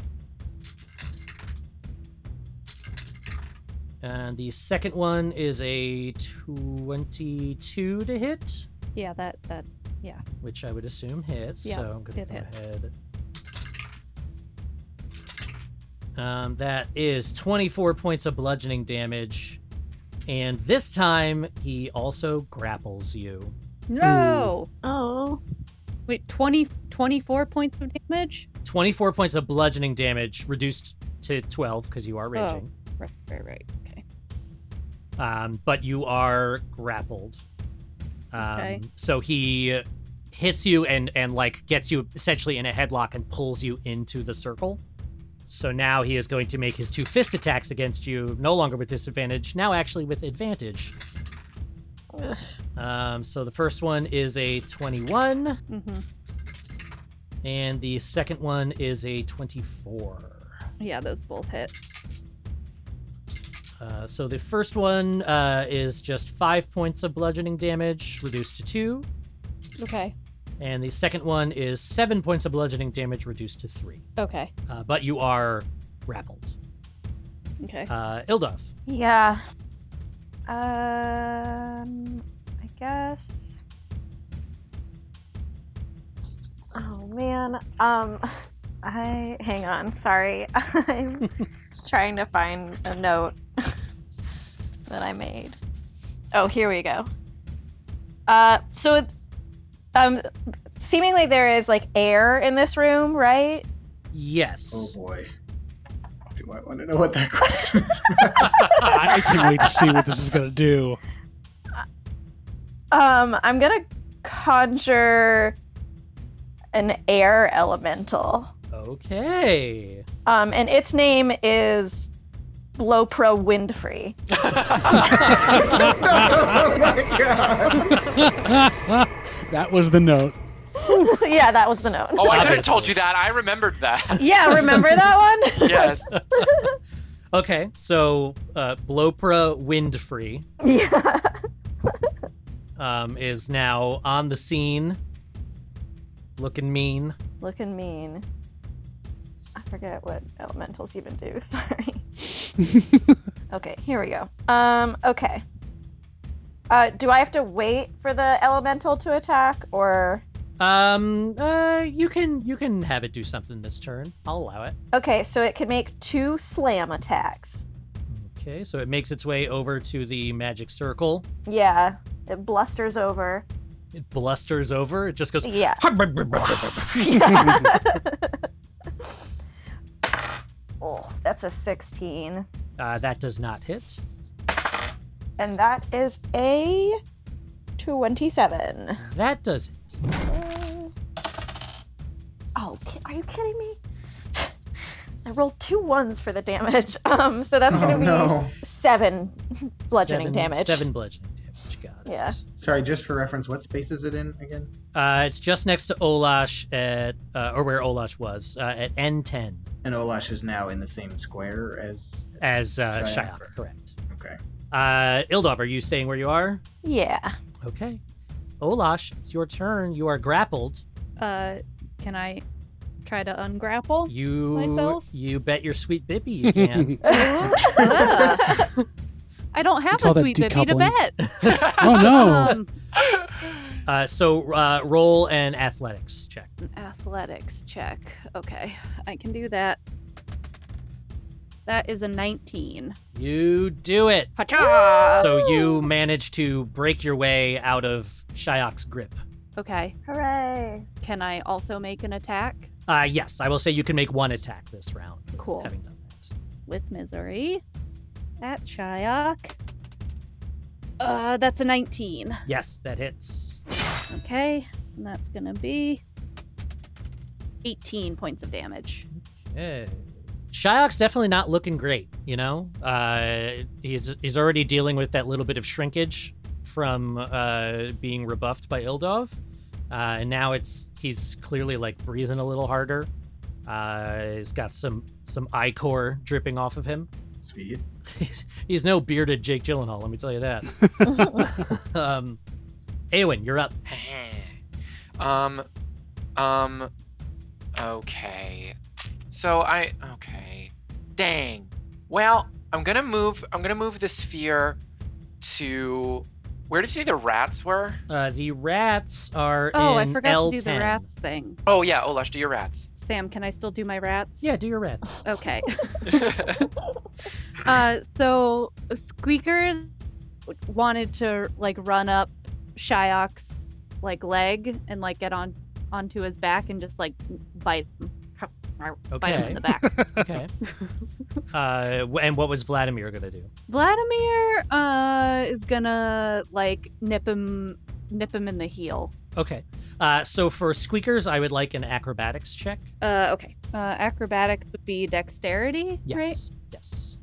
Speaker 3: and the second one is a 22 to hit,
Speaker 7: Yeah, that that
Speaker 3: which I would assume hits.
Speaker 7: Yeah,
Speaker 3: so I'm gonna
Speaker 7: it
Speaker 3: go
Speaker 7: hits.
Speaker 3: ahead. Um, that is 24 points of bludgeoning damage, and this time he also grapples you.
Speaker 7: No.
Speaker 4: Oh.
Speaker 7: Wait, 20 24 points of damage?
Speaker 3: 24 points of bludgeoning damage, reduced to 12 because you are raging.
Speaker 7: Oh, Right, right, right. Okay.
Speaker 3: um, but you are grappled. Um,
Speaker 7: Okay.
Speaker 3: So he hits you and and like gets you essentially in a headlock and pulls you into the circle. So now he is going to make his two fist attacks against you, no longer with disadvantage, now actually with advantage.
Speaker 4: Ugh.
Speaker 3: Um, so the first one is a 21,
Speaker 7: Mhm.
Speaker 3: and the second one is a 24.
Speaker 7: Yeah, those both hit.
Speaker 3: Uh, so the first one uh, is just five points of bludgeoning damage, reduced to two.
Speaker 7: Okay.
Speaker 3: And the second one is seven points of bludgeoning damage reduced to three.
Speaker 7: Okay.
Speaker 3: Uh, but you are grappled.
Speaker 7: Okay.
Speaker 3: Uh, Ildov.
Speaker 4: Yeah. Um, I guess. Oh man. Um, I hang on. Sorry, I'm trying to find a note that I made. Oh, here we go. Uh, so, it- um, seemingly there is like air in this room, right?
Speaker 11: Oh
Speaker 3: Yes.
Speaker 11: boy. Do I want to know what that question is?
Speaker 9: I can't wait to see what this is gonna do.
Speaker 4: Um, I'm gonna conjure an air elemental.
Speaker 3: Okay.
Speaker 4: Um, and its name is Blowpro Windfree.
Speaker 11: oh my god.
Speaker 9: that was the note.
Speaker 4: yeah, that was the note.
Speaker 6: Oh, I could
Speaker 3: Obviously.
Speaker 6: have told you that. I remembered that.
Speaker 4: Yeah, remember that one?
Speaker 6: yes.
Speaker 3: Okay, so uh, Blopra Windfree
Speaker 4: Yeah.
Speaker 3: um, is now on the scene, looking mean.
Speaker 4: Looking mean. I forget what elementals even do. Sorry. okay, here we go. Um, okay. Uh, do I have to wait for the elemental to attack, or
Speaker 3: Um, uh, you can you can have it do something this turn. I'll allow it.
Speaker 4: okay? So it can make two slam attacks.
Speaker 3: Okay, so it makes its way over to the magic circle.
Speaker 4: Yeah, it blusters over.
Speaker 3: It blusters over. It just goes. uh,
Speaker 4: Yeah. oh, that's a sixteen,
Speaker 3: Uh, that does not hit.
Speaker 4: and that is a twenty-seven.
Speaker 3: That does hit.
Speaker 4: Oh, ki- are you kidding me? I rolled two ones for the damage. Um, so that's gonna
Speaker 11: Oh,
Speaker 4: be
Speaker 11: no.
Speaker 4: s- seven bludgeoning
Speaker 3: Seven-
Speaker 4: damage.
Speaker 3: Seven bludgeoning damage. Got it.
Speaker 4: Yeah.
Speaker 11: Sorry, just for reference, what space is it in again?
Speaker 3: Uh, it's just next to Olash at, uh, or where Olash was uh, at N10
Speaker 11: And Olash is now in the same square as.
Speaker 3: as uh,
Speaker 11: Shyok.
Speaker 3: Shyok. Correct.
Speaker 11: Okay.
Speaker 3: Uh, Ildov, are you staying where you are?
Speaker 4: Yeah.
Speaker 3: Okay. Olash, it's your turn. You are grappled.
Speaker 7: Uh, can I try to ungrapple?
Speaker 3: You
Speaker 7: Myself?
Speaker 3: you bet your sweet bippy you can.
Speaker 7: Ugh. Ah! I don't have
Speaker 9: call
Speaker 7: a
Speaker 9: that
Speaker 7: sweet baby to
Speaker 9: decoupling.
Speaker 7: bet.
Speaker 9: Oh no!
Speaker 7: Um,
Speaker 3: uh, so uh, roll an athletics check.
Speaker 7: athletics check. Okay, I can do that. That is a 19.
Speaker 3: You do it.
Speaker 7: Hacha!
Speaker 4: Oh.
Speaker 3: So you manage to break your way out of Shyok's grip.
Speaker 7: Okay,
Speaker 4: Hooray.
Speaker 7: can I also make an attack
Speaker 3: Uh, yes, I will say you can make one attack this round.
Speaker 7: Cool.
Speaker 3: Having done that.
Speaker 7: with misery at Shyok? Uh, that's a 19.
Speaker 3: Yes, that hits.
Speaker 7: Okay, and that's gonna be 18 points of damage.
Speaker 3: Okay. Shyok's definitely not looking great, you know? Uh, he's, he's already dealing with that little bit of shrinkage from uh, being rebuffed by Ildov. Uh, and now it's he's clearly like breathing a little harder. Uh, he's got some some ichor dripping off of him.
Speaker 11: Sweet.
Speaker 3: He's, he's no bearded Jake Gyllenhaal, let me tell you that. um, Awen, you're up.
Speaker 6: um, um, okay. So I okay. Dang. Well, I'm gonna move. I'm gonna move the sphere to where did you say the rats were?
Speaker 3: Uh, the rats are
Speaker 7: Oh, I
Speaker 3: in
Speaker 7: forgot
Speaker 3: L10.
Speaker 7: to do the rats thing.
Speaker 6: Oh yeah, Olash, do your rats.
Speaker 7: Sam, can I still do my rats?
Speaker 3: Yeah, do your rats.
Speaker 7: Okay. uh, so Squeakers wanted to like run up Shyok's like leg and like get on onto his back and just like bite him, bite him in
Speaker 3: Okay.
Speaker 7: the back.
Speaker 3: Okay. uh, wh- and what was Vladimir gonna do?
Speaker 7: Vladimir uh, is gonna like nip him, nip him in the heel.
Speaker 3: Okay. Uh, so for squeakers, I would like an acrobatics check.
Speaker 7: Uh, okay. Uh, acrobatics would be dexterity,
Speaker 3: Yes.
Speaker 7: right?
Speaker 3: Yes.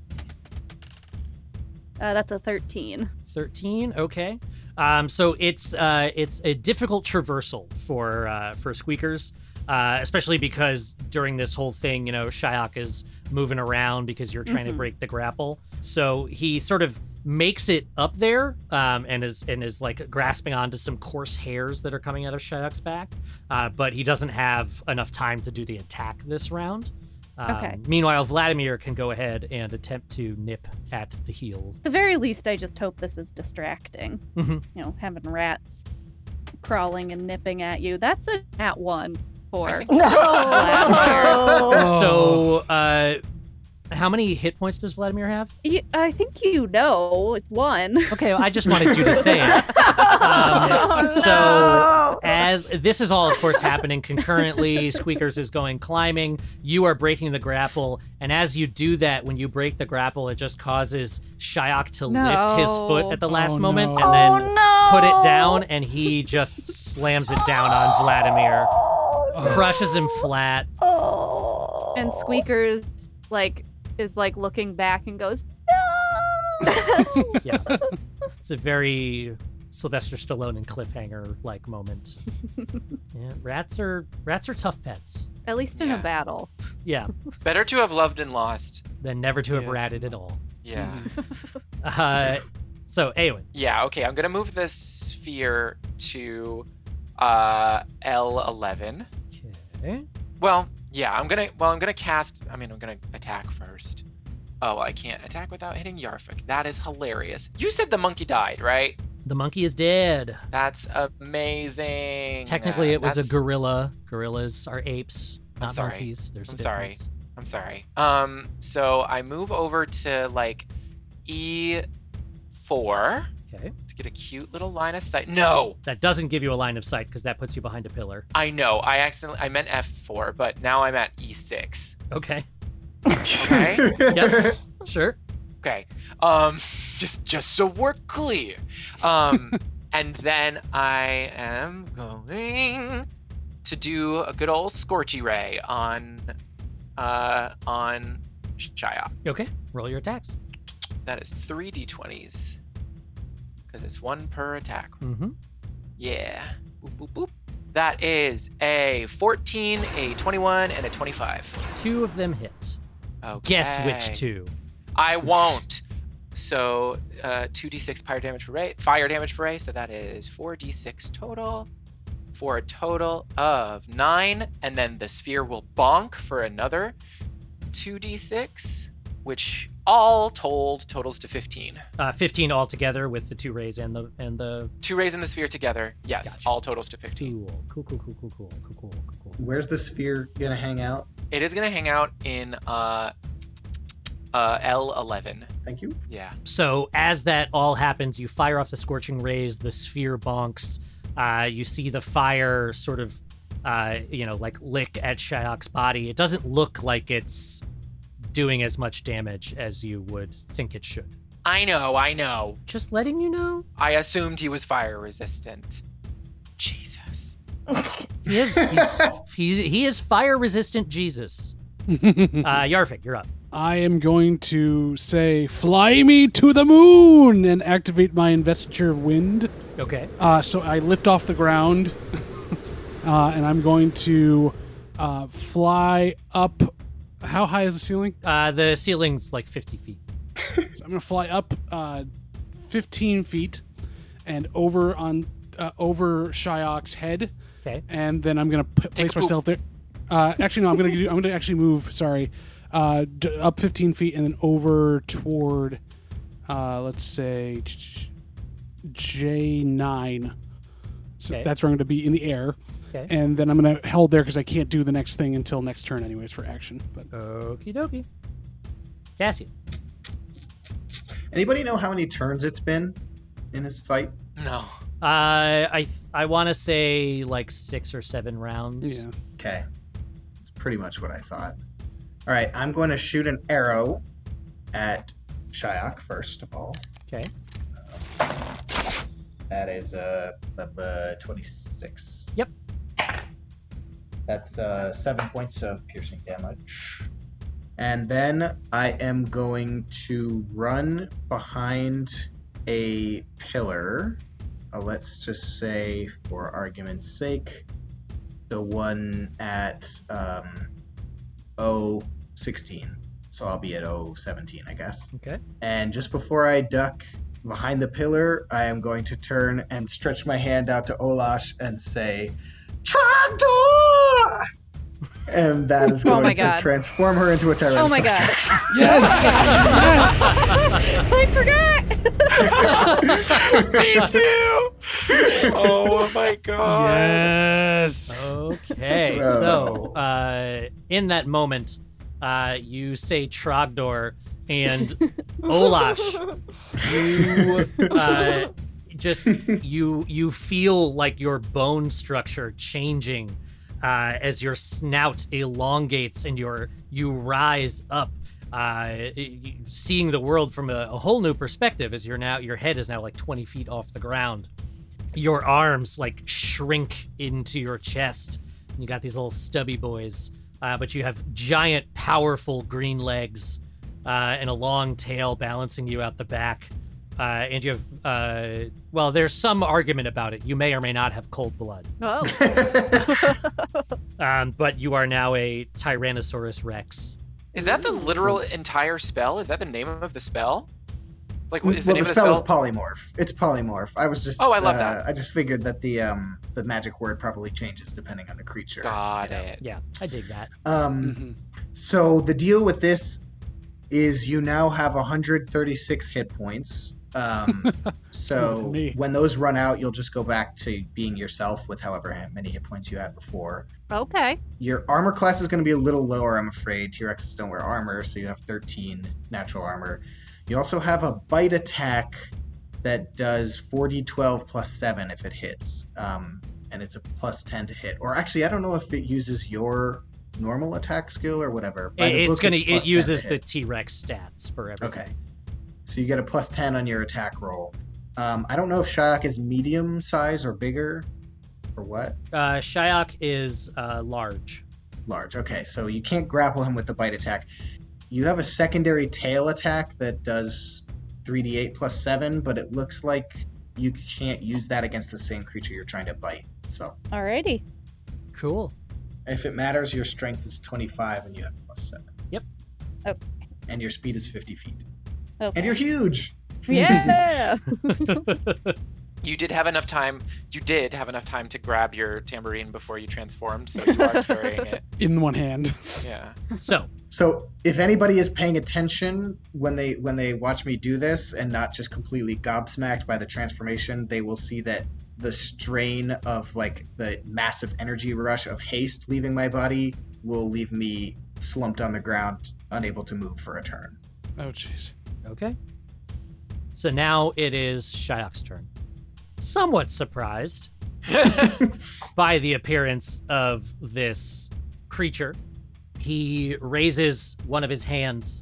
Speaker 7: Uh, that's a thirteen.
Speaker 3: Thirteen. Okay. Um, so it's uh, it's a difficult traversal for uh, for squeakers. Uh, especially because during this whole thing, you know, Shyok is moving around because you're trying
Speaker 7: Mhm.
Speaker 3: to break the grapple. So he sort of makes it up there um, and is and is like grasping onto some coarse hairs that are coming out of Shyok's back. uh, but he doesn't have enough time to do the attack this round. Um,
Speaker 7: Okay.
Speaker 3: Meanwhile, Vladimir can go ahead and attempt to nip at the heel.
Speaker 7: At the very least, I just hope this is distracting.
Speaker 3: Mhm.
Speaker 7: You know, having rats crawling and nipping at you. That's a at one
Speaker 6: I
Speaker 7: for
Speaker 6: think-
Speaker 4: No.
Speaker 3: So,
Speaker 9: Oh.
Speaker 3: uh, how many hit points does Vladimir have?
Speaker 7: Y- I think you know it's one.
Speaker 3: Okay, I just wanted you to say it.
Speaker 4: Oh,
Speaker 3: Um, so- As this is all, of course, happening concurrently, Squeakers is going climbing. You are breaking the grapple, and as you do that, when you break the grapple, it just causes Shyok to lift his foot
Speaker 7: No.
Speaker 3: at the
Speaker 9: Oh,
Speaker 3: last moment,
Speaker 9: no.
Speaker 3: and then
Speaker 4: oh, no.
Speaker 3: put it down and he just slams it down on Vladimir,
Speaker 9: Oh.
Speaker 3: crushes him flat.
Speaker 4: Oh.
Speaker 7: And Squeakers like is like looking back and goes,
Speaker 3: It's a very Sylvester Stallone and cliffhanger like moment. yeah, rats are rats are tough pets.
Speaker 7: At least in
Speaker 6: Yeah.
Speaker 7: a battle.
Speaker 3: Yeah,
Speaker 6: Better to have loved and lost.
Speaker 3: than never to have
Speaker 9: Yes.
Speaker 3: ratted at all.
Speaker 6: Yeah.
Speaker 3: Uh, so Awen,
Speaker 6: Yeah, okay, I'm gonna move this sphere to uh L11.
Speaker 3: okay,
Speaker 6: Well, yeah, I'm gonna well I'm gonna cast I mean I'm gonna attack first. Oh, I can't attack without hitting Yarfik. That is hilarious. You said the monkey died, right?
Speaker 3: the monkey is dead.
Speaker 6: That's amazing.
Speaker 3: Technically, it was
Speaker 6: That's-
Speaker 3: a gorilla. Gorillas are apes, not
Speaker 6: sorry.
Speaker 3: monkeys. There's a
Speaker 6: I'm sorry.
Speaker 3: difference.
Speaker 6: I'm sorry. Um, so I move over to like E4
Speaker 3: Okay,
Speaker 6: to get a cute little line of sight. No,
Speaker 3: that doesn't give you a line of sight because that puts you behind a pillar.
Speaker 6: I know. I accidentally I meant F4, but now I'm at E6.
Speaker 3: Okay,
Speaker 6: Okay.
Speaker 3: Yes. sure.
Speaker 6: Okay. Um, just just so we're clear. Um, and then I am going to do a good old scorchy ray on, uh, on Shia.
Speaker 3: Okay, roll your attacks.
Speaker 6: That is three d20s, because it's one per attack.
Speaker 3: Mm-hmm.
Speaker 6: Yeah. Boop boop boop. That is a 14, a 21, and a 25.
Speaker 3: Two of them hit.
Speaker 6: Okay.
Speaker 3: Guess which two?
Speaker 6: I won't. So, uh, 2d6 fire damage per ray, fire damage per ray. So that is 4d6 total, for a total of nine, and then the sphere will bonk for another 2d6, which all told totals to 15.
Speaker 3: Uh, Fifteen altogether with the two rays and the and the
Speaker 6: Two rays in the sphere together, yes,
Speaker 3: Gotcha.
Speaker 6: all totals to 15.
Speaker 3: Cool, cool, cool, cool, cool, cool, cool, cool, cool, cool.
Speaker 11: Where's the sphere gonna hang out?
Speaker 6: It is gonna hang out in uh, uh, L11.
Speaker 11: Thank you.
Speaker 6: Yeah.
Speaker 3: So as that all happens, you fire off the scorching rays. The sphere bonks. Uh, you see the fire sort of, uh, you know, like lick at Shyok's body. It doesn't look like it's doing as much damage as you would think it should.
Speaker 6: I know, I know.
Speaker 3: Just letting you know,
Speaker 6: I assumed he was fire resistant. Jesus.
Speaker 3: he is he's, he's, he is fire resistant. Jesus, uh, Yarvik, you're up.
Speaker 9: I am going to say, "Fly me to the moon!" and activate my investiture of wind.
Speaker 3: Okay.
Speaker 9: Uh, so I lift off the ground, uh, and I'm going to uh, fly up. How high is the ceiling?
Speaker 3: Uh, the ceiling's like 50 feet.
Speaker 9: So I'm going to fly up uh, 15 feet and over on uh, over Shyok's head,
Speaker 3: Okay.
Speaker 9: and then I'm going to p- place
Speaker 6: scoop.
Speaker 9: myself there. Uh, actually, no, I'm going to do, I'm going to actually move. Sorry, uh, d- up 15 feet and then over toward, uh, let's say J nine. So
Speaker 3: Okay.
Speaker 9: that's where I'm going to be in the air.
Speaker 3: Okay.
Speaker 9: And then I'm going to hold there because I can't do the next thing until next turn, anyways, for action. But
Speaker 3: Okie dokie. Cassian.
Speaker 11: Anybody know how many turns it's been in this fight?
Speaker 6: No.
Speaker 3: Uh, I th- I want to say like six or seven rounds.
Speaker 9: yeah,
Speaker 11: Okay. That's pretty much what I thought. All right, I'm going to shoot an arrow at Shyok first of all.
Speaker 3: Okay.
Speaker 11: That is uh, bu- bu- 26.
Speaker 3: Yep.
Speaker 11: That's uh, 7 points of piercing damage. And then I am going to run behind a pillar. Uh, let's just say, for argument's sake, the one at um, 016. So I'll be at 017, I guess.
Speaker 3: Okay.
Speaker 11: And just before I duck behind the pillar, I am going to turn and stretch my hand out to Olash and say, Trogdor! And that is
Speaker 7: Oh
Speaker 11: going
Speaker 7: my
Speaker 11: to
Speaker 7: God.
Speaker 11: transform her into a Tyrannosaurus.
Speaker 7: Oh my God.
Speaker 9: yes, yes.
Speaker 7: I forgot.
Speaker 6: Me too. Oh my god.
Speaker 9: Yes.
Speaker 3: Okay. so, uh, in that moment, uh, you say Trogdor and Olash. You uh, just you you feel like your bone structure changing uh, as your snout elongates and your you rise up. Uh, y- seeing the world from a, a whole new perspective as you're now your head is now like 20 feet off the ground your arms like shrink into your chest. And you got these little stubby boys, uh, but you have giant, powerful green legs uh, and a long tail balancing you out the back. uh, and you have uh, well, there's some argument about it. You may or may not have cold blood,
Speaker 7: Oh.
Speaker 3: um, but you are now a Tyrannosaurus Rex.
Speaker 6: Is that the literal entire spell? Is that the name of the spell? Like, what
Speaker 11: well,
Speaker 6: is
Speaker 11: the,
Speaker 6: the name
Speaker 11: spell is
Speaker 6: of the spell?
Speaker 11: polymorph. It's polymorph. I was just.
Speaker 6: Oh, I love
Speaker 11: uh,
Speaker 6: that.
Speaker 11: I just figured that the um the magic word probably changes depending on the creature.
Speaker 6: Got Mm-hmm. it.
Speaker 3: Yeah, I dig that.
Speaker 11: Um,
Speaker 9: Mm-hmm.
Speaker 11: so the deal with this is you now have 136 hit points. Um,
Speaker 9: Good
Speaker 11: so
Speaker 9: me.
Speaker 11: when those run out, you'll just go back to being yourself with however ha- many hit points you had before.
Speaker 7: Okay.
Speaker 11: Your armor class is going to be a little lower, I'm afraid. T Rexes don't wear armor, so you have 13 natural armor. You also have a bite attack that does 4d12 plus 7 if it hits, um, and it's a plus 10 to hit. Or actually, I don't know if it uses your normal attack skill or whatever. By
Speaker 3: It,
Speaker 11: the
Speaker 3: it's
Speaker 11: book,
Speaker 3: gonna.
Speaker 11: plus
Speaker 3: It
Speaker 11: 10 to
Speaker 3: uses the
Speaker 11: hit.
Speaker 3: T Rex stats for everything.
Speaker 11: Okay. So you get a plus 10 on your attack roll. Um, I don't know if Shyok is medium size or bigger or what.
Speaker 3: Uh, Shyok is uh, large.
Speaker 11: large. Okay, so you can't grapple him with the bite attack. You have a secondary tail attack that does 3d8 plus 7, but it looks like you can't use that against the same creature you're trying to bite. So
Speaker 7: Alrighty.
Speaker 3: Cool.
Speaker 11: if it matters, your strength is 25 and you have plus 7.
Speaker 3: Yep.
Speaker 7: Oh.
Speaker 11: And your speed is 50 feet.
Speaker 7: Okay.
Speaker 11: And you're huge!
Speaker 7: Oh, yeah.
Speaker 6: You did have enough time. You did have enough time to grab your tambourine before you transformed, so you are carrying it.
Speaker 9: in one hand.
Speaker 6: Yeah.
Speaker 3: So
Speaker 11: So if anybody is paying attention when they when they watch me do this and not just completely gobsmacked by the transformation, they will see that the strain of like the massive energy rush of haste leaving my body will leave me slumped on the ground, unable to move for a turn.
Speaker 9: Oh, jeez.
Speaker 3: Okay. So now it is Shyok's turn. Somewhat surprised by the appearance of this creature, he raises one of his hands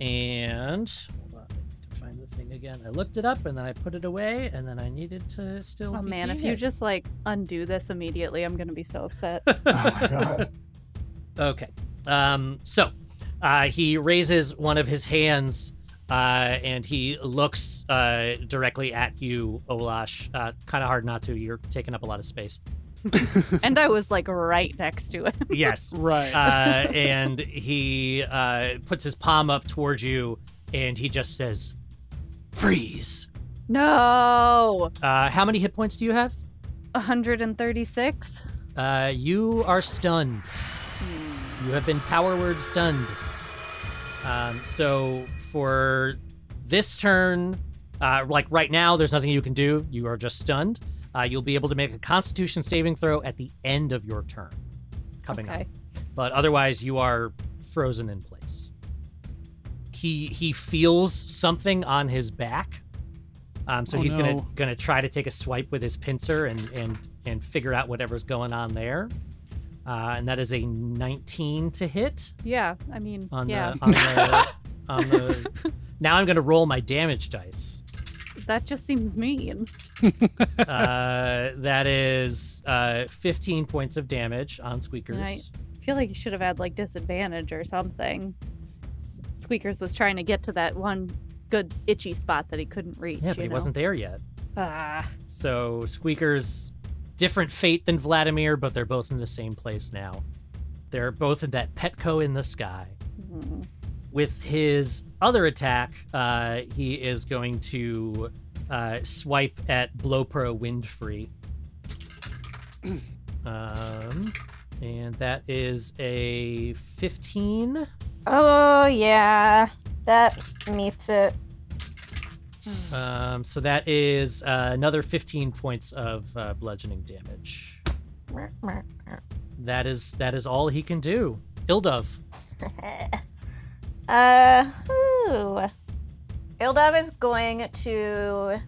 Speaker 3: and. hold on, I need to Find the thing again. I looked it up and then I put it away and then I needed to still.
Speaker 7: Oh
Speaker 3: be
Speaker 7: man, if
Speaker 3: seeing
Speaker 7: you
Speaker 3: it.
Speaker 7: just like undo this immediately, I'm gonna be so upset.
Speaker 11: oh, my god.
Speaker 3: Okay. Um, so uh, he raises one of his hands uh, and he looks uh, directly at you, Olash. Uh, kind of hard not to. You're taking up a lot of space.
Speaker 7: and I was like right next to it.
Speaker 3: Yes.
Speaker 9: Right.
Speaker 3: Uh, and he uh, puts his palm up towards you and he just says, Freeze.
Speaker 7: No.
Speaker 3: Uh, how many hit points do you have?
Speaker 7: 136.
Speaker 3: Uh, you are stunned. You have been power word stunned. Um, so for this turn, uh, like right now, there's nothing you can do. You are just stunned. Uh, you'll be able to make a Constitution saving throw at the end of your turn, coming
Speaker 7: Okay.
Speaker 3: up. But otherwise, you are frozen in place. He he feels something on his back, um, so
Speaker 9: Oh,
Speaker 3: he's gonna
Speaker 9: no.
Speaker 3: gonna try to take a swipe with his pincer and and and figure out whatever's going on there. Uh, and that is a 19 to hit
Speaker 7: Yeah. I mean,
Speaker 3: on
Speaker 7: yeah.
Speaker 3: the uh, on the, on the now i'm going to roll my damage dice
Speaker 7: That just seems mean.
Speaker 3: uh, that is uh, 15 points of damage on squeakers
Speaker 7: Right. I feel like you should have had like disadvantage or something. S- Squeakers was trying to get to that one good itchy spot that he couldn't reach.
Speaker 3: yeah but
Speaker 7: you
Speaker 3: he
Speaker 7: know?
Speaker 3: wasn't there yet
Speaker 7: Ah,
Speaker 3: so squeakers different fate than vladimir but they're both in the same place now they're both in that petco in the sky
Speaker 7: mm.
Speaker 3: with his other attack, uh, he is going to uh, swipe at Blowpro Windfree. Um, and that is a 15.
Speaker 4: Oh yeah, that meets it.
Speaker 3: Um, so that is uh, another 15 points of uh, bludgeoning damage. That is that is all he can do. Ildov.
Speaker 4: Eh. uh, ooh. Ildav is going to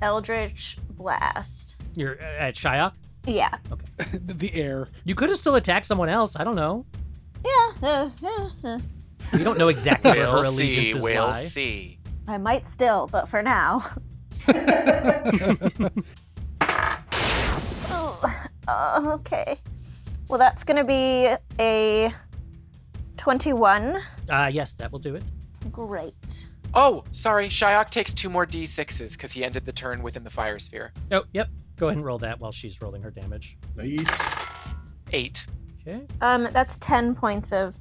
Speaker 4: Eldritch Blast.
Speaker 3: You're uh, at Shyok.
Speaker 4: Yeah,
Speaker 9: the air.
Speaker 3: You could have still attacked someone else. I don't know.
Speaker 4: yeah. uh, uh, uh.
Speaker 3: We don't know exactly where
Speaker 6: We'll
Speaker 3: her
Speaker 6: see.
Speaker 3: allegiances
Speaker 6: We'll
Speaker 3: lie.
Speaker 6: see.
Speaker 4: I might still, but for now. oh, uh, okay. Well, that's gonna be a twenty-one.
Speaker 3: Uh, yes, that will do it.
Speaker 4: Great.
Speaker 6: Oh, sorry. Shyok takes two more d6s because he ended the turn within the fire sphere.
Speaker 3: Oh, yep. Go ahead and roll that while she's rolling her damage.
Speaker 11: Nice.
Speaker 6: Eight.
Speaker 3: Okay.
Speaker 4: Um, that's ten points of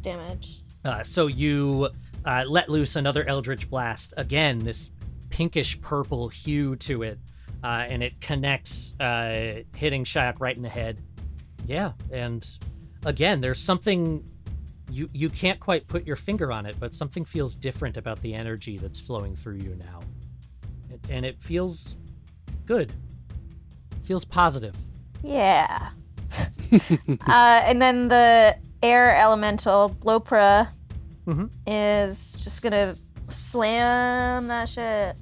Speaker 4: damage.
Speaker 3: Uh, so you uh, let loose another Eldritch Blast. Again, this pinkish purple hue to it, uh, and it connects, uh, hitting Shyok right in the head. Yeah, and again, there's something you you can't quite put your finger on it, but something feels different about the energy that's flowing through you now, it, and it feels good. feels positive.
Speaker 4: Yeah. uh, and then the air elemental Blopra
Speaker 3: Mhm.
Speaker 4: is just gonna slam that shit.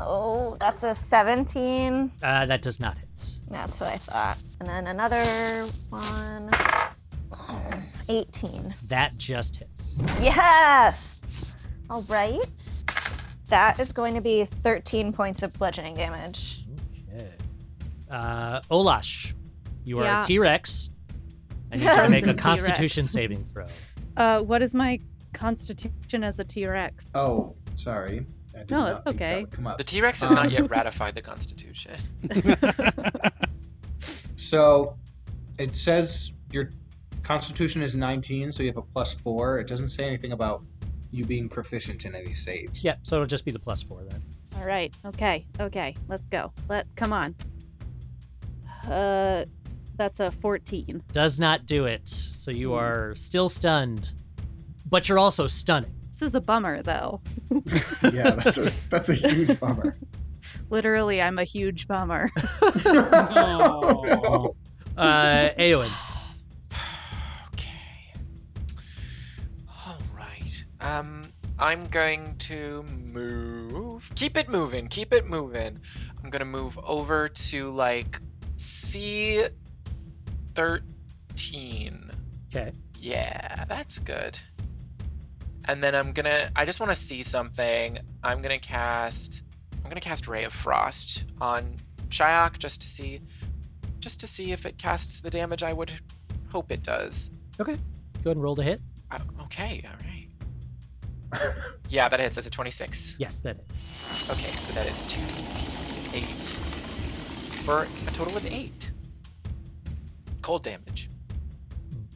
Speaker 4: oh, that's a 17.
Speaker 3: Uh, that does not hit.
Speaker 4: That's what I thought. And then another one. Oh, 18.
Speaker 3: That just hits.
Speaker 4: Yes! All right. That is going to be 13 points of bludgeoning damage.
Speaker 3: Okay. Uh, Olash, you are
Speaker 7: Yeah.
Speaker 3: a T Rex. I need you to make a
Speaker 7: T-Rex.
Speaker 3: Constitution saving throw.
Speaker 7: Uh, what is my constitution as a T Rex?
Speaker 11: Oh, sorry. I did
Speaker 7: No,
Speaker 11: not
Speaker 7: it's
Speaker 11: think that
Speaker 7: okay.
Speaker 11: would Come up.
Speaker 6: The T Rex has not
Speaker 11: Um,
Speaker 6: yet ratified the Constitution.
Speaker 11: So it says your constitution is 19, so you have a plus four. It doesn't say anything about you being proficient in any saves.
Speaker 3: Yep. So it'll just be the plus four then.
Speaker 7: All right. Okay. Okay. Let's go. Let come on. Uh, that's a fourteen.
Speaker 3: Does not do it. So you
Speaker 7: Mm.
Speaker 3: are still stunned, but you're also stunning.
Speaker 7: This is a bummer, though.
Speaker 11: yeah, that's a that's a huge bummer. Oh
Speaker 7: Literally, I'm a huge bummer.
Speaker 11: no.
Speaker 3: Uh, Aowen.
Speaker 6: Okay. All right. Um, I'm going to move. Keep it moving. Keep it moving. I'm gonna move over to like C thirteen.
Speaker 3: Okay.
Speaker 6: Yeah, that's good. And then I'm gonna. I just want to see something. I'm gonna cast. I'm gonna cast Ray of Frost on Shyok just to see, just to see if it casts the damage I would hope it does.
Speaker 3: Go ahead and roll to hit.
Speaker 6: Uh, okay, all right. yeah, that hits. That's a 26.
Speaker 3: Yes, that is.
Speaker 6: Okay, so that is 2d8 for a total of 8. Cold damage.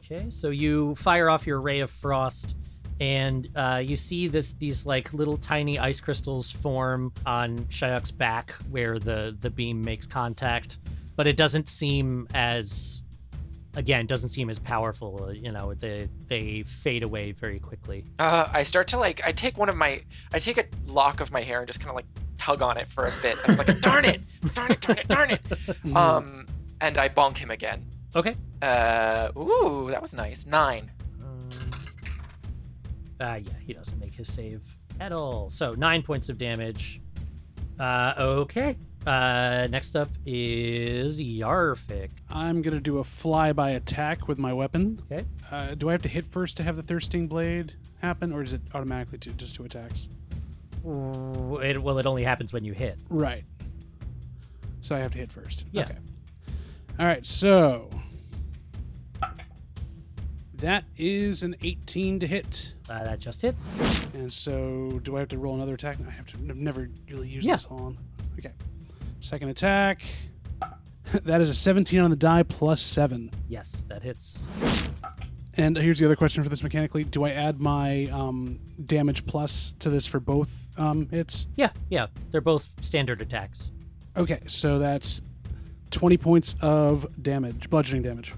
Speaker 3: Okay, so you fire off your ray of frost, and uh, you see this these like little tiny ice crystals form on Shayok's back where the the beam makes contact, but it doesn't seem as again doesn't seem as powerful. uh, You know, they they fade away very quickly.
Speaker 6: Uh, I start to like, I take one of my, I take a lock of my hair and just kind of like tug on it for a bit. I'm like, darn it, darn it, darn it, darn it. Um, and I bonk him again.
Speaker 3: Okay.
Speaker 6: Uh, ooh, that was nice. Nine.
Speaker 3: Um, uh, yeah, he doesn't make his save at all. So nine points of damage. Uh, okay. Uh, next up is Yarfik.
Speaker 9: I'm gonna do a flyby attack with my weapon.
Speaker 3: Okay.
Speaker 9: Uh, do I have to hit first to have the thirsting blade happen, or is it automatically to, just two attacks?
Speaker 3: Ooh, It, well, it only happens when you hit.
Speaker 9: Right. So I have to hit first.
Speaker 3: Yeah.
Speaker 9: Okay. All right. So that is an 18 to hit,
Speaker 3: Uh, that just hits.
Speaker 9: and so do I have to roll another attack? I have to. I've never really used
Speaker 3: Yeah.
Speaker 9: this on. Okay. Second attack. that is a 17 on the die plus seven.
Speaker 3: Yes, that hits.
Speaker 9: And here's the other question for this mechanically: Do I add my um, damage plus to this for both um, hits?
Speaker 3: Yeah, yeah. They're both standard attacks.
Speaker 9: Okay, so that's 20 points of damage, bludgeoning damage.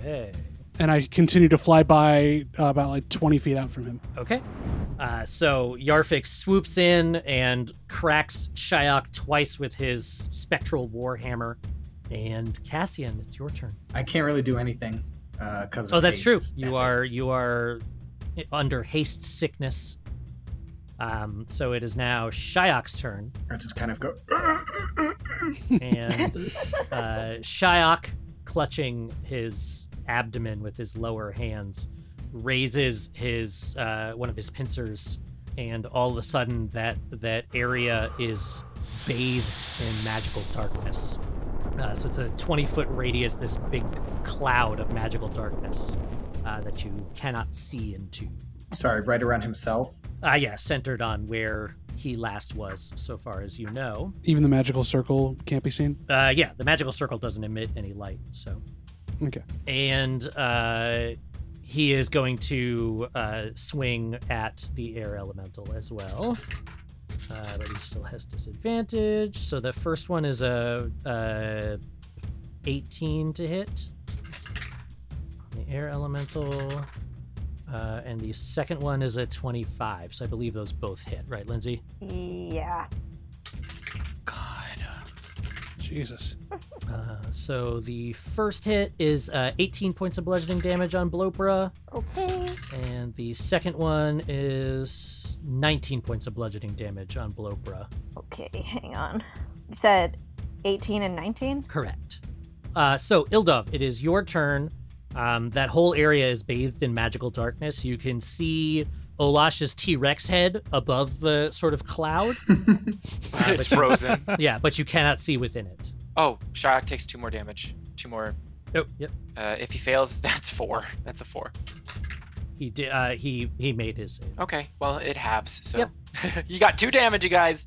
Speaker 3: Okay.
Speaker 9: and I continue to fly by uh, about like 20 feet out from him.
Speaker 3: Okay. Uh, so Yarfik swoops in and cracks Shyok twice with his spectral warhammer. And Cassian, it's your turn.
Speaker 11: I can't really do anything uh, because.
Speaker 3: Oh, that's true. You are you are i- under haste sickness. Um, so it is now Shyok's turn,
Speaker 11: I just kind of go.
Speaker 3: and uh, Shyok, clutching his abdomen with his lower hands, raises his uh, one of his pincers, and all of a sudden that that area is bathed in magical darkness. Uh, so it's a 20 foot radius, this big cloud of magical darkness uh, that you cannot see into.
Speaker 11: Sorry, right around himself.
Speaker 3: Ah, yeah, centered on where he last was, so far as you know.
Speaker 9: Even the magical circle can't be seen.
Speaker 3: Uh, yeah, the magical circle doesn't emit any light, so.
Speaker 9: Okay.
Speaker 3: And uh, he is going to uh, swing at the air elemental as well. Uh, but he still has disadvantage. So the first one is a, a 18 to hit. The air elemental. Uh, and the second one is a 25. So I believe those both hit, right, Lindsay?
Speaker 4: Yeah.
Speaker 6: God.
Speaker 9: Jesus.
Speaker 3: Uh, so the first hit is uh, 18 points of bludgeoning damage on Blopra,
Speaker 4: Okay.
Speaker 3: and the second one is 19 points of bludgeoning damage on Blopra.
Speaker 4: Okay, hang on. You said 18 and 19?
Speaker 3: Correct. Uh, so Ildov, it is your turn. Um, that whole area is bathed in magical darkness. You can see Olash's T Rex head above the sort of cloud. Uh,
Speaker 6: it's
Speaker 3: but you-
Speaker 6: frozen.
Speaker 3: yeah, but you cannot see within it.
Speaker 6: Oh, Shayok takes two more damage. Two more.
Speaker 3: Oh, yep.
Speaker 6: Uh, if he fails, that's four. That's a four.
Speaker 3: He did. Uh, he he made his save.
Speaker 6: Okay, well, it halves, so. you got two damage, you guys!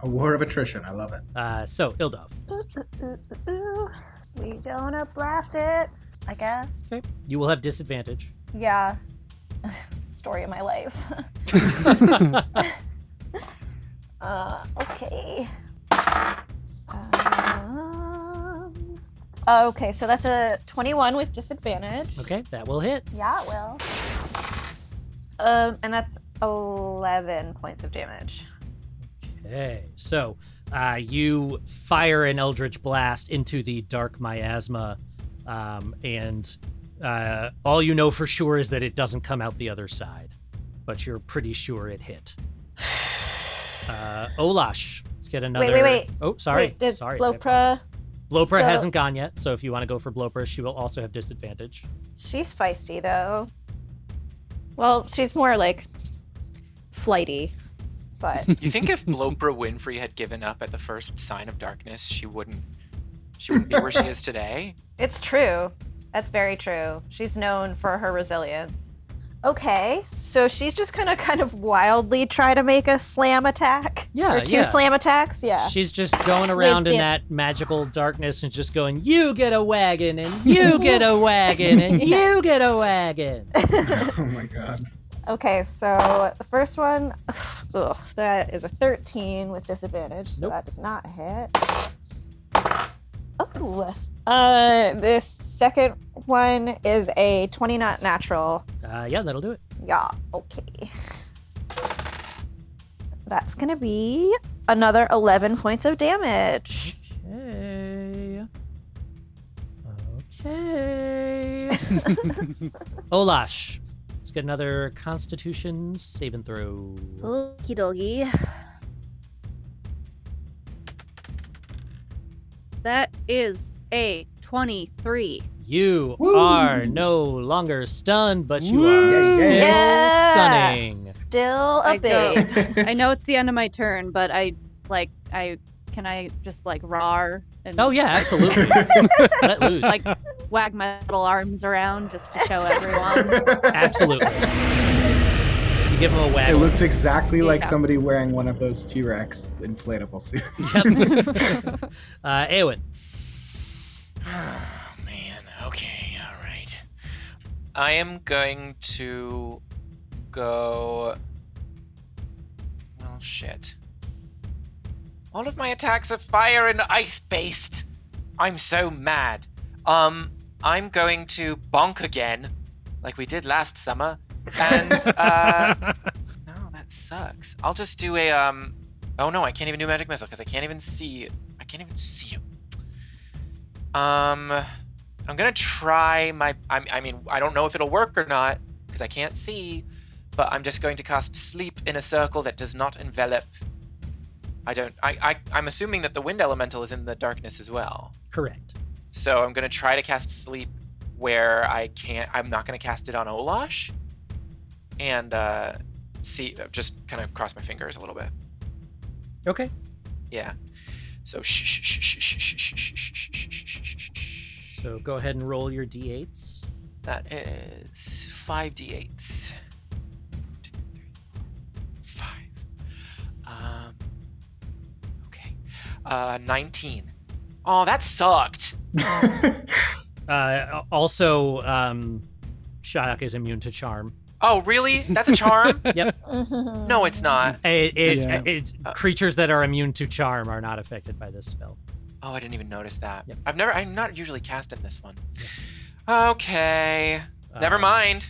Speaker 11: A war of attrition. I love it.
Speaker 3: Uh, so Ildov,
Speaker 4: We gonna blast it, I guess.
Speaker 3: you will have disadvantage.
Speaker 4: Yeah. Story of my life. uh, okay. Um, okay, so that's a 21 with disadvantage.
Speaker 3: Okay, that will hit.
Speaker 4: Yeah, it will. Um, and that's 11 points of damage.
Speaker 3: Okay, so uh, you fire an eldritch blast into the dark miasma, um, and uh, all you know for sure is that it doesn't come out the other side, but you're pretty sure it hit. Uh, Olash, let's get another.
Speaker 4: wait, wait.
Speaker 3: Oh, sorry,
Speaker 4: Wait, does
Speaker 3: sorry. I
Speaker 4: Blopra.
Speaker 3: apologize. Blopra
Speaker 4: still-
Speaker 3: hasn't gone yet, so if you want to go for Blopra, she will also have disadvantage.
Speaker 4: She's feisty though. Well, she's more like flighty, but
Speaker 6: You think if Blopra Winfrey had given up at the first sign of darkness, she wouldn't. She wouldn't be where she is today.
Speaker 4: it's true. That's very true. She's known for her resilience. Okay, so she's just gonna kind of wildly try to make a slam attack.
Speaker 3: Yeah,
Speaker 4: or two
Speaker 3: yeah.
Speaker 4: slam attacks. Yeah.
Speaker 3: She's just going around in
Speaker 4: dip.
Speaker 3: that magical darkness and just going, "You get a wagon, and you get a wagon, and you get a wagon."
Speaker 11: Oh my god.
Speaker 4: Okay, so the first one, ugh, that is a 13 with disadvantage, so
Speaker 3: Nope.
Speaker 4: that does not hit. Oh, uh, this second one is a 20 not natural.
Speaker 3: Uh, yeah, that'll do it.
Speaker 4: Yeah, okay. That's gonna be another 11 points of damage.
Speaker 3: Okay. Okay. Olash, let's get another Constitution save and throw.
Speaker 4: Okie dokie.
Speaker 7: That is a 23.
Speaker 3: You
Speaker 11: Woo.
Speaker 3: are no longer stunned, but you are
Speaker 11: Woo.
Speaker 3: still
Speaker 11: Yeah.
Speaker 3: stunning.
Speaker 4: Still a
Speaker 7: I go.
Speaker 4: babe.
Speaker 7: I know it's the end of my turn, but I like I can I just like roar and
Speaker 3: Oh yeah, absolutely. Let loose.
Speaker 7: Like- wag my little arms around just to show everyone.
Speaker 3: absolutely. You give him a
Speaker 11: It
Speaker 3: waggle.
Speaker 11: looks exactly like
Speaker 7: Yeah.
Speaker 11: somebody wearing one of those T Rex inflatable suits.
Speaker 3: Yep. uh, Eowyn.
Speaker 6: Oh man. Okay. All right. I am going to go. Well, shit. All of my attacks are fire and ice based. I'm so mad. Um, I'm going to bonk again, like we did last summer. And uh, no, that sucks. I'll just do a um. Oh no, I can't even do magic missile because I can't even see. I can't even see you. Um, I'm gonna try my. I, I mean, I don't know if it'll work or not because I can't see. But I'm just going to cast sleep in a circle that does not envelop. I don't. I, I I'm assuming that the wind elemental is in the darkness as well.
Speaker 3: Correct.
Speaker 6: So I'm gonna try to cast sleep where I can't. I'm not gonna cast it on Olash. And uh, see, just kind of cross my fingers a little bit.
Speaker 3: Okay.
Speaker 6: Yeah. So shh shh shh shh shh shh shh shh shh shh shh shh.
Speaker 3: So go ahead and roll your d8s.
Speaker 6: That is 5d8. Um, Uh, 19. Oh, that sucked.
Speaker 3: Uh, also, um, Shyok is immune to charm.
Speaker 6: Oh, really? That's a charm?
Speaker 3: Yep.
Speaker 4: Mm-hmm.
Speaker 6: no, it's not.
Speaker 3: It, it,
Speaker 9: Yeah.
Speaker 3: it's-
Speaker 6: Uh,
Speaker 3: creatures that are immune to charm are not affected by this spell.
Speaker 6: Oh, I didn't even notice that.
Speaker 3: Yep.
Speaker 6: I've never. I'm not usually casting this one. Okay. Never
Speaker 3: Um,
Speaker 6: mind.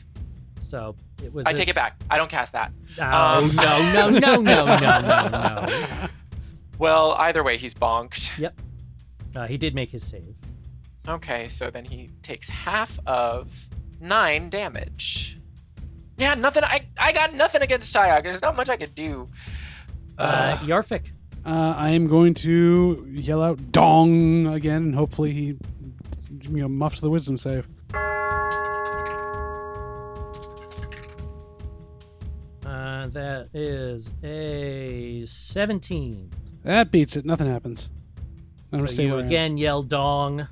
Speaker 3: So it was.
Speaker 6: I take it um, back. I don't cast that.
Speaker 3: Oh, no, no, no, no, no, no, no.
Speaker 6: Well, either way, he's bonked.
Speaker 3: Uh, he did make his save.
Speaker 6: Okay, so then he takes half of nine damage. Yeah, nothing. I I got nothing against Shyak. There's not much I could do.
Speaker 3: Uh,
Speaker 6: Ugh.
Speaker 3: Yarfik.
Speaker 9: Uh, I am going to yell out "dong" again, and hopefully he, you know, muffs the wisdom save.
Speaker 3: Uh, that is a 17.
Speaker 9: That beats it. Nothing happens. I'm gonna
Speaker 3: so
Speaker 9: stay
Speaker 3: you
Speaker 9: where I am.
Speaker 3: again yell dong.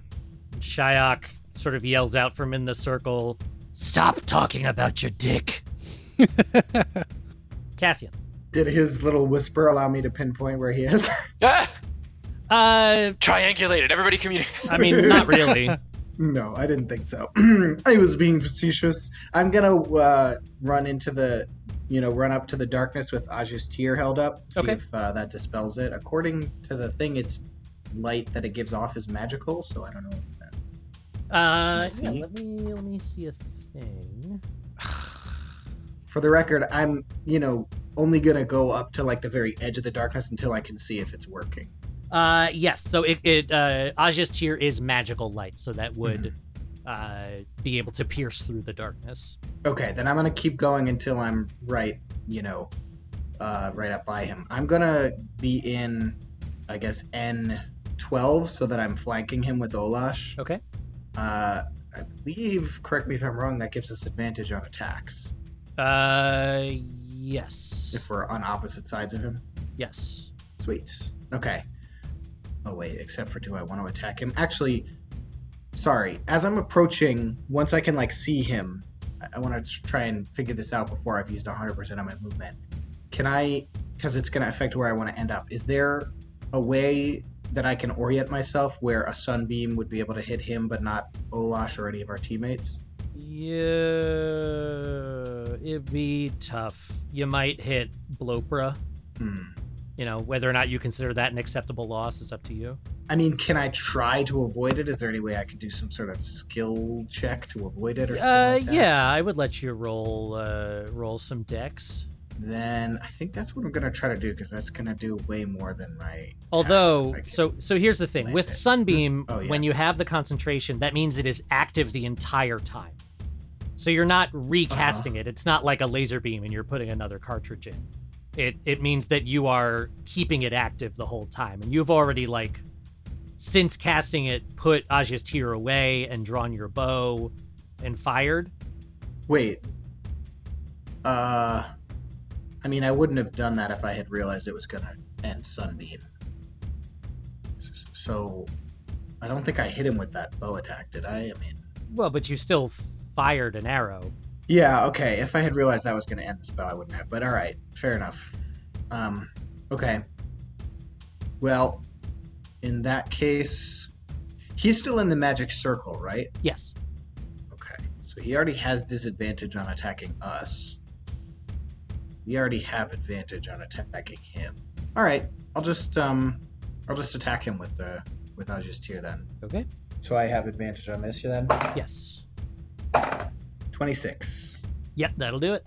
Speaker 3: Shyok sort of yells out from in the circle, Stop talking about your dick. Cassian.
Speaker 11: Did his little whisper allow me to pinpoint where he is?
Speaker 6: Ah,
Speaker 3: Uh,
Speaker 6: triangulated. Everybody communicate.
Speaker 3: I mean, not really. Uh,
Speaker 11: no, I didn't think so. I was being facetious. I'm gonna uh, run into the, you know, run up to the darkness with Aj's tear held up. See
Speaker 3: Okay.
Speaker 11: if uh, that dispels it. According to the thing, its light that it gives off is magical. So I don't know. if that-
Speaker 3: Uh,
Speaker 11: Let's
Speaker 3: yeah,
Speaker 11: see.
Speaker 3: let me let me see a thing.
Speaker 11: For the record, I'm, you know, only gonna go up to like the very edge of the darkness until I can see if it's working.
Speaker 3: Uh, yes. So it, it uh, Aja's tear is magical light, so that would uh, be able to pierce through the darkness.
Speaker 11: Okay, then I'm gonna keep going until I'm right, you know, uh, right up by him. I'm gonna be in, I guess, N12 so that I'm flanking him with Olash.
Speaker 3: Okay.
Speaker 11: Uh, I believe, correct me if I'm wrong, that gives us advantage on attacks
Speaker 3: Uh, yes.
Speaker 11: if we're on opposite sides of him.
Speaker 3: Yes.
Speaker 11: Sweet. Okay. Oh, wait, except for do I want to attack him? Actually, sorry. As I'm approaching, once I can, like, see him, I, I want to try and figure this out before I've used 100% of my movement. Can I, because it's going to affect where I want to end up, is there a way that I can orient myself where a sunbeam would be able to hit him but not Olash or any of our teammates?
Speaker 3: Yeah, it'd be tough. You might hit Blopra.
Speaker 11: Hmm.
Speaker 3: You know, whether or not you consider that an acceptable loss is up to you.
Speaker 11: I mean, can I try to avoid it? Is there any way I could do some sort of skill check to avoid it or something
Speaker 3: Uh,
Speaker 11: like that?
Speaker 3: yeah, I would let you roll uh, roll some decks.
Speaker 11: then I think that's what I'm gonna try to do because that's gonna do way more than my.
Speaker 3: Although,
Speaker 11: attacks if I
Speaker 3: so so here's the thing:
Speaker 11: land
Speaker 3: with
Speaker 11: it.
Speaker 3: Sunbeam,
Speaker 11: Oh, yeah.
Speaker 3: when you have the concentration, that means it is active the entire time. So you're not recasting
Speaker 11: Uh-huh.
Speaker 3: it. It's not like a laser beam and you're putting another cartridge in. It it means that you are keeping it active the whole time, and you've already like since casting it, put Aja's tear away and drawn your bow and fired.
Speaker 11: can. wait. Uh, I mean, I wouldn't have done that if I had realized it was gonna end Sunbeam. S- So, I don't think I hit him with that bow attack, did I? I mean,
Speaker 3: Well, but you still fired an arrow.
Speaker 11: yeah, okay. If I had realized that was gonna end the spell, I wouldn't have. But all right, fair enough. Um, okay. Well, in that case, he's still in the magic circle, right?
Speaker 3: Yes.
Speaker 11: Okay. So he already has disadvantage on attacking us. We already have advantage on attacking him. All right. I'll just um, I'll just attack him with uh with Aj's tear then.
Speaker 3: Okay.
Speaker 11: So I have advantage on this then.
Speaker 3: Yes.
Speaker 11: Twenty six.
Speaker 3: Yep, that'll do it.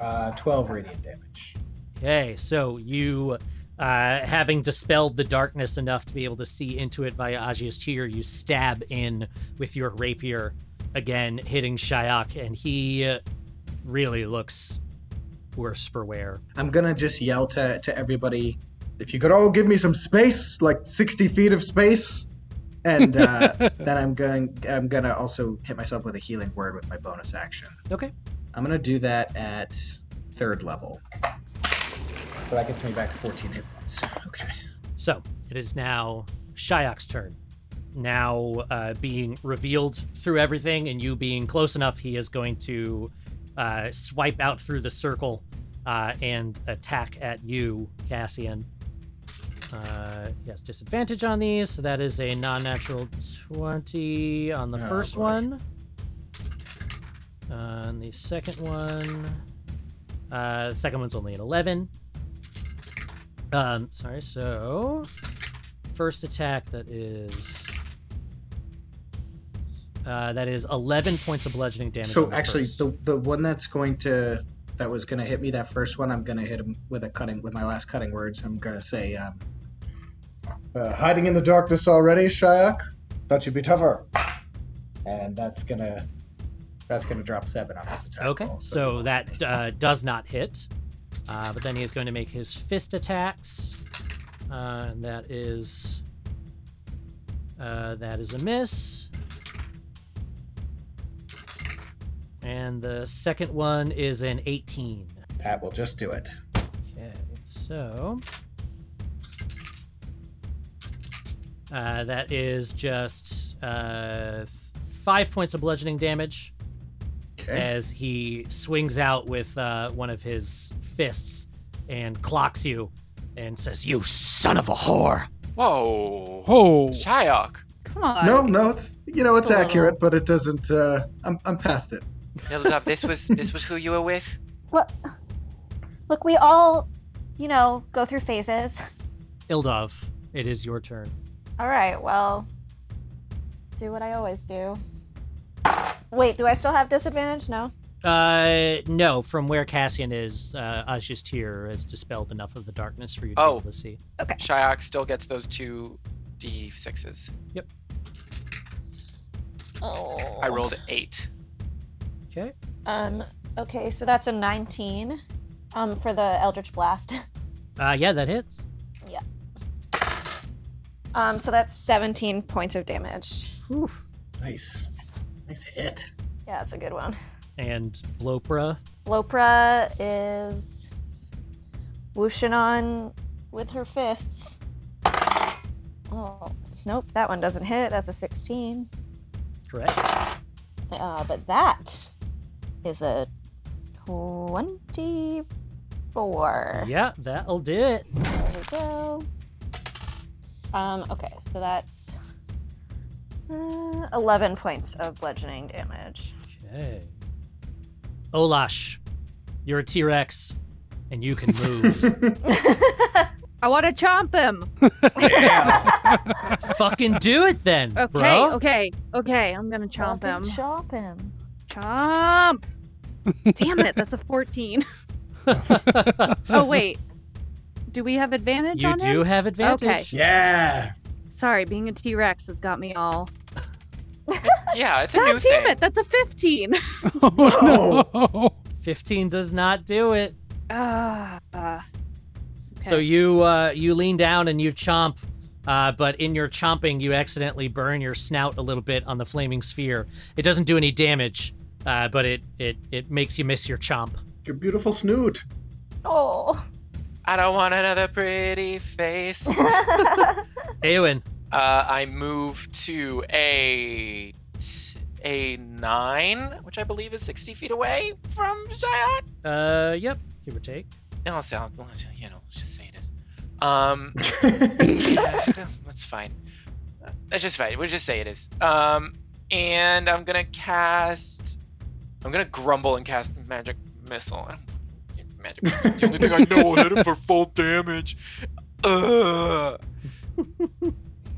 Speaker 11: Uh, twelve radiant damage.
Speaker 3: Okay, so you, uh, having dispelled the darkness enough to be able to see into it via Ajia's tear, you stab in with your rapier, again hitting Shyok, and he uh, really looks worse for wear.
Speaker 11: I'm gonna just yell to to everybody. If you could all give me some space, like sixty feet of space, and uh, then I'm going. I'm gonna also hit myself with a healing word with my bonus action.
Speaker 3: Okay.
Speaker 11: I'm gonna do that at third level. So that gets me back 14 hit points. Okay.
Speaker 3: So it is now Shyok's turn. Now uh, being revealed through everything, and you being close enough, he is going to uh, swipe out through the circle uh, and attack at you, Cassian. Uh, yes, disadvantage on these. So that is a non-natural twenty on the
Speaker 11: Oh,
Speaker 3: first
Speaker 11: boy.
Speaker 3: one. On the second one, uh, second one's only an eleven. Um, sorry. So, first attack that is. Uh, that is 11 points of bludgeoning damage. on
Speaker 11: So
Speaker 3: the
Speaker 11: actually,
Speaker 3: first.
Speaker 11: the the one that's going to that was going to hit me that first one, I'm going to hit him with a cutting with my last cutting words. I'm going to say, um, uh, "Hiding in the darkness already, Shayak. Thought you'd be tougher." And that's gonna that's gonna drop seven on his attack.
Speaker 3: Okay,
Speaker 11: roll,
Speaker 3: so that uh, does not hit. Uh, but then he is going to make his fist attacks. Uh, and that is. Uh, that is a miss. And the second one is an 18.
Speaker 11: that will just do it.
Speaker 3: Okay, so. Uh, that is just uh, five points of bludgeoning damage
Speaker 11: Okay.
Speaker 3: as he swings out with uh, one of his fists and clocks you and says, You son of a whore!
Speaker 6: Whoa.
Speaker 9: Oh,
Speaker 6: Shyok.
Speaker 7: Come on.
Speaker 11: no, no, it's you know it's
Speaker 7: Hello.
Speaker 11: accurate, but it doesn't. Uh, I'm I'm past it.
Speaker 6: Nildav, this was this was who you were with?
Speaker 4: Look, look, we all, you know, go through phases.
Speaker 3: Ildov, it is your turn.
Speaker 4: All right, well, do what I always do. Wait, do I still have disadvantage? No.
Speaker 3: Uh, no, from where Cassian is, uh, Aj's tear has dispelled enough of the darkness for you to be
Speaker 6: Oh.
Speaker 3: able to see.
Speaker 6: Shyok still gets those two d6s.
Speaker 4: Oh.
Speaker 6: I rolled eight.
Speaker 3: Okay.
Speaker 4: Um. Okay, so that's a 19. Um, for the Eldritch Blast.
Speaker 3: Uh, yeah, that hits.
Speaker 4: Um, so that's 17 points of damage.
Speaker 11: Nice, nice hit.
Speaker 4: Yeah, that's a good one.
Speaker 3: And Blopra,
Speaker 4: Lopra is whooshing on with her fists. Oh, nope, that one doesn't hit. That's a 16.
Speaker 3: correct?
Speaker 4: Uh, but that is a 24.
Speaker 3: Yeah, that'll do it.
Speaker 4: There we go. Um, okay, so that's uh, 11 points of bludgeoning damage.
Speaker 3: Okay. Olash, you're a T Rex, and you can move.
Speaker 7: I want to chomp him.
Speaker 3: Fucking do it then,
Speaker 7: Okay,
Speaker 3: bro.
Speaker 7: okay, okay. I'm gonna chomp
Speaker 4: Fucking
Speaker 7: him.
Speaker 4: Chomp him.
Speaker 7: Chomp. Damn it, that's a 14. oh wait, do we have advantage
Speaker 3: you
Speaker 7: on
Speaker 3: do
Speaker 7: him?
Speaker 3: have advantage.
Speaker 11: Yeah.
Speaker 7: Sorry, being a T-Rex has got me all.
Speaker 6: Yeah, it's a new
Speaker 7: God damn
Speaker 6: thing.
Speaker 7: it, that's a 15.
Speaker 9: oh no!
Speaker 3: 15 does not do it.
Speaker 7: Ah.
Speaker 3: So
Speaker 7: Okay.
Speaker 3: you uh, you lean down and you chomp, uh, but in your chomping you accidentally burn your snout a little bit on the flaming sphere. It doesn't do any damage, uh, but it it it makes you miss your chomp.
Speaker 11: Your beautiful snoot.
Speaker 4: Oh.
Speaker 6: I don't want another pretty face.
Speaker 3: Eowyn,
Speaker 6: Uh, I move to a a nine, which I believe is sixty feet away from Zayat.
Speaker 3: uh, yep, give or take.
Speaker 6: No, I'll say, I'll, you know, let's just say it is. Um, yeah, that's fine. Uh, That's just fine. We'll just say it is. Um, and I'm gonna cast. I'm gonna grumble and cast magic missile. I don't get Magic. missile. the only thing I know will hit it for full damage. Ugh.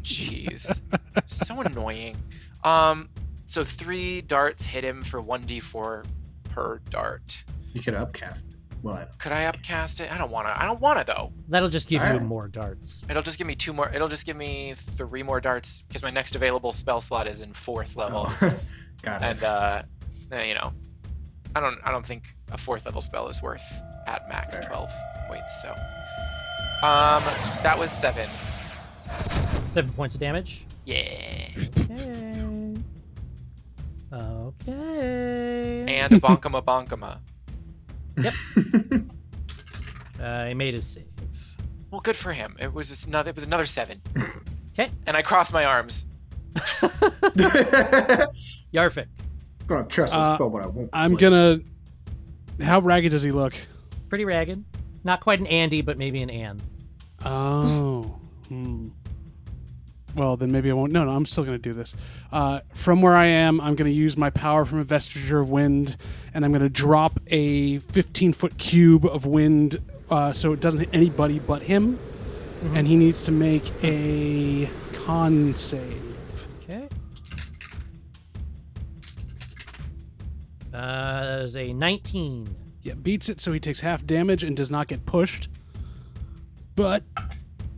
Speaker 6: Jeez, so annoying. Um, so three darts hit him for one d4 per dart.
Speaker 11: you could upcast. it. Well, I don't.
Speaker 6: Could I upcast it? I don't wanna. I don't wanna though.
Speaker 3: That'll just give you
Speaker 11: Alright.
Speaker 3: more darts.
Speaker 6: It'll just give me two more. It'll just give me three more darts because my next available spell slot is in fourth level,
Speaker 11: Oh. Got it.
Speaker 6: and uh, eh, you know, I don't. I don't think a fourth level spell is worth at max
Speaker 11: Fair.
Speaker 6: twelve points. So, um, that was seven.
Speaker 3: Seven points of damage.
Speaker 6: Yeah,
Speaker 3: Okay. Okay.
Speaker 6: and a bonkama bonkama.
Speaker 3: Uh, he made his save.
Speaker 6: Well, good for him. It was just another. It was another seven.
Speaker 3: 'Kay.
Speaker 6: And I crossed my arms.
Speaker 3: Yarfik.
Speaker 11: gonna Oh, trust
Speaker 9: Uh,
Speaker 11: this spell, but I won't.
Speaker 9: I'm
Speaker 11: believe
Speaker 9: gonna. How raggy does he look?
Speaker 3: pretty ragged. Not quite an Andy, but maybe an Ann.
Speaker 9: Oh, Hmm. Well, then maybe I won't. No, no, I'm still going to do this. Uh, from where I am, I'm going to use my power from a vestige of wind, and I'm going to drop a 15 foot cube of wind uh, so it doesn't hit anybody but him. And he needs to make a con save.
Speaker 3: Okay. Uh, that is a 19.
Speaker 9: Yeah, beats it, so he takes half damage and does not get pushed. But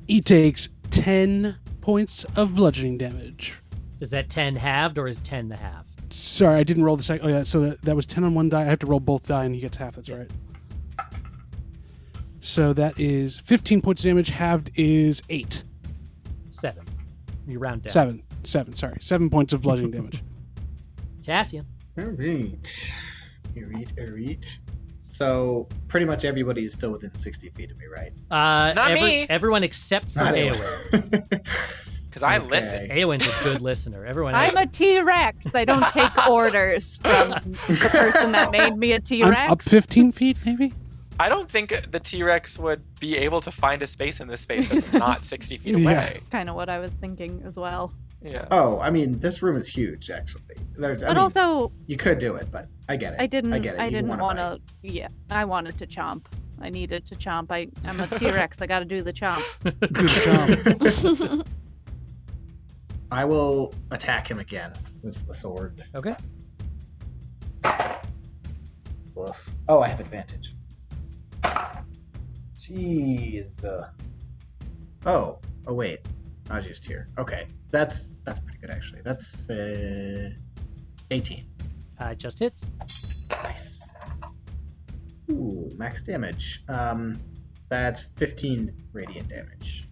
Speaker 9: he takes 10 points of bludgeoning damage.
Speaker 3: Is that 10 halved or is 10 the half?
Speaker 9: Sorry, I didn't roll the second. Oh, yeah, so that, that was 10 on one die. I have to roll both die, and he gets half. That's right. So that is 15 points of damage. Halved is 8.
Speaker 3: Seven. You round down.
Speaker 9: 7. 7, sorry. 7 points of bludgeoning damage.
Speaker 3: Cassian.
Speaker 11: All right. All right, all right. So pretty much everybody is still within 60 feet of me, right?
Speaker 3: Uh,
Speaker 6: Not
Speaker 3: every-
Speaker 6: me.
Speaker 3: Everyone except for
Speaker 11: Not
Speaker 3: Aowen.
Speaker 6: Because I
Speaker 11: Okay.
Speaker 6: listen.
Speaker 3: Aowen's a good listener. Everyone else.
Speaker 7: I'm a T Rex. I don't take orders from the person that made me a T
Speaker 9: I'm up
Speaker 7: Rex.
Speaker 9: 15 feet, maybe?
Speaker 6: I don't think the T Rex would be able to find a space in this space that's not 60 feet
Speaker 9: Yeah.
Speaker 6: away.
Speaker 7: Kind of what I was thinking as well.
Speaker 6: Yeah.
Speaker 11: Oh, I mean, this room is huge, actually. There's, I
Speaker 7: But
Speaker 11: mean,
Speaker 7: also,
Speaker 11: you could do it, but I get it.
Speaker 7: I didn't.
Speaker 11: I
Speaker 7: I,
Speaker 11: get it. You
Speaker 7: didn't
Speaker 11: wanna
Speaker 7: want to. Yeah, I wanted to chomp. I needed to chomp. I, I'm a T Rex. I got to do the chomp.
Speaker 9: Good job.
Speaker 11: I will attack him again with a sword.
Speaker 3: Okay.
Speaker 11: Woof. Oh, I have advantage. Jeez. uh, Oh. Oh wait. I was just here. Okay. That's that's pretty good actually. That's uh, 18.
Speaker 3: Uh, it just hits.
Speaker 11: Nice. Ooh, max damage. Um, that's 15 radiant damage.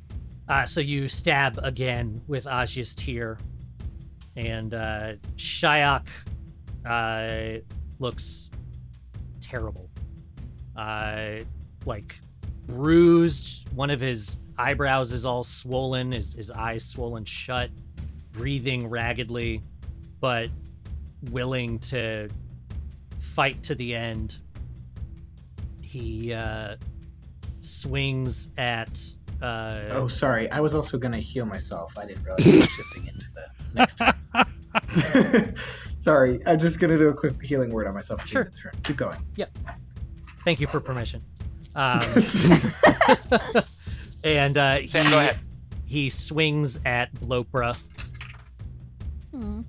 Speaker 3: Uh, so you stab again with Aj's tear, and uh, Shyok uh, looks terrible. Uh, like bruised, one of his eyebrows is all swollen, his, his eyes swollen shut, breathing raggedly, but willing to fight to the end. He uh, swings at. Uh,
Speaker 11: Oh, sorry. I was also gonna heal myself. I didn't realize I was shifting into the next turn. sorry. I'm just gonna do a quick healing word on myself. at the
Speaker 3: Sure.
Speaker 11: end of the turn. Keep going.
Speaker 3: Thank you for permission. Um, and uh, he,
Speaker 6: Sam, go ahead.
Speaker 3: he swings at Blopra.
Speaker 4: Hmm.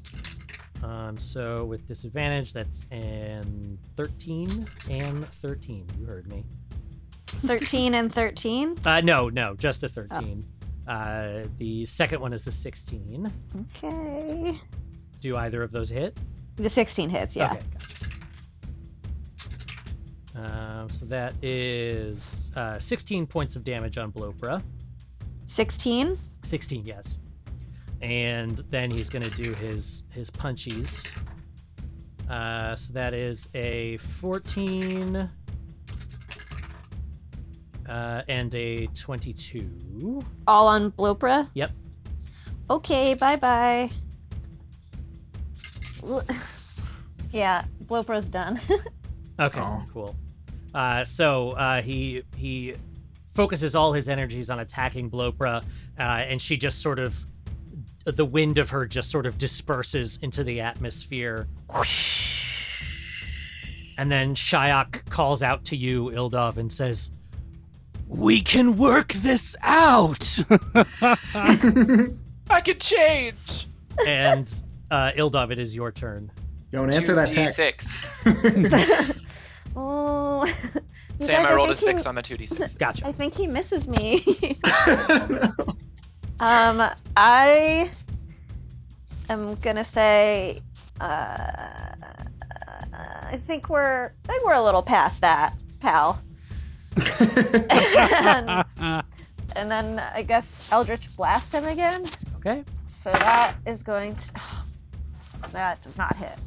Speaker 3: Um, so with disadvantage, that's an 13 and 13. You heard me.
Speaker 4: 13 and 13.
Speaker 3: Uh, no, no, just a 13.
Speaker 4: Oh.
Speaker 3: Uh, the second one is a 16.
Speaker 4: Okay.
Speaker 3: Do either of those hit?
Speaker 4: The 16 hits, yeah.
Speaker 3: Okay, gotcha. Um, so that is uh, 16 points of damage on Blopra.
Speaker 4: 16.
Speaker 3: 16 yes and then he's gonna do his his punchies uh so that is a 14 uh and a 22
Speaker 4: All on Blopra?
Speaker 3: Yep.
Speaker 4: Okay, bye bye. yeah, Blopra's done.
Speaker 3: okay
Speaker 11: Oh.
Speaker 3: cool uh so uh he he focuses all his energies on attacking blopra uh and she just sort of the wind of her just sort of disperses into the atmosphere And then Shyok calls out to you, Ildov, and says, We can work this out!
Speaker 6: I can change.
Speaker 3: and uh, Ildov, it is your turn.
Speaker 11: Don't answer that text.
Speaker 6: 2d6.
Speaker 4: oh. You
Speaker 6: Sam,
Speaker 4: guys,
Speaker 6: I rolled a
Speaker 4: think he-
Speaker 6: 6 on the 2d6.
Speaker 3: Gotcha.
Speaker 4: I think he misses me. um, I am gonna say, uh, I think we're, I think we're a little past that, pal. and, and then I guess Eldritch blast him again.
Speaker 3: Okay.
Speaker 4: So that is going to. that does not hit.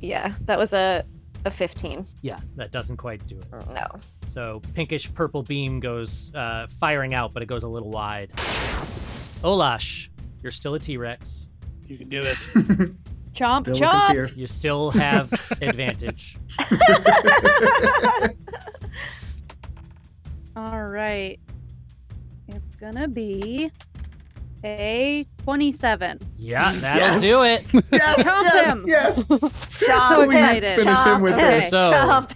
Speaker 4: Yeah, that was a a 15.
Speaker 3: Yeah, that doesn't quite do it.
Speaker 4: No.
Speaker 3: So pinkish purple beam goes uh, firing out, but it goes a little wide. Olash, you're still a T Rex.
Speaker 9: you can do this.
Speaker 7: Chomp,
Speaker 11: Still looking
Speaker 7: chomp.
Speaker 11: fierce.
Speaker 3: You still have advantage.
Speaker 7: All right. It's gonna be a 27.
Speaker 3: Yeah,
Speaker 11: Yes.
Speaker 3: that'll do it.
Speaker 11: Yes,
Speaker 7: Chomp him.
Speaker 11: yes, Oh,
Speaker 4: Chomp
Speaker 7: so
Speaker 4: him.
Speaker 7: excited.
Speaker 11: Finish him
Speaker 4: Chomp
Speaker 11: with
Speaker 4: him.
Speaker 3: this. So-
Speaker 4: Chomp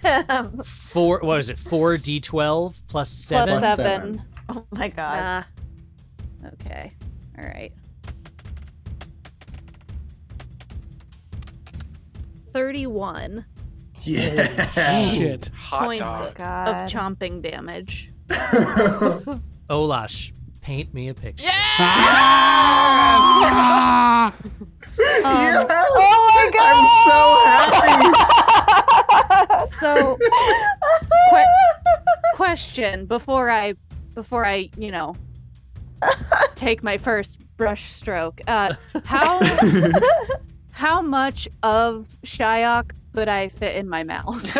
Speaker 4: him.
Speaker 3: Four. What was it? Four d12 plus
Speaker 7: Plus
Speaker 3: seven.
Speaker 11: Plus
Speaker 7: seven.
Speaker 11: seven.
Speaker 4: Oh my god.
Speaker 7: Ah. Okay. All right. 31
Speaker 11: yes.
Speaker 9: Shit.
Speaker 6: Hot
Speaker 7: Points
Speaker 6: dog.
Speaker 4: god.
Speaker 7: of chomping damage.
Speaker 3: Olash, paint me a picture.
Speaker 7: Um,
Speaker 4: Oh my
Speaker 7: so que- question before I before I, you know, take my first brush stroke. Uh how how much of Shyok could I fit in my mouth?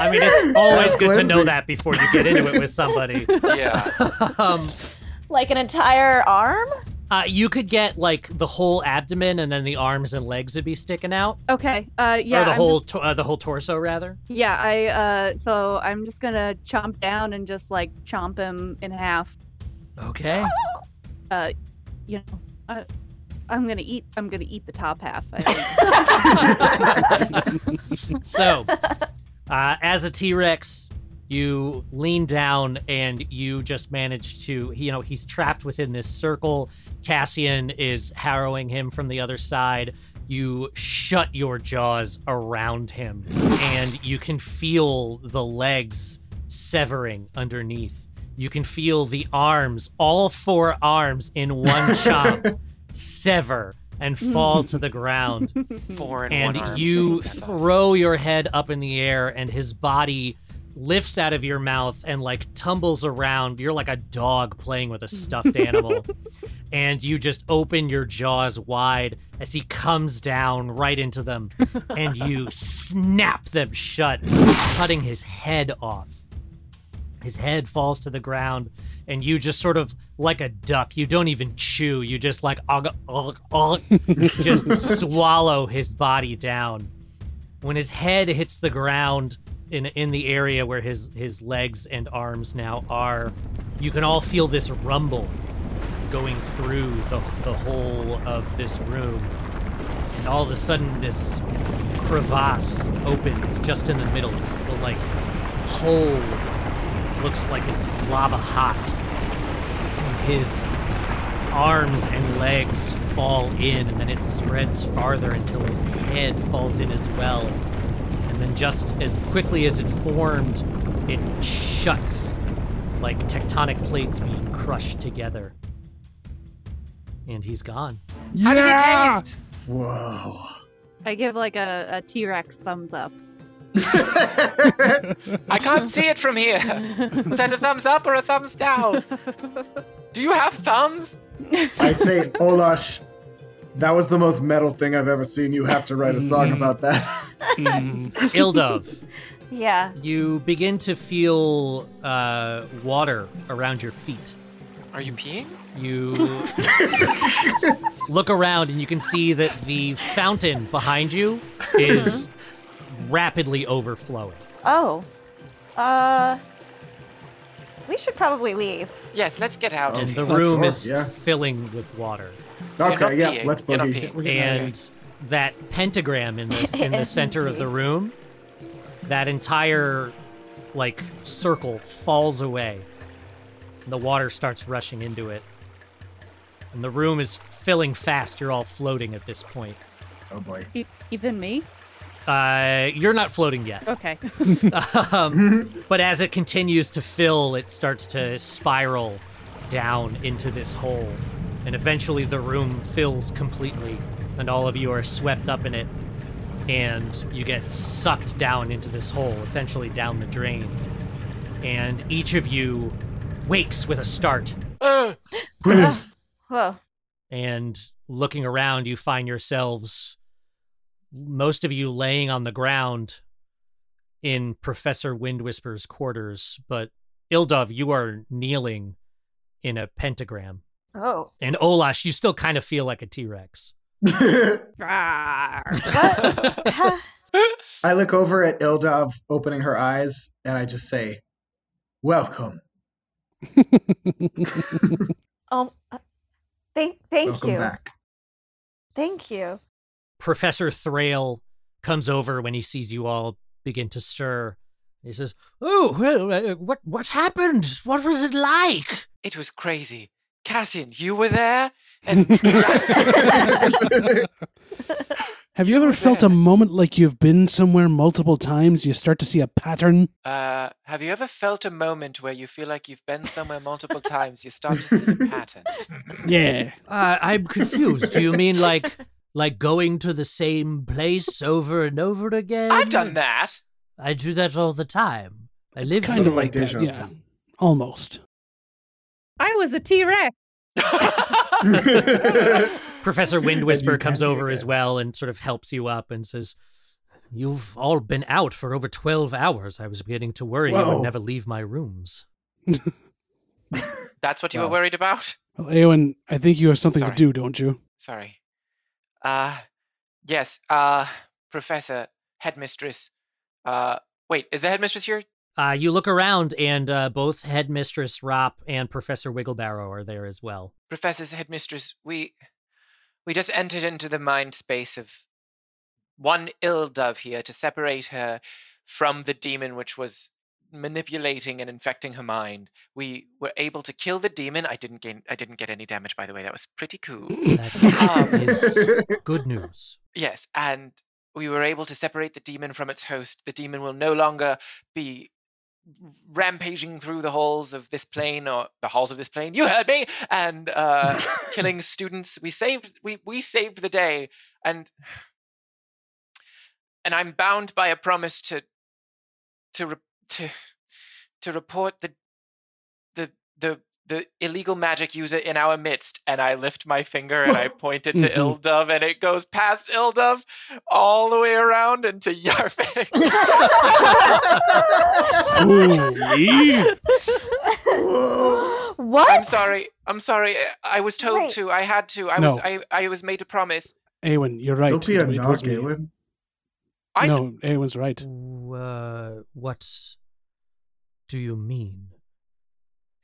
Speaker 3: I mean, it's always
Speaker 11: That's
Speaker 3: good to know
Speaker 11: flimsy.
Speaker 3: that before you get into it with somebody.
Speaker 6: Yeah.
Speaker 3: um,
Speaker 4: like an entire arm?
Speaker 3: uh, you could get like the whole abdomen, and then the arms and legs would be sticking out,
Speaker 7: Okay. Uh yeah.
Speaker 3: or the
Speaker 7: I'm
Speaker 3: whole to- uh, the whole torso rather.
Speaker 7: Yeah, I uh so I'm just gonna chomp down and just like chomp him in half.
Speaker 3: Okay.
Speaker 7: You know, I, I'm gonna eat. I'm gonna eat the top half. I think.
Speaker 3: So, uh, as a T Rex, you lean down and you just manage to, you know, he's trapped within this circle. Cassian is harrowing him from the other side. You shut your jaws around him, and you can feel the legs severing underneath. You can feel the arms, all four arms in one chop, sever and fall to the ground
Speaker 6: Four in
Speaker 3: and
Speaker 6: one arm.
Speaker 3: you
Speaker 6: That's awesome.
Speaker 3: throw your head up in the air and his body lifts out of your mouth and like tumbles around you're like a dog playing with a stuffed animal and you just open your jaws wide as he comes down right into them and you snap them shut cutting his head off his head falls to the ground and you just sort of like a duck you don't even chew you just like ugh, ugh, ugh, just swallow his body down when his head hits the ground in in the area where his his legs and arms now are you can all feel this rumble going through the, the whole of this room and all of a sudden this crevasse opens just in the middle this little like hole looks like it's lava hot. And his arms and legs fall in, and then it spreads farther until his head falls in as well. And then, just as quickly as it formed, it shuts like tectonic plates being crushed together. And he's gone.
Speaker 6: How did it taste?
Speaker 11: Whoa.
Speaker 7: I give like a, a T Rex thumbs up.
Speaker 6: I can't see it from here. Was that a thumbs up or a thumbs down? Do you have thumbs?
Speaker 11: I say, Olash, that was the most metal thing I've ever seen. You have to write a song about that.
Speaker 3: Ildov.
Speaker 4: Yeah.
Speaker 3: You begin to feel uh, water around your feet.
Speaker 6: Are you peeing?
Speaker 3: You look around and you can see that the fountain behind you is rapidly overflowing.
Speaker 4: Oh. Uh we should probably leave.
Speaker 6: Yes, let's get out of
Speaker 3: And the
Speaker 6: here.
Speaker 11: Oh, That's
Speaker 3: room
Speaker 11: all,
Speaker 3: is
Speaker 11: yeah.
Speaker 3: filling with water.
Speaker 6: You're not
Speaker 11: okay, yeah,
Speaker 6: peeing.
Speaker 11: let's
Speaker 6: You're not
Speaker 11: boogie.
Speaker 6: peeing.
Speaker 3: And that pentagram in the in the center of the room, that entire like circle falls away. And the water starts rushing into it. And the room is filling fast. You're all floating at this point.
Speaker 11: Oh boy.
Speaker 7: E- even me?
Speaker 3: Uh, you're not floating yet.
Speaker 7: Okay.
Speaker 3: um, but as it continues to fill, it starts to spiral down into this hole. And eventually the room fills completely, and all of you are swept up in it. And you get sucked down into this hole, essentially down the drain. And each of you wakes with a start.
Speaker 6: Uh,
Speaker 4: Whoa.
Speaker 3: And looking around, you find yourselves, most of you laying on the ground in Professor Windwhisper's quarters. But Ildov, you are kneeling in a pentagram.
Speaker 4: Oh.
Speaker 3: And Olash, you still kind of feel like a T Rex.
Speaker 7: Rawr.
Speaker 4: Ha-
Speaker 11: I look over at Ildov opening her eyes and I just say, Welcome
Speaker 4: Oh, uh, thank, thank
Speaker 12: Welcome
Speaker 4: you.
Speaker 12: back.
Speaker 4: Thank you.
Speaker 3: Professor Thrale comes over when he sees you all begin to stir. He says, "Oh, well, uh, what what happened? What was it like?"
Speaker 6: It was crazy. Cassian, you were there?
Speaker 9: Have you ever felt a moment like you've been somewhere multiple times? You start to see a pattern.
Speaker 6: Uh, have you ever felt a moment where you feel like you've been somewhere multiple times? You start to see a pattern.
Speaker 9: Yeah.
Speaker 3: Uh, I'm confused. Do you mean like like going to the same place over and over again?
Speaker 6: I've done that.
Speaker 3: I do that all the time. I live
Speaker 9: kind
Speaker 3: here
Speaker 9: of like
Speaker 3: that.
Speaker 9: deja vu. Almost.
Speaker 7: I was a T Rex.
Speaker 3: Professor Wind
Speaker 11: And
Speaker 3: Whisper
Speaker 11: you
Speaker 3: comes
Speaker 11: can be
Speaker 3: over as well and sort of helps you up and says, "You've all been out for over twelve hours. I was beginning to worry you
Speaker 11: Whoa.
Speaker 3: would never leave my rooms."
Speaker 6: That's what you
Speaker 11: Well.
Speaker 6: were worried about?
Speaker 9: Well, Eowyn, I think you have something
Speaker 6: Sorry.
Speaker 9: to do, don't you?
Speaker 6: Sorry. Uh, yes, uh, Professor, Headmistress. Uh, wait, is the Headmistress here?
Speaker 3: Uh, you look around, and uh, both Headmistress Rop and Professor Wigglebarrow are there as well.
Speaker 6: Professor's headmistress, we we just entered into the mind space of one ill dove here to separate her from the demon which was manipulating and infecting her mind. We were able to kill the demon. I didn't gain I didn't get any damage by the way. That was pretty cool.
Speaker 3: That
Speaker 6: Um,
Speaker 3: is good news.
Speaker 6: Yes, and we were able to separate the demon from its host. The demon will no longer be rampaging through the halls of this plane or the halls of this plane. You heard me. And uh, killing students. We saved we we saved the day. And and I'm bound by a promise to to re- to to report the the the the illegal magic user in our midst and i lift my finger and i point it to
Speaker 9: Mhm.
Speaker 6: ildove and it goes past ildove all the way around and to yarvik
Speaker 4: what?
Speaker 6: i'm sorry i'm sorry i was told
Speaker 4: Wait.
Speaker 6: to i had to i was
Speaker 9: No.
Speaker 6: I, I was made a promise
Speaker 9: Eowyn, you're right.
Speaker 11: Don't be a
Speaker 9: It was
Speaker 11: nog,
Speaker 9: me.
Speaker 11: Eowyn.
Speaker 6: i
Speaker 9: No, Eowyn's right.
Speaker 3: Uh, what do you mean?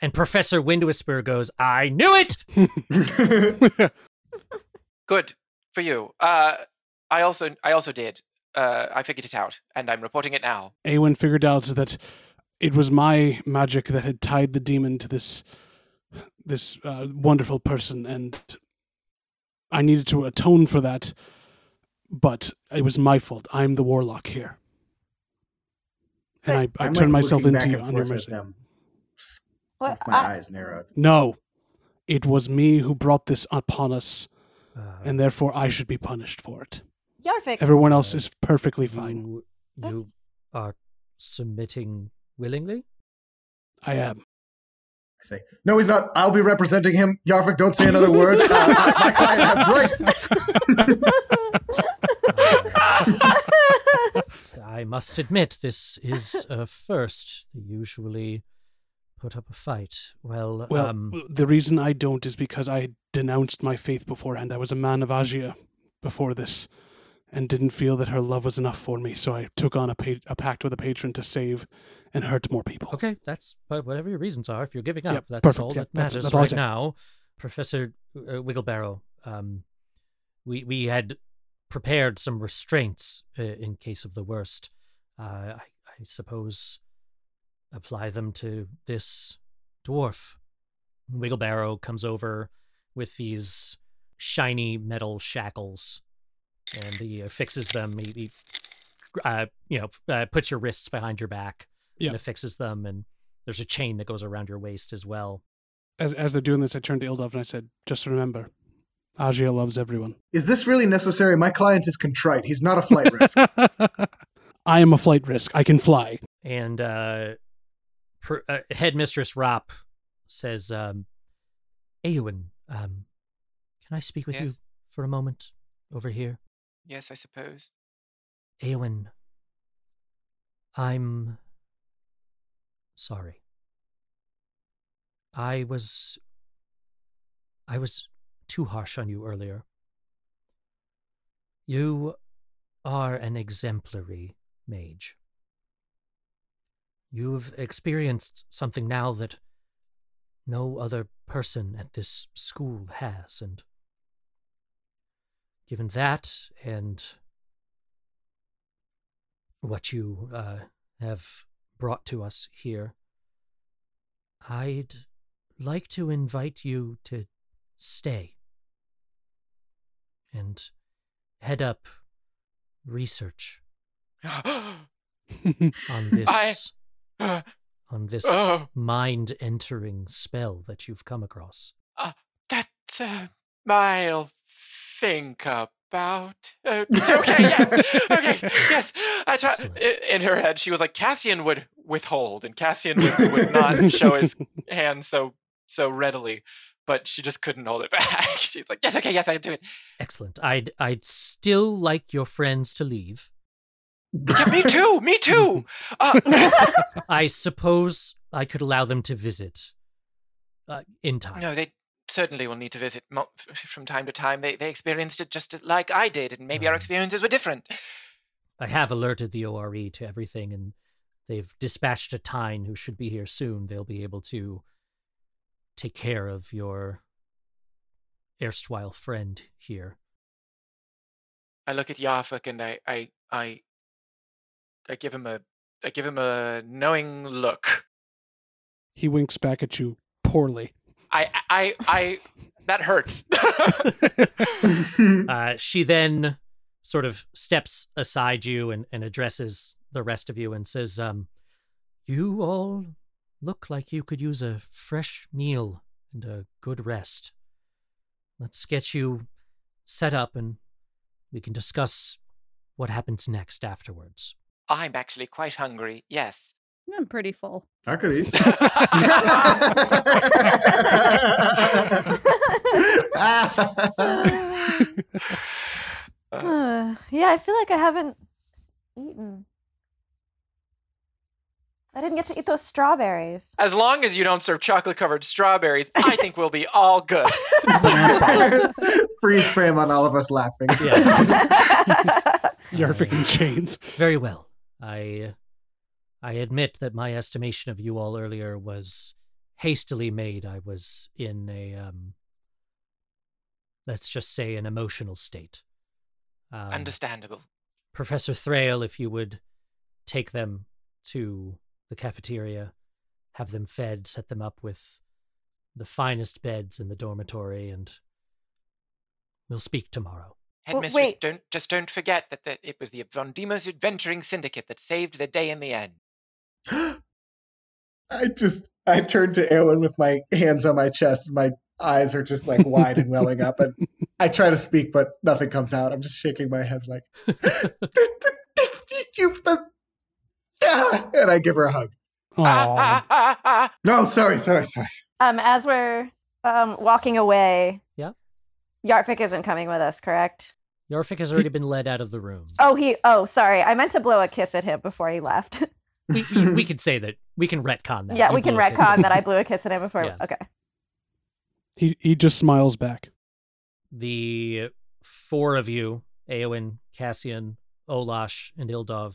Speaker 3: And Professor Windwhisper goes, I knew it!
Speaker 6: good for you uh i also i also did uh i figured it out and i'm reporting it now
Speaker 9: Awen figured out that it was my magic that had tied the demon to this this uh, wonderful person, and I needed to atone for that. But it was my fault. I'm the warlock here, and I, I
Speaker 11: I'm,
Speaker 9: turned
Speaker 11: like,
Speaker 9: myself
Speaker 11: looking
Speaker 9: into
Speaker 11: back
Speaker 9: you
Speaker 11: and
Speaker 9: on your
Speaker 11: forth
Speaker 9: mercy.
Speaker 11: at them
Speaker 4: What? Uh,
Speaker 11: with my
Speaker 4: I,
Speaker 11: eyes narrowed.
Speaker 9: No, it was me who brought this upon us,
Speaker 3: Uh,
Speaker 9: and therefore I should be punished for it.
Speaker 4: Yarvik,
Speaker 9: Everyone else is perfectly
Speaker 11: Mm.
Speaker 9: fine.
Speaker 3: You, you
Speaker 4: That's-
Speaker 3: are submitting willingly?
Speaker 9: I am.
Speaker 11: I say, no, he's not. I'll be representing him. Yarvik, don't say another word. Uh, my client has rights.
Speaker 3: Uh, I must admit, this is a first. They usually put up a fight. Well,
Speaker 9: Well,
Speaker 3: um,
Speaker 9: the reason I don't is because I denounced my faith beforehand. I was a man of Agia before this and didn't feel that her love was enough for me, so I took on a, pa- a pact with a patron to save and hurt more people.
Speaker 3: Okay, that's but whatever your reasons are. If you're giving up,
Speaker 9: Yeah,
Speaker 3: that's
Speaker 9: perfect,
Speaker 3: all
Speaker 9: yeah,
Speaker 3: that
Speaker 9: that's-
Speaker 3: matters
Speaker 9: that's all I
Speaker 3: right
Speaker 9: said.
Speaker 3: now. Professor uh, Wigglebarrow, um, we we had prepared some restraints uh, in case of the worst. Uh, I, I suppose apply them to this dwarf. Wigglebarrow comes over with these shiny metal shackles, and he affixes them. He, he uh, you know, uh, puts your wrists behind your back
Speaker 9: Yeah.
Speaker 3: and affixes them, and there's a chain that goes around your waist as well.
Speaker 9: As, as they're doing this, I turned to Ildov and I said, Just remember, Agia loves everyone.
Speaker 11: Is this really necessary? My client is contrite. He's not a flight risk.
Speaker 9: I am a flight risk. I can fly.
Speaker 3: And uh, pr- uh, headmistress Rop says, um, "Eowyn, um, can I speak with you
Speaker 6: Yes.
Speaker 3: for a moment over here?"
Speaker 6: yes i suppose
Speaker 3: Eowyn, I'm sorry. I was. I was too harsh on you earlier. You are an exemplary mage. You've experienced something now that no other person at this school has. And given that and what you uh, have brought to us here, I'd like to invite you to stay and head up research on this
Speaker 6: I-
Speaker 3: on this
Speaker 6: Oh.
Speaker 3: mind entering spell that you've come across.
Speaker 6: That uh, I'll think about. Uh, okay, yes, okay, yes. I try.
Speaker 3: Excellent.
Speaker 6: i- In her head, she was like Cassian would withhold, and Cassian would, would not show his hand so so readily, but she just couldn't hold it back. She's like, yes, okay, yes, I do it.
Speaker 3: Excellent. I'd I'd still like your friends to leave.
Speaker 6: Yeah, me too, me too. Uh,
Speaker 3: I suppose I could allow them to visit uh, in time.
Speaker 6: No, they certainly will need to visit mo- f- from time to time. They they experienced it just as, like I did, and maybe our
Speaker 3: Um,
Speaker 6: experiences were different.
Speaker 3: I have alerted the ORE to everything, and they've dispatched a Tyne who should be here soon. They'll be able to take care of your erstwhile friend here.
Speaker 6: I look at Yarfuk and I I I I give him a I give him a knowing look.
Speaker 9: He winks back at you poorly.
Speaker 6: I I I that hurts.
Speaker 3: Uh, she then sort of steps aside you and, and addresses the rest of you and says, um, You all look like you could use a fresh meal and a good rest. Let's get you set up and we can discuss what happens next afterwards.
Speaker 6: I'm actually quite hungry. Yes.
Speaker 7: I'm pretty full.
Speaker 11: I could eat.
Speaker 6: Uh,
Speaker 4: Uh, yeah, I feel like I haven't eaten. I didn't get to eat those strawberries.
Speaker 6: as long as you don't serve chocolate covered strawberries, I think we'll be all good.
Speaker 11: Freeze frame on all of us laughing.
Speaker 9: Yarvik in chains.
Speaker 3: Very well. I uh, I admit that my estimation of you all earlier was hastily made. I was in a um let's just say an emotional state. Um,
Speaker 6: Understandable.
Speaker 3: Professor Thrale, if you would take them to the cafeteria, have them fed, set them up with the finest beds in the dormitory, and we'll speak tomorrow.
Speaker 4: Well,
Speaker 6: Headmistress,
Speaker 4: wait.
Speaker 6: don't just don't forget that the, it was the Von Demos Adventuring Syndicate that saved the day in the end.
Speaker 11: I just I turn to Erwin with my hands on my chest. My eyes are just like wide and welling up, and I try to speak, but nothing comes out. I'm just shaking my head like, "You- the- ah," and I give her a hug.
Speaker 6: Ah,
Speaker 9: Aw.
Speaker 6: ah, ah, ah.
Speaker 11: No, sorry, sorry, sorry.
Speaker 4: Um, as we're um walking away,
Speaker 3: Yeah.
Speaker 4: Yarvik isn't coming with us, correct?
Speaker 3: Yarfik has already been led out of the room.
Speaker 4: Oh, he. Oh, sorry. I meant to blow a kiss at him before he left.
Speaker 3: we, we, we could say that we can retcon that.
Speaker 4: yeah,
Speaker 3: You
Speaker 4: we can
Speaker 3: blew a kiss.
Speaker 4: retcon that I blew a kiss at him before.
Speaker 3: Yeah.
Speaker 4: Okay.
Speaker 9: He he just smiles back.
Speaker 3: The four of you, Eowyn, Cassian, Olash, and Ildov,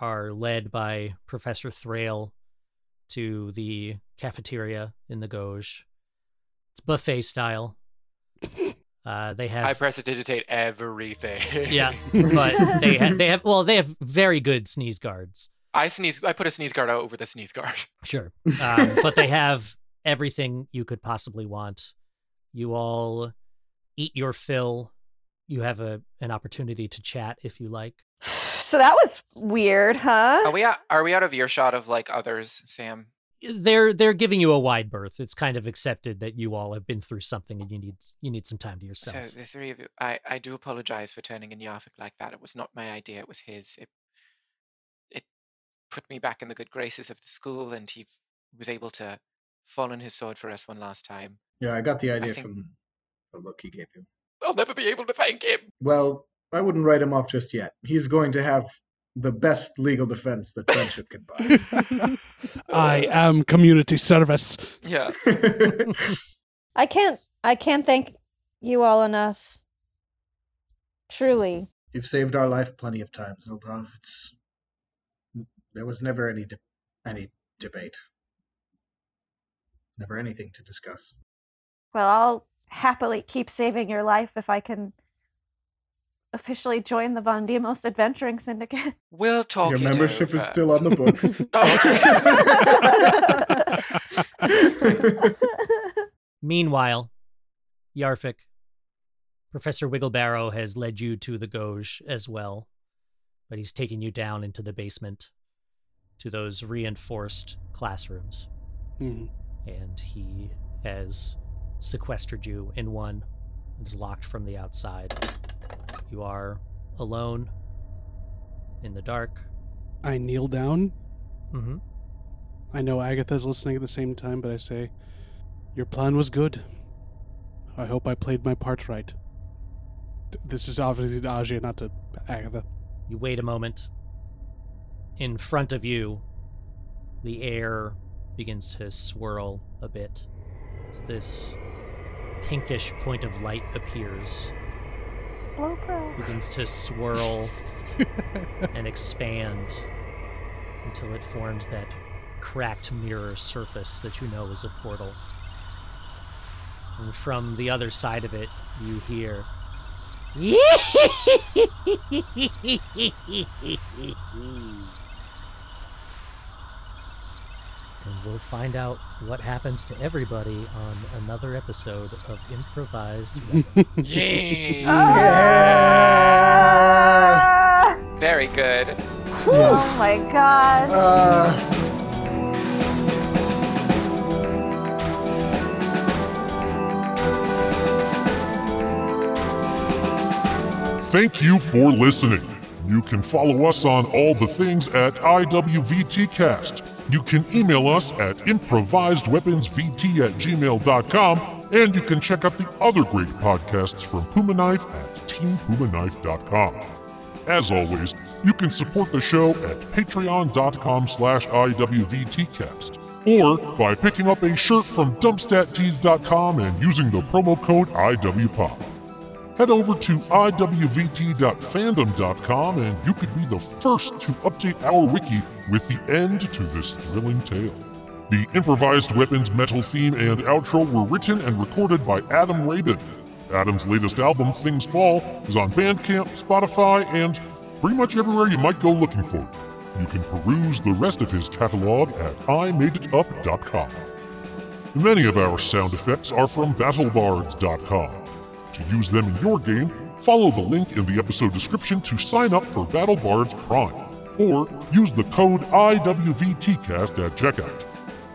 Speaker 3: are led by Professor Thrale to the cafeteria in the Gauge. It's buffet style. Uh, they have
Speaker 6: I prestidigitate everything.
Speaker 3: yeah, but they ha- they have well they have very good sneeze guards.
Speaker 6: I sneeze. I put a sneeze guard over the sneeze guard.
Speaker 3: Sure. Um, but they have everything you could possibly want. You all eat your fill. You have a an opportunity to chat if you like.
Speaker 4: So that was weird, huh?
Speaker 6: Are we out, are we out of earshot of like others, Sam?
Speaker 3: They're they're giving you a wide berth. It's kind of accepted that you all have been through something and you need you need some time to
Speaker 6: So
Speaker 3: yourself.
Speaker 6: the three of you, I, I do apologize for turning in Yarfik like that. It was not my idea. It was his. It it put me back in the good graces of the school, and he was able to fall on his sword for us one last time.
Speaker 11: Yeah, I got the idea
Speaker 6: think-
Speaker 11: from the look he gave you.
Speaker 6: I'll never be able to thank him.
Speaker 11: Well, I wouldn't write him off just yet. He's going to have the best legal defense that friendship can buy.
Speaker 9: I am community service.
Speaker 6: Yeah.
Speaker 4: I can't. I can't thank you all enough. Truly.
Speaker 11: You've saved our life plenty of times, Obov. It's there was never any de- any debate. Never anything to discuss.
Speaker 4: Well, I'll happily keep saving your life if I can officially join the Von Demos Adventuring Syndicate.
Speaker 6: We'll talk.
Speaker 2: Your
Speaker 6: it
Speaker 2: membership is
Speaker 6: over.
Speaker 2: still on the books.
Speaker 6: Oh,
Speaker 3: Meanwhile, Yarfik, Professor Wigglebarrow has led you to the Gauge as well, but he's taken you down into the basement to those reinforced classrooms,
Speaker 9: Hmm.
Speaker 3: and he has sequestered you in one and is locked from the outside. You are alone in the dark.
Speaker 9: I kneel down.
Speaker 3: Mm-hmm.
Speaker 9: I know Agatha's listening at the same time, but I say, Your plan was good. I hope I played my part right. Th- This is obviously to Ajay, not to Agatha.
Speaker 3: You wait a moment. In front of you, the air begins to swirl a bit. As this pinkish point of light appears, begins to swirl and expand until it forms that cracked mirror surface that you know is a portal. And from the other side of it, you hear. and we'll find out what happens to everybody on another episode of Improvised.
Speaker 6: gee.
Speaker 4: Ah!
Speaker 6: Very good.
Speaker 4: Oh my gosh.
Speaker 1: Thank you for listening. You can follow us on all the things at IWVTcast. You can email us at improvisedweaponsvt at gmail.com, and you can check out the other great podcasts from Puma Knife at teampumaknife.com. As always, you can support the show at patreon.com slash IWVTcast or by picking up a shirt from dumpstattees.com and using the promo code IWPOP. Head over to iwvt.fandom.com and you could be the first to update our wiki with the end to this thrilling tale. The improvised weapons metal theme and outro were written and recorded by Adam Rabin. Adam's latest album, Things Fall, is on Bandcamp, Spotify, and pretty much everywhere you might go looking for it. You can peruse the rest of his catalog at imadeitup.com. Many of our sound effects are from battlebards.com. To use them in your game, follow the link in the episode description to sign up for BattleBards Prime, or use the code IWVTcast at checkout.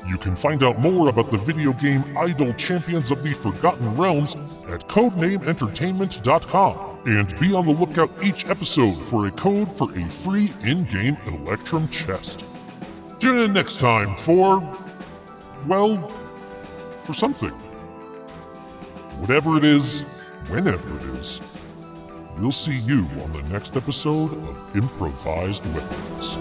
Speaker 1: You can find out more about the video game Idle Champions of the Forgotten Realms at codenameentertainment.com, and be on the lookout each episode for a code for a free in-game Electrum chest. Tune in next time for, well, for something. Whatever it is, whenever it is, we'll see you on the next episode of Improvised Weapons.